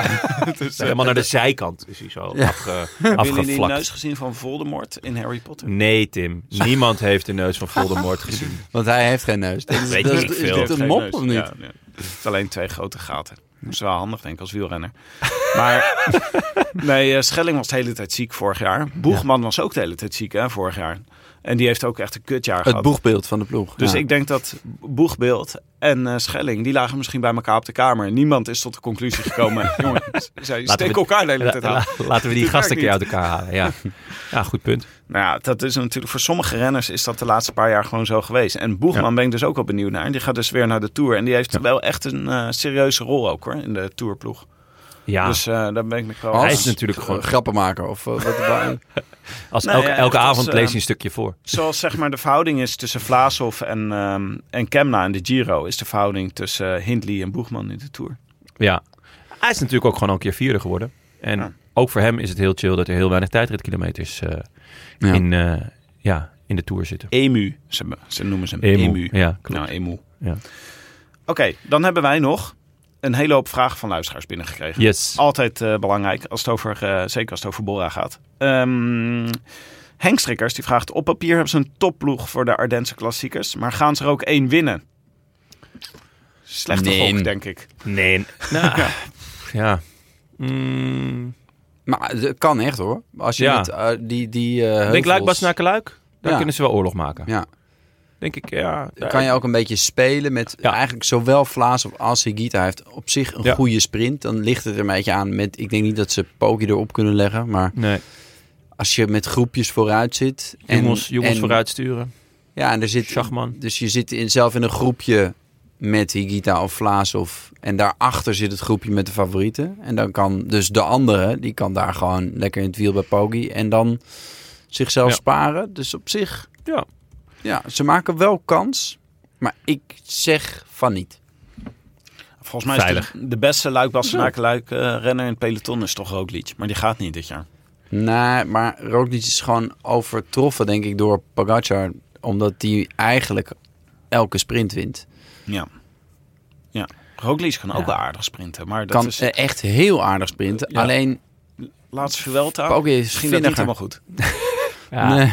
S3: Helemaal naar de zijkant is hij zo afge,
S1: Hebben jullie die
S3: afgevlakt.
S1: neus gezien van Voldemort in Harry Potter?
S3: Nee, Tim. Niemand heeft de neus van Voldemort gezien.
S2: Want hij heeft geen neus. Dat is,
S3: Weet
S2: dat is-
S3: ik
S2: is
S3: veel.
S2: dit
S1: Geen
S2: een mop
S1: neus.
S2: of niet?
S1: Ja, nee. Het is alleen twee grote gaten. Dat is wel handig, denk ik, als wielrenner. Maar nee, eh, Schelling was de hele tijd ziek vorig jaar. Boegman was ook de hele tijd ziek, hè, vorig jaar. En die heeft ook echt een kutjaar gehad.
S2: Het boegbeeld van de ploeg.
S1: Dus
S2: Ja.
S1: ik denk dat Boegbeeld en eh, Schelling, die lagen misschien bij elkaar op de kamer. Niemand is tot de conclusie gekomen. Jongens, zij
S3: Laten
S1: steken
S3: we-
S1: elkaar de hele
S3: La-
S1: tijd aan.
S3: la- laten we die
S1: Dit werkt
S3: gasten een keer uit elkaar halen. Ja, ja goed punt.
S1: Nou ja, dat is natuurlijk voor sommige renners is dat de laatste paar jaar gewoon zo geweest. En Boegman ben ik dus ook wel benieuwd naar. Die gaat dus weer naar de Tour. En die heeft wel echt een eh, serieuze rol ook hoor, in de Tourploeg.
S3: Ja,
S1: Dus eh, daar ben ik me wel...
S2: Als-
S3: hij is natuurlijk gewoon.
S2: Grappenmaker of eh, wat erbij.
S3: Als
S1: Nou
S3: elke,
S1: ja,
S3: elke
S1: echt als,
S3: avond
S1: eh,
S3: lees je een stukje voor.
S1: Zoals zeg maar de verhouding is tussen Vlaashoff en, ehm en Kemna in de Giro... is de verhouding tussen eh, Hindley en Boegman in de Tour.
S3: Ja. Hij is natuurlijk ook gewoon al een keer vierde geworden. En
S1: Ja.
S3: ook voor hem is het heel chill dat er heel weinig tijdritkilometers eh,
S2: Ja.
S3: in, eh, ja, in de tour zitten.
S1: Emu, ze, ze noemen ze hem
S3: Emu,
S1: Emu.
S3: ja, klopt.
S1: nou, Emu.
S3: Ja.
S1: Oké, dan hebben wij nog een hele hoop vragen van luisteraars binnengekregen.
S3: Yes.
S1: Altijd eh, belangrijk, als het over, eh, zeker als het over Bora gaat. Ehm Henk Strikkers die vraagt: Op papier hebben ze een topploeg voor de Ardense klassiekers, maar gaan ze er ook één winnen? Slechte
S2: Nee.
S1: gok, denk ik.
S3: Nee. Nou, ja. ja. Mm,
S2: Maar het kan echt hoor. Als je
S3: Ja.
S2: met eh, die, die eh,
S3: ik denk
S2: heuvels-
S3: Luik, Bastenaken-Luik. Daar
S2: Ja.
S3: kunnen ze wel oorlog maken.
S2: Ja.
S3: Denk ik, ja. daar-
S2: kan je ook een beetje spelen met
S3: Ja.
S2: eigenlijk zowel Vlaas als Higita heeft op zich een
S3: Ja.
S2: goede sprint. Dan ligt het er een beetje aan met, ik denk niet dat ze Poggi erop kunnen leggen, maar
S3: Nee.
S2: als je met groepjes vooruit zit. En,
S3: Jongens, jongens
S2: en-
S3: vooruit sturen.
S2: Ja, en er zit,
S3: Schachman.
S2: dus je zit in, zelf in een groepje met Higita of Vlaas of, en daarachter zit het groepje met de favorieten. En dan kan dus de andere, die kan daar gewoon lekker in het wiel bij Poggi en dan zichzelf
S3: Ja.
S2: sparen. Dus op zich,
S3: Ja.
S2: ja, ze maken wel kans, maar ik zeg van niet.
S1: Volgens mij is
S3: Veilig.
S1: De, de beste Luik Bastenaken-Luik eh, renner in het peloton is toch Roglic. Maar die gaat niet dit jaar.
S2: Nee, maar Roglic is gewoon overtroffen, denk ik, door Pogacar. Omdat die eigenlijk elke sprint wint.
S1: Ja. Ja. Roglic kan ook wel aardig sprinten. Maar dat
S2: kan
S1: is
S2: eh, echt heel aardig sprinten.
S1: Ja.
S2: Alleen,
S1: laatste Vuelta.
S2: Poggi is
S1: Misschien dat niet
S2: vinniger.
S1: helemaal goed.
S3: Ja.
S2: nee.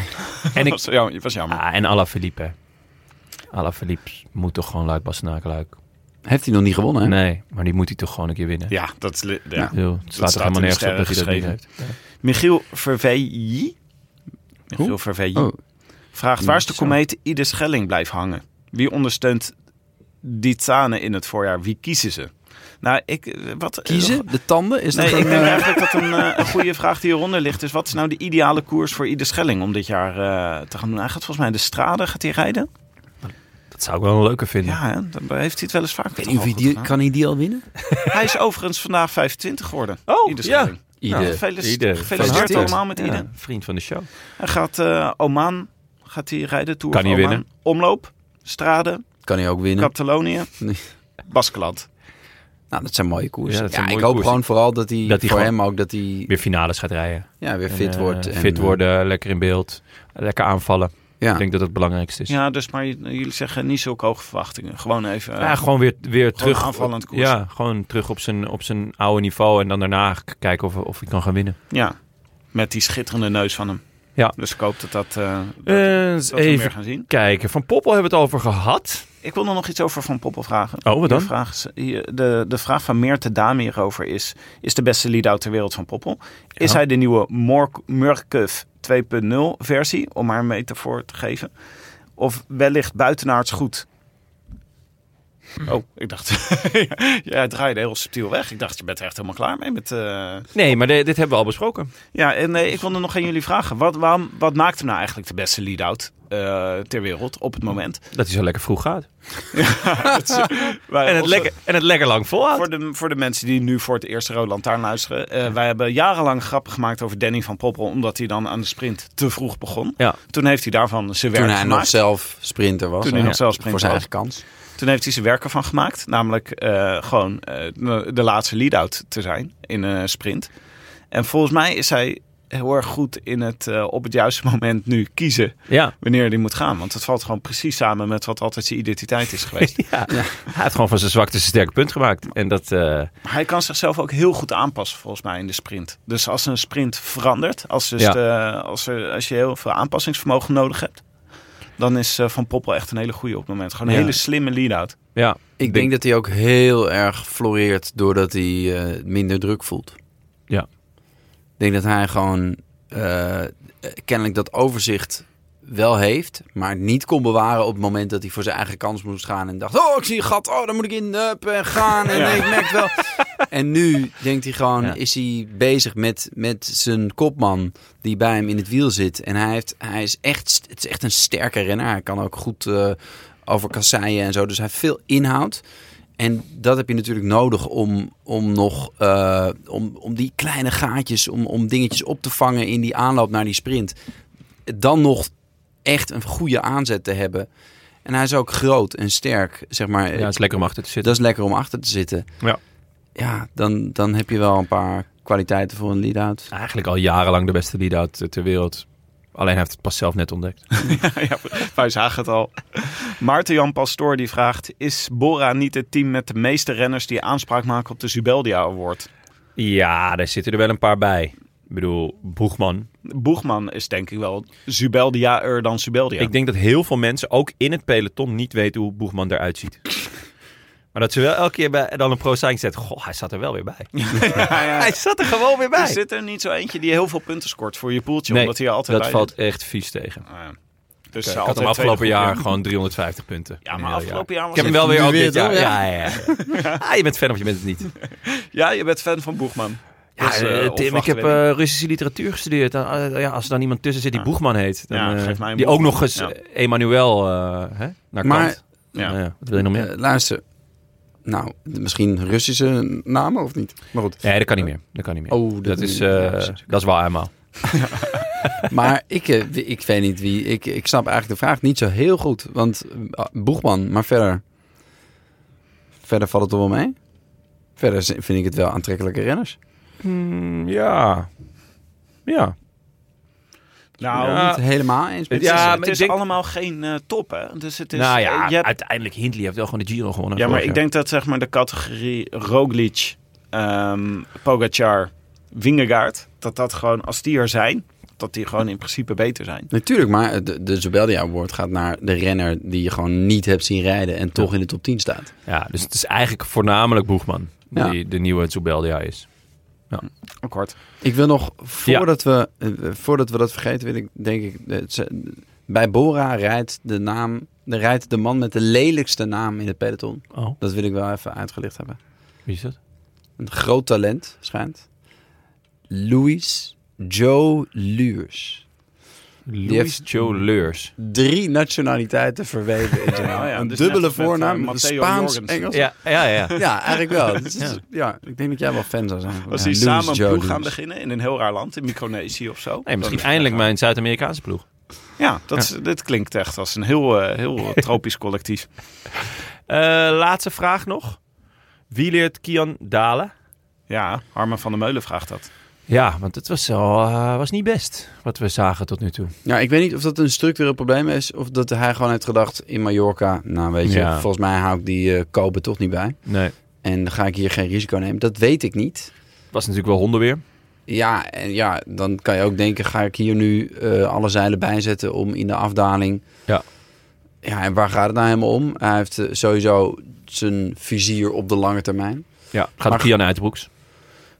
S3: En ik,
S1: was, jammer, was jammer.
S3: ah, en Alaphilippe. Alaphilippe moet toch gewoon Luik, Bastenaken-Luik.
S2: heeft hij nog niet gewonnen, hè?
S3: Nee, maar die moet hij toch gewoon een keer winnen.
S1: Ja, dat is... li- Ja.
S3: Ik bedoel, het
S1: staat
S3: staat toch helemaal
S1: in de
S3: nergens op
S1: sterren
S3: dat hij dat niet heeft.
S1: Michiel Verveyi. Michiel Verveyi.
S2: Oh.
S1: Vraagt, waar is de
S2: Zo.
S1: komeet Ieder Schelling blijft hangen? Wie ondersteunt die Tsanen in het voorjaar? Wie kiezen ze? Nou, ik... eh, Wat,
S2: Kiezen? De tanden? Is
S1: Nee,
S2: dat
S1: ik
S2: een,
S1: denk
S2: eh,
S1: eigenlijk dat een, eh, een goede vraag die hieronder ligt is... wat is nou de ideale koers voor Ieder Schelling om dit jaar eh, te gaan doen? Hij gaat volgens mij de strade gaat hij rijden.
S3: Dat zou ik wel een leuke vinden.
S1: Ja, hè? dan heeft hij het wel eens vaak.
S2: ik weet
S1: toch
S2: niet of
S1: al
S2: hij
S1: goed
S2: die-
S1: gedaan.
S2: kan hij die al winnen?
S1: Hij is overigens vandaag 25 geworden.
S3: Oh,
S1: Ieder
S3: ja.
S1: Schelling.
S2: Ieder.
S1: Ja, gefeliciteerd-
S3: Ieder.
S1: Gefeliciteerd
S2: Gefeliciteerd.
S1: allemaal met
S3: Ja,
S1: Ieder.
S3: vriend van de show.
S1: Hij gaat eh, Oman, gaat hij rijden. Tour
S3: Kan
S1: of
S3: hij
S1: Oman.
S3: winnen?
S1: Omloop, Strade,
S2: Kan hij ook winnen?
S1: Catalonië,
S2: Nee.
S1: Baskeland.
S2: Nou, dat zijn mooie koersen.
S3: Ja,
S2: Ja,
S3: dat zijn
S2: ik
S3: mooie
S2: hoop
S3: koersen.
S2: gewoon vooral dat hij,
S3: Dat hij
S2: voor
S3: gewoon-
S2: hem ook, dat hij
S3: Weer finales gaat rijden.
S2: ja, weer fit
S3: En, eh,
S2: wordt. en,
S3: fit
S2: eh,
S3: worden, lekker in beeld. Lekker aanvallen.
S2: Ja.
S3: Ik denk dat dat het belangrijkste is. Ja,
S1: Ja, dus maar j- jullie zeggen niet zulke hoge verwachtingen. Gewoon even... eh,
S3: gewoon weer, weer terug.
S1: aanvallend koers.
S3: Ja, gewoon terug op zijn, op zijn oude niveau. En dan daarna k- kijken of, of hij kan gaan winnen.
S1: ja, met die schitterende neus van hem.
S3: Ja.
S1: Dus ik hoop dat dat... eh, dat-
S3: Eens
S1: dat we meer
S3: even
S1: gaan zien.
S3: kijken. Van Poppel hebben we het over gehad.
S1: Ik wil er nog iets over Van Poppel vragen.
S3: Oh, wat dan?
S1: De vraag, is- hier- de, de vraag van Meerte Dame hierover is... Is de beste lead-out ter wereld Van Poppel? Is
S3: Ja.
S1: hij de nieuwe Mork- Murkuf 2.0 versie? Om haar een metafoor te geven. Of wellicht buitenaards goed? Oh, ik dacht... ja, het draaide heel subtiel weg. Ik dacht, je bent er echt helemaal klaar mee met... eh,
S3: Nee, maar de- dit hebben we al besproken.
S1: ja, en nee, ik wilde nog aan jullie vragen. Wat, waarom, wat maakt hem nou eigenlijk de beste lead-out eh, ter wereld op het moment?
S3: Dat hij zo lekker vroeg gaat.
S1: Wij-
S3: En het,
S1: onze-
S3: lekker, en het lekker lang volhoudt.
S1: Voor de, voor de mensen die nu voor het eerst Rode Lantaarn luisteren. eh, wij hebben jarenlang grappen gemaakt over Danny van Poppel. Omdat hij dan aan de sprint te vroeg begon.
S3: Ja.
S1: Toen heeft hij daarvan zijn werk
S2: Toen hij nog
S1: gemaakt.
S2: zelf sprinter was.
S1: toen hij
S2: hè?
S1: nog zelf
S2: Voor
S1: sprint
S2: zijn
S1: was.
S2: eigen kans.
S1: Toen heeft hij zijn werk ervan gemaakt. Namelijk eh, gewoon eh, de laatste lead-out te zijn in een sprint. En volgens mij is hij heel erg goed in het eh, op het juiste moment nu kiezen
S3: Ja.
S1: wanneer hij moet gaan. Want het valt gewoon precies samen met wat altijd zijn identiteit is geweest.
S3: Ja. Hij heeft gewoon van zijn zwakte zijn sterke punt gemaakt. En dat... eh,
S1: Maar hij kan zichzelf ook heel goed aanpassen, volgens mij, in de sprint. Dus als een sprint verandert, als, dus
S3: Ja.
S1: de- als, er, als je heel veel aanpassingsvermogen nodig hebt, dan is eh, Van Poppel echt een hele goede op het moment. Gewoon een
S3: Ja.
S1: hele slimme lead-out.
S3: ja.
S2: Ik denk dat hij ook heel erg floreert doordat hij eh, minder druk voelt.
S3: Ja.
S2: Ik denk dat hij gewoon eh, kennelijk dat overzicht wel heeft, maar niet kon bewaren op het moment dat hij voor zijn eigen kans moest gaan. En dacht, oh, ik zie een gat, oh, dan moet ik in hup, en gaan. En
S1: Ja.
S2: ik merk het wel. En nu denkt hij gewoon,
S3: Ja.
S2: is hij bezig met, met zijn kopman die bij hem in het wiel zit. En hij, heeft, hij is, echt, het is echt een sterke renner. Hij kan ook goed eh, over kasseien en zo. Dus hij heeft veel inhoud. En dat heb je natuurlijk nodig om, om nog eh, om, om die kleine gaatjes, om, om dingetjes op te vangen in die aanloop naar die sprint. Dan nog echt een goede aanzet te hebben. En hij is ook groot en sterk, zeg maar.
S3: Ja, het is lekker om achter te zitten.
S2: Dat is lekker om achter te zitten.
S3: Ja.
S2: Ja, dan, dan heb je wel een paar kwaliteiten voor een lead-out.
S3: Eigenlijk al jarenlang de beste lead-out ter wereld. Alleen hij heeft het pas zelf net ontdekt.
S1: ja, wij zagen het al. Maarten Jan Pastoor die vraagt, is Bora niet het team met de meeste renners die aanspraak maken op de Zubeldia Award?
S3: Ja, daar zitten er wel een paar bij. Ik bedoel, Boegman.
S1: Boegman is denk ik wel Zubeldia-er dan Zubeldia.
S3: Ik denk dat heel veel mensen ook in het peloton niet weten hoe Boegman eruit ziet. Maar dat ze wel elke keer bij, dan een pro-signing zet. Goh, hij zat er wel weer bij.
S1: ja.
S3: Hij zat er gewoon weer bij.
S1: Er zit er niet zo eentje die heel veel punten scoort voor je poeltje.
S3: Nee,
S1: omdat hij er altijd
S3: dat
S1: bij
S3: valt
S1: zit.
S3: echt vies tegen.
S1: Ah, ja. Dus
S3: ik had hem afgelopen jaar gewoon 350 punten.
S1: Ja,
S3: Een
S1: maar
S3: heel
S1: afgelopen jaar was
S3: Ik heb hem
S1: het
S3: wel weer
S2: nu
S3: ook
S2: weer,
S3: dit jaar.
S2: toch?
S3: Ja,
S2: Ja.
S3: ja, ja. Ah, je bent fan of je bent het niet.
S1: Ja, je bent fan van Boegman.
S3: Ja,
S1: Dus,
S3: eh,
S1: eh,
S3: Tim, ik
S1: of
S3: heb
S1: wacht, weet
S3: eh, Russische literatuur gestudeerd. Dan, eh, ja, als er dan iemand tussen zit die
S1: Ja.
S3: Boegman heet. Dan,
S1: Ja,
S3: eh,
S1: geef mij een
S3: die ook
S1: Boegman.
S3: nog eens
S1: Ja.
S3: eh, Emmanuel eh, hè, naar
S2: Maar-
S3: kant.
S1: Ja.
S3: Nou ja, wat wil je nog meer?
S2: Eh, luister. Nou, misschien Russische namen of niet? Maar goed.
S3: nee, dat kan niet meer. Dat kan niet meer.
S2: Oh,
S3: dat,
S2: dat
S3: is,
S2: niet.
S3: eh,
S2: Ja, precies.
S3: dat is wel eenmaal.
S2: Maar ik, eh, w- ik weet niet wie. Ik, ik snap eigenlijk de vraag niet zo heel goed. Want eh, Boegman, maar verder. Verder valt het er wel mee. Verder z- vind ik het wel aantrekkelijke renners.
S3: ja. Ja.
S1: je. Nou,
S3: Ja.
S2: Niet helemaal eens. met-
S1: het is,
S3: Ja,
S1: het
S3: maar ik
S1: is
S3: denk-
S1: allemaal geen eh, top, hè? Dus het is,
S3: nou ja,
S1: eh, je hebt-
S3: uiteindelijk Hindley heeft wel gewoon de Giro gewonnen.
S1: ja, maar
S3: vorig
S1: ik
S3: jaar.
S1: denk dat zeg maar de categorie Roglic, ehm Pogacar, Wingegaard... dat dat gewoon, als die er zijn, dat die gewoon in principe beter zijn.
S2: Natuurlijk, maar de, de Zobeldia Award gaat naar de renner die je gewoon niet hebt zien rijden en toch in de top 10 staat.
S3: Ja, dus het is eigenlijk voornamelijk Boegman
S2: Ja.
S3: die de nieuwe Zubeldia is.
S1: Akkoord.
S2: Ik wil nog, voordat, we, eh, voordat we dat vergeten, wil ik denk ik... eh, ze- bij Bora rijdt de naam, de, rijdt de man met de lelijkste naam in het peloton.
S3: Oh,
S2: Dat wil ik wel even uitgelicht hebben.
S3: wie is dat?
S2: Een groot talent, schijnt. Louis Joe Luurs.
S3: Louis Choleurs.
S2: Drie nationaliteiten verweven in zijn naam.
S1: ja,
S2: een
S1: dus net
S2: dubbele
S1: als met, eh,
S2: voornaam,
S1: Matteo
S2: Spaans,
S1: Jorgensen.
S2: Engels.
S3: Ja, ja, ja.
S2: Ja, eigenlijk wel. Dus, ja. ik denk dat jij wel fan zou zijn. van-
S1: Als
S2: ja,
S1: die
S2: Louis
S1: samen een
S2: Joe
S1: ploeg gaan
S2: Lewis.
S1: beginnen in een heel raar land, in Micronesië of zo.
S3: Nee, misschien
S1: dan-
S3: eindelijk mijn Zuid-Amerikaanse ploeg.
S1: Ja, dat, is- dit klinkt echt als een heel, eh, heel tropisch collectief.
S3: Eh, laatste vraag nog. Wie leert Kian dalen?
S1: Ja, Harman van der Meulen vraagt dat.
S3: Ja, want het was, zo, eh, was niet best wat we zagen tot nu toe.
S2: Ja, ik weet niet of dat een structureel probleem is. Of dat hij gewoon heeft gedacht in Mallorca. Nou, weet je,
S3: Ja.
S2: volgens mij hou ik die eh kopen toch niet bij.
S3: Nee.
S2: En dan ga ik hier geen risico nemen. Dat weet ik niet.
S3: Het was natuurlijk wel hondenweer.
S2: Ja, en ja, dan kan je ook denken, ga ik hier nu eh, alle zeilen bijzetten om in de afdaling.
S3: Ja.
S2: Ja, en waar gaat het nou helemaal om? Hij heeft eh, sowieso zijn vizier op de lange termijn.
S3: Ja, gaat om
S2: Maar-
S3: Kian Uitbroeks.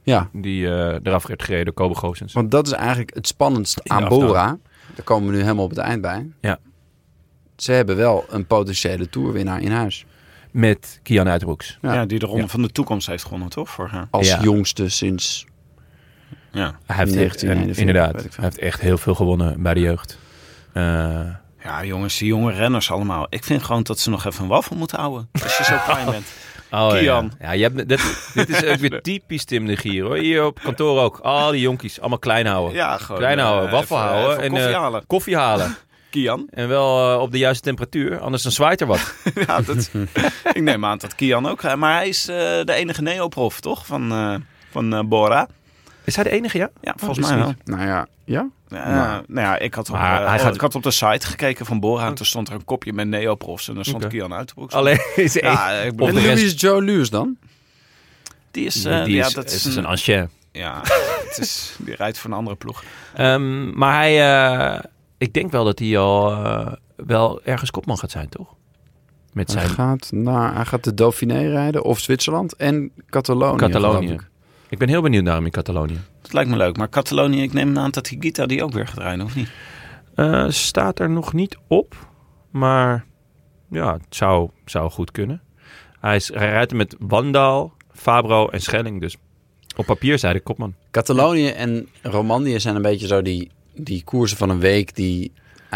S2: Ja,
S3: Die eh, eraf werd gereden door Kobe Goossens.
S2: Want dat is eigenlijk het spannendste
S3: de
S2: aan
S3: afdaling.
S2: Bora. Daar komen we nu helemaal op het eind bij.
S3: Ja.
S2: Ze hebben wel een potentiële toerwinnaar in huis.
S3: Met Kian Uitbroeks.
S2: Ja.
S1: Ja, die de Ronde van de Toekomst heeft gewonnen, toch? Vorig jaar.
S2: Als
S3: Ja.
S2: jongste sinds...
S1: Ja.
S3: Hij heeft, echt,
S2: 19,
S3: en-
S2: nee, dat vind ik-
S3: inderdaad,
S2: weet ik
S3: hij
S2: veel.
S3: heeft echt heel veel gewonnen bij de jeugd. Eh,
S1: ja, jongens, die jonge renners allemaal. Ik vind gewoon dat ze nog even een wafel moeten houden. Als je zo klein bent.
S3: Oh,
S1: Kian.
S3: Ja, ja je hebt, dit, dit is ook weer typisch Tim de Gier. Hoor. Hier op kantoor ook. Al die jonkies, allemaal klein houden.
S1: Ja, gewoon.
S3: klein
S1: eh,
S3: houden, waffel
S1: even-
S3: houden.
S1: even
S3: en,
S1: koffie
S3: eh,
S1: halen.
S3: koffie halen.
S1: Kian.
S3: En wel eh, op de juiste temperatuur, anders dan zwaait er wat.
S1: Ja, dat, ik neem aan dat Kian ook. eh, Maar hij is eh, de enige neoprof, toch? Van, eh, van eh, Bora.
S3: Is hij de enige, ja?
S1: Ja, volgens mij wel.
S2: Nou ja, ja?
S1: Ja,
S2: Maar-
S1: nou ja, ik had, op,
S3: Maar
S1: eh,
S3: hij
S1: oh,
S3: gaat-
S1: ik had op de site gekeken van Bora en toen stond er een kopje met neoprofs en daar stond
S3: Oké.
S1: Kian Uiterbroek.
S3: Alleen is er één.
S1: ja, ik bedoel,
S3: Of
S2: En
S3: de rest-
S2: Louis Joe Lewis dan?
S1: die is, eh,
S3: Die,
S1: ja,
S3: is, dus
S1: dat is,
S3: een
S1: een,
S3: ancien.
S1: ja, het is, die rijdt voor een andere ploeg.
S3: Ehm, maar hij, eh, ik denk wel dat hij al eh, wel ergens kopman gaat zijn, toch? Met
S2: Hij
S3: zijn
S2: gaat, naar, hij gaat de Dauphiné rijden of Zwitserland en Catalonië.
S3: Catalonië.
S2: geloof ik.
S3: Ik ben heel benieuwd naar hem in Catalonië.
S1: Dat lijkt me leuk. Maar Catalonië, ik neem aan dat Higuita die ook weer gaat rijden, of niet?
S3: Eh, staat er nog niet op, maar ja, het zou, zou goed kunnen. Hij, is, hij rijdt met Wandaal, Fabro en Schelling, dus op papier zei de kopman.
S2: Catalonië en Romandie zijn een beetje zo die, die koersen van een week die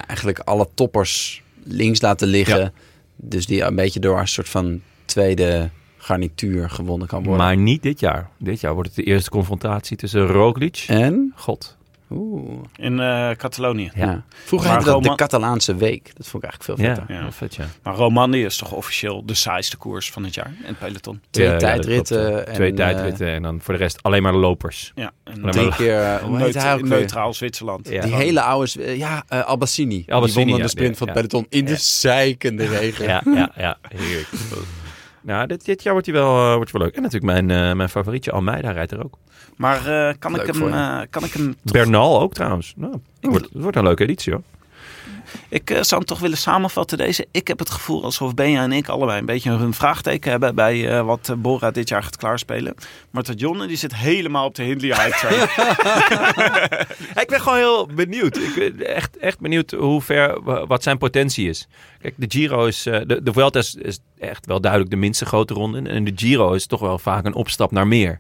S2: eigenlijk alle toppers links laten liggen. Dus die een beetje door een soort van tweede garnituur gewonnen kan worden.
S3: Maar niet dit jaar. Dit jaar wordt het de eerste confrontatie tussen Roglic en
S2: En?
S3: God.
S2: Oeh.
S1: In eh, Catalonië.
S2: Ja. Vroeger
S1: Maar
S2: heette dat de
S1: Roma-
S2: Catalaanse week. Dat vond ik eigenlijk veel
S3: Ja, Eh,
S2: vetter.
S3: ja. vet ja.
S1: Maar Romandie is toch officieel de saaiste koers van het jaar in het peloton.
S2: Twee
S3: Ja, ja, dat
S2: tijdritten
S3: klopt, ja.
S2: en,
S3: Twee
S2: eh,
S3: tijdritten en dan voor de rest alleen maar lopers.
S1: Ja, en
S3: maar
S2: Drie
S3: Ja.
S2: keer, eh, hoe heette hij ook
S1: neut-
S2: weer?
S1: neutraal Zwitserland.
S3: Ja.
S2: Die hele oude, Zw- eh, ja, eh, Albassini.
S3: Albassini,
S2: Die won dan
S3: ja,
S2: de sprint
S3: ja,
S2: van het
S3: ja.
S2: peloton in de zeikende regen.
S3: Ja, ja, ja. Heerlijk. Nou, dit, dit jaar wordt hij wel, eh, wordt hij wel leuk. En natuurlijk mijn, eh, mijn favorietje Almeida rijdt er ook.
S1: Maar eh, kan,
S2: Leuk
S1: ik hem,
S2: voor je.
S1: eh, kan ik hem...
S3: Bernal ook trouwens. Nou, het wordt, het wordt een leuke editie hoor.
S1: Ik eh, zou hem toch willen samenvatten deze. Ik heb het gevoel alsof Benja en ik allebei een beetje een vraagteken hebben bij eh, wat eh, Bora dit jaar gaat klaarspelen. Maar dat Jonne die zit helemaal op de Hindley hype train.
S3: Ik ben gewoon heel benieuwd. Ik ben echt, echt benieuwd hoe ver, wa- wat zijn potentie is. Kijk, de Giro is, eh, de, de Vuelta is, is echt wel duidelijk de minste grote ronde. En de Giro is toch wel vaak een opstap naar meer.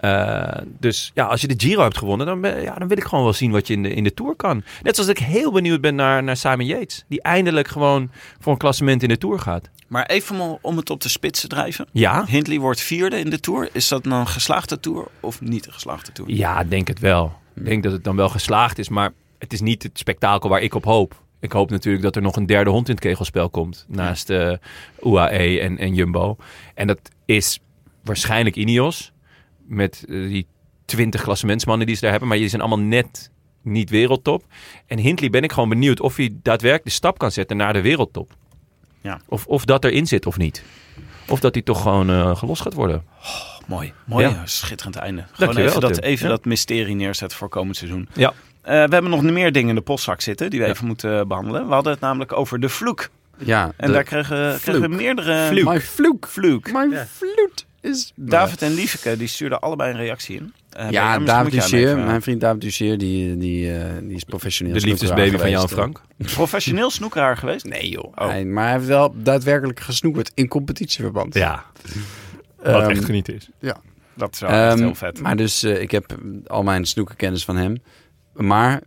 S3: Eh, dus ja, als je de Giro hebt gewonnen, dan, ben- ja, dan wil ik gewoon wel zien wat je in de, in de Tour kan. Net zoals ik heel benieuwd ben naar, naar Simon Yates. Die eindelijk gewoon voor een klassement in de Tour gaat.
S1: maar even om- om het op de spits te drijven.
S2: Ah.
S3: Ja,
S1: Hindley wordt vierde in de Tour. Is dat nou een geslaagde Tour of niet een geslaagde Tour?
S3: Ja, ik denk het wel. Ik denk dat het dan wel geslaagd is, maar het is niet het spektakel waar ik op hoop. Ik hoop natuurlijk dat er nog een derde hond in het kegelspel komt. Naast eh UAE en, en Jumbo. En dat is waarschijnlijk Ineos. Met eh, die 20 klassementsmannen die ze daar hebben. Maar die zijn allemaal net niet wereldtop. En Hindley ben ik gewoon benieuwd of hij daadwerkelijk de stap kan zetten naar de wereldtop.
S1: Ja.
S3: Of, of dat erin zit of niet. Of dat hij toch gewoon eh, gelost gaat worden.
S1: Mooi, mooi, eh,
S3: Ja.
S1: schitterend einde. Gewoon
S3: Dankjewel,
S1: even, dat,
S3: Tim.
S1: even
S3: Ja.
S1: dat mysterie neerzet voor komend seizoen.
S3: Ja.
S1: Eh, we hebben nog meer dingen in de postzak zitten die we even moeten behandelen. We hadden het namelijk over de vloek.
S2: Ja,
S1: En
S2: de-
S1: daar kregen, kregen we
S2: vloek.
S1: meerdere...
S2: Mijn vloek.
S1: Vloek.
S2: Mijn vloed is...
S1: David en Lieveke, die stuurden allebei een reactie in. Eh, Benjamin,
S2: Ja,
S1: misschien
S2: David
S1: moet jij hem
S2: Dussier,
S1: even- eh,
S2: mijn vriend David Dussier, die, die, eh, die is professioneel
S3: De
S2: snoekeraar
S3: liefdesbaby van
S2: geweest.
S3: Jan Frank.
S1: Professioneel snoekeraar geweest?
S2: Nee joh, Hij- maar hij heeft wel daadwerkelijk gesnoekerd in competitieverband.
S3: Ja. Ehm,
S2: Wat echt
S3: genieten is.
S1: Dat is wel echt
S2: Ehm,
S1: heel vet.
S2: Maar dus eh, ik heb al mijn snoekenkennis van hem. Maar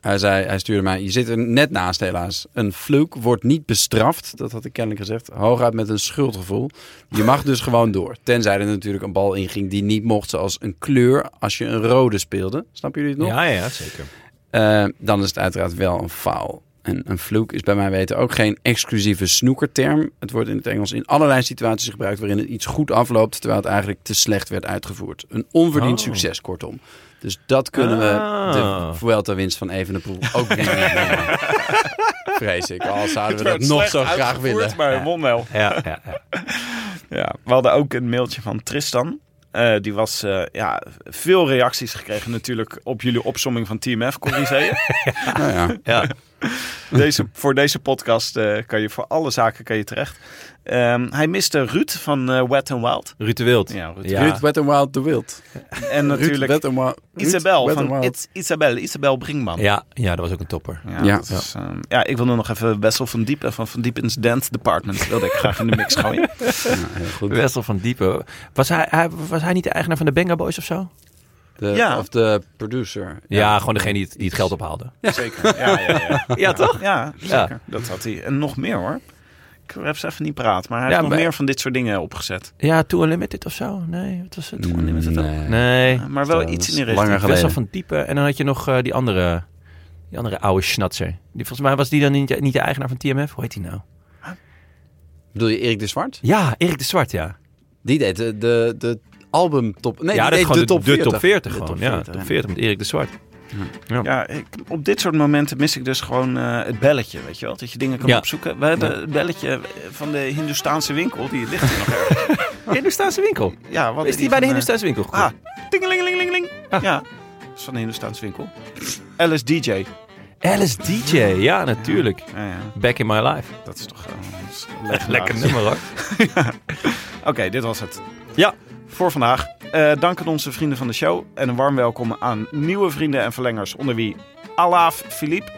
S2: hij, zei, hij stuurde mij, je zit er net naast helaas. Een fluke wordt niet bestraft, dat had ik kennelijk gezegd. Hooguit met een schuldgevoel. Je mag dus gewoon door. Tenzij er natuurlijk een bal inging die niet mocht, zoals een kleur als je een rode speelde. Snappen jullie het nog?
S3: Ja, ja, zeker.
S2: Eh, dan is het uiteraard wel een faal. En een vloek is bij mij weten ook geen exclusieve snoekerterm. Het wordt in het Engels in allerlei situaties gebruikt waarin het iets goed afloopt, terwijl het eigenlijk te slecht werd uitgevoerd. Een onverdiend
S3: Oh.
S2: succes, kortom. Dus dat kunnen we de
S3: Ah.
S2: Vuelta-winst van Evenepoel ook niet meer nemen. Vrees ik, al zouden we dat
S1: Het werd
S2: nog
S1: slecht
S2: zo graag
S1: uitgevoerd,
S2: willen.
S1: maar hij won wel.
S3: Ja, ja, ja.
S1: Ja, we hadden ook een mailtje van Tristan. Eh, die was, eh, ja, veel reacties gekregen natuurlijk op jullie opsomming van TMF, Corrizeeën.
S2: Nou ja.
S1: deze, voor deze podcast eh, kan je voor alle zaken kan je terecht. Ehm, hij miste Ruud van eh, Wet and Wild.
S3: Ruud de Wild.
S1: Ja, Ruud.
S3: Ja.
S2: Ruud Wet n Wild de Wild.
S1: En natuurlijk
S2: Ruud Wet n Wild- Ruud
S1: Isabel
S2: Wet n
S1: van
S2: Wild.
S1: It's Isabel, Isabel Brinkman.
S3: Ja, ja, dat was ook een topper.
S1: Ja,
S2: Ja.
S1: dat is, ehm, ja, ik wilde nog even Wessel van Diep en van Van Diep In's Dance Department. wilde ik graag in de mix gooien.
S2: Ja, heel goed.
S3: Wessel van Diepen. Was hij, hij- was hij niet de eigenaar van de Benga Boys of zo?
S2: De,
S1: Ja.
S2: Of de producer.
S3: Ja, gewoon degene die het, die het geld ophaalde.
S1: Zeker. Ja, ja, ja.
S3: Ja, toch?
S1: ja
S3: Ja.
S1: zeker. Dat had hij. En nog meer hoor. Ik heb ze even niet paraat, maar hij heeft
S3: Ja,
S1: nog
S3: maar-
S1: meer van dit soort dingen opgezet.
S3: Ja, Too Unlimited of zo? Nee, wat was het? Too Unlimited ook?
S2: Nee.
S3: Nee.
S1: Eh, Maar wel
S2: Dat
S1: iets in
S2: is
S1: die richting.
S2: langer geleden.
S3: Wessel van Diepen. En dan had je nog eh, die andere... Die andere oude schnatser. Die, volgens mij was die dan niet, niet de eigenaar van TMF. Hoe heet die nou?
S2: Bedoel je Erik de Zwart?
S3: Ja, Erik de Zwart, ja.
S2: Die deed de, de, de albumtop. Nee,
S3: ja,
S2: die deed
S3: gewoon
S2: de, top 40.
S3: De top 40
S2: De
S3: gewoon,
S2: top
S3: ja.
S2: 40,
S3: Top 40 met Erik de Zwart.
S1: Ja, ik, op dit soort momenten mis ik dus gewoon eh, het belletje, weet je wel? Dat je dingen kan
S3: Ja.
S1: opzoeken. We hebben het belletje van de Hindoestaanse winkel, die ligt er nog ergens.
S3: Hindoestaanse winkel.
S1: Ja, wat
S3: Is die bij de Ah.
S1: van, eh,
S3: Hindoestaanse winkel gekocht?
S1: Ah, tingelingelingeling. Ja, dat is van de Hindoestaanse winkel. Alice DJ.
S3: Ah, Alice DJ, ja natuurlijk.
S1: Ja, ja,
S3: Back in my life.
S1: dat is toch eh, gewoon
S3: Lekker nummer hoor.
S1: Oké, dit was het.
S3: Ja.
S1: Voor vandaag. Eh dank aan onze vrienden van de show. En een warm welkom aan nieuwe vrienden en verlengers. Onder wie Alaaf Philippe,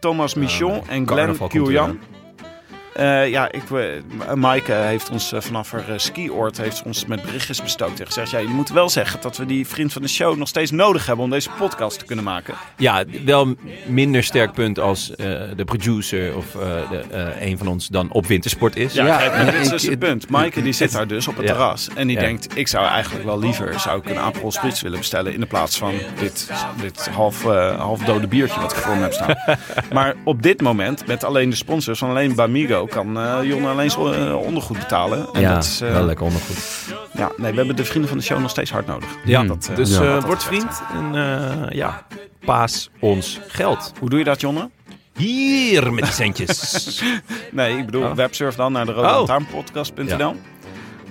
S1: Thomas Michon en Glenn
S3: Carnaval komt
S1: Kieljan. Eh, ja, ik, we- eh, Maaike heeft ons eh, vanaf haar eh, skioord heeft ons met berichtjes bestookt. En gezegd, ja, je moet wel zeggen dat we die vriend van de show nog steeds nodig hebben om deze podcast te kunnen maken.
S3: Ja, wel minder sterk punt als eh, de producer of eh, de, eh, een van ons dan op wintersport is.
S1: Ja,
S2: Ja,
S1: kijk, maar dit is
S2: ik-
S1: dus het
S2: ik-
S1: punt. Maaike die zit daar dus op het
S3: Ja.
S1: terras. En die
S3: Ja.
S1: denkt, ik zou eigenlijk wel liever zou ik een Aperol Spritz willen bestellen... in de plaats van dit, dit half, eh, half dode biertje wat ik voor me heb staan. maar op dit moment, met alleen de sponsors van alleen Bamigo... kan eh Jonne alleen zijn eh, ondergoed betalen. En
S3: Ja,
S1: dat is, eh,
S3: wel lekker ondergoed.
S1: Ja, nee, we hebben de vrienden van de show nog steeds hard nodig.
S3: Ja,
S1: dat, eh,
S3: dus
S1: ja.
S3: eh,
S1: wat dat
S3: word
S1: betreft.
S3: vriend en eh, ja, paas ons geld.
S1: Hoe doe je dat, Jonne?
S3: Hier met die centjes.
S1: Nee, ik bedoel
S3: Oh.
S1: websurf dan naar de
S3: Oh.
S1: roodlantaarnpodcast.nl.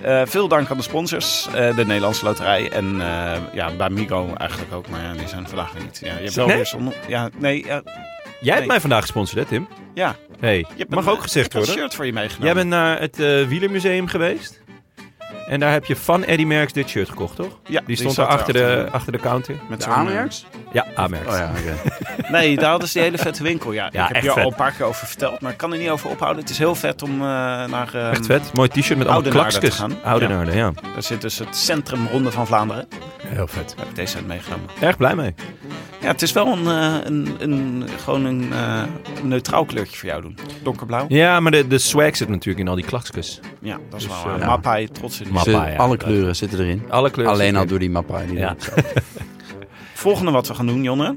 S1: Eh, veel dank aan de sponsors, eh, de Nederlandse Loterij en eh, ja, bij Migo eigenlijk ook, maar ja, die zijn vandaag weer niet. Ja, je hebt wel
S3: Nee?
S1: weer zon. Ja, nee, ja,
S3: Jij hebt
S1: Nee.
S3: mij vandaag gesponsord, hè, Tim?
S1: Ja.
S3: Hey,
S1: Je hebt
S3: mag
S1: een- eh,
S3: ook gezegd
S1: ik had
S3: worden.
S1: een shirt voor je meegenomen.
S3: Jij bent naar het eh, wielermuseum geweest. En daar heb je van Eddy Merckx dit shirt gekocht, toch?
S1: Ja,
S3: Die stond
S1: zat
S3: daar achter de,
S1: erachter.
S3: achter de counter.
S1: Met
S2: De
S1: zo'n, eh,
S2: aanmerks?
S3: Ja, A-merks.
S2: Oh ja, oké.
S1: Nee, daar hadden ze die hele vette winkel. Ja,
S3: Ja,
S1: ik heb
S3: echt
S1: je
S3: vet.
S1: al een paar keer over verteld, maar ik kan er niet over ophouden. Het is heel vet om eh, naar... eh,
S3: Echt vet. Mooi t-shirt met allemaal
S1: Oudenaarde
S3: klakskes.
S1: te gaan.
S3: Oudenaarde, ja.
S1: Daar zit dus het centrum Ronde van Vlaanderen.
S3: Heel vet.
S1: Daar heb ik deze uit meegenomen.
S3: Erg blij mee.
S1: Ja, het is wel een, eh, een, een, gewoon een eh, neutraal kleurtje voor jou doen. Donkerblauw.
S3: Ja, maar de, de swag zit natuurlijk in al die klakskes.
S1: Ja, dat is
S3: Dus,
S1: wel...
S3: eh,
S1: Uh,
S3: ja.
S1: Mappai trots in.
S3: Map-
S2: Ze-
S3: Mappa, ja.
S2: Alle kleuren zitten erin.
S3: Alle kleuren.
S2: Alleen al
S3: zitten
S2: door die mappa. Die
S3: Ja.
S2: doet.
S1: Volgende wat we gaan doen, Jonne.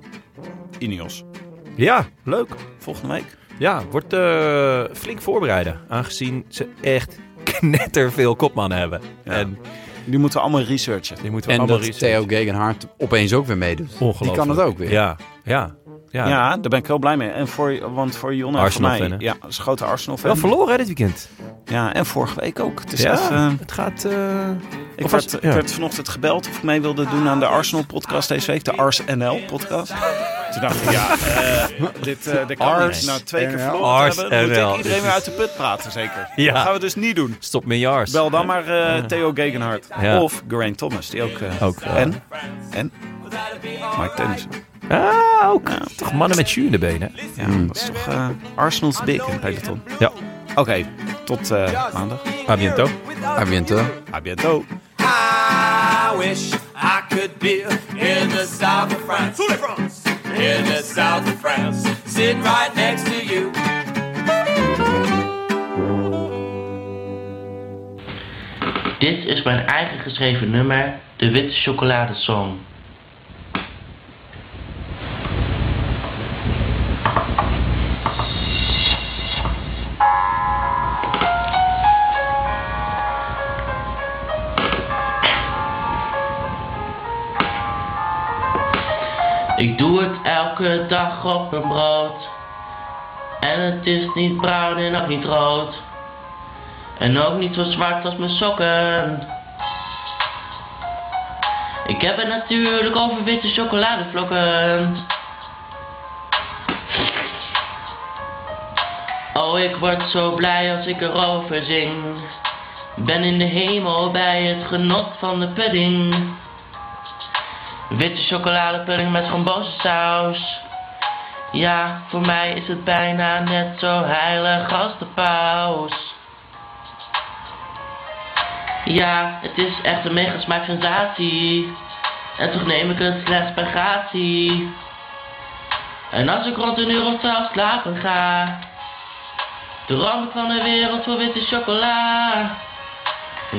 S1: Ineos.
S3: in. Ja, leuk.
S1: Volgende week.
S3: Ja, wordt eh, flink voorbereiden. Aangezien ze echt knetterveel kopmannen hebben. En
S1: Die moeten we allemaal researchen.
S3: die moeten we
S2: En
S3: allemaal
S2: dat
S3: researchen.
S2: Theo Gegenhardt opeens ook weer meedoet. Die
S3: Ongelooflijk.
S2: kan het ook weer.
S3: Ja, ja, ja.
S1: Ja, daar ben ik heel blij mee. En voor, want voor Jonne en voor
S3: Arsenal
S1: mij...
S3: fan, hè?
S1: ja, dat is een grote Arsenal-fan.
S3: Wel verloren hè, dit weekend.
S1: Ja, en vorige week ook. Het is
S3: ja,
S1: echt... eh,
S3: het gaat... eh,
S1: Ik
S3: Of
S1: werd,
S3: was-
S1: ik
S3: ja.
S1: werd vanochtend gebeld of ik mee wilde doen aan de Arsenal-podcast deze week. De Ars NL podcast Toen dacht ik, ja, eh, dit eh dit kan
S3: Ars
S1: niet. Nou, twee keer
S2: NL.
S1: verloren
S3: Ars
S1: hebben, dan moet
S3: NL.
S1: ik iedereen weer uit de put praten, zeker.
S3: Ja.
S1: Dat gaan we dus niet doen.
S3: Stop met jars.
S1: Bel dan maar eh, Theo Gegenhardt.
S3: Ja.
S1: Of Geraint Thomas, die ook... eh,
S3: Ook, ja.
S1: En? En? Mike Tennyson.
S3: Ah, ook. Toch mannen met shoe in de benen. hè?
S1: Ja, dat is toch eh, Arsenal's big in het peloton.
S3: Ja.
S1: Oké, tot eh, maandag.
S3: A biento.
S2: Hij wint hoor.
S1: A bientôt.
S6: I wish I could be in the south of France. In the south of France. Sitting right next to you.
S7: Dit is mijn eigen geschreven nummer, de Witte Chocolade Song. Ik doe het elke dag op mijn brood. En het is niet bruin en ook niet rood. En ook niet zo zwart als mijn sokken. Ik heb het natuurlijk over witte chocoladevlokken. Oh, ik word zo blij als ik erover zing. Ben in de hemel bij het genot van de pudding. Witte chocoladepudding met frambozensaus. Ja, voor mij is het bijna net zo heilig als de paus. Ja, het is echt een mega smaaksensatie. En toch neem ik het slechts bij gratie. En als ik rond een uur of twaalf slapen ga, de rand van de wereld voor witte chocola.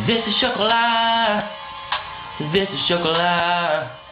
S7: Witte chocola, witte chocola.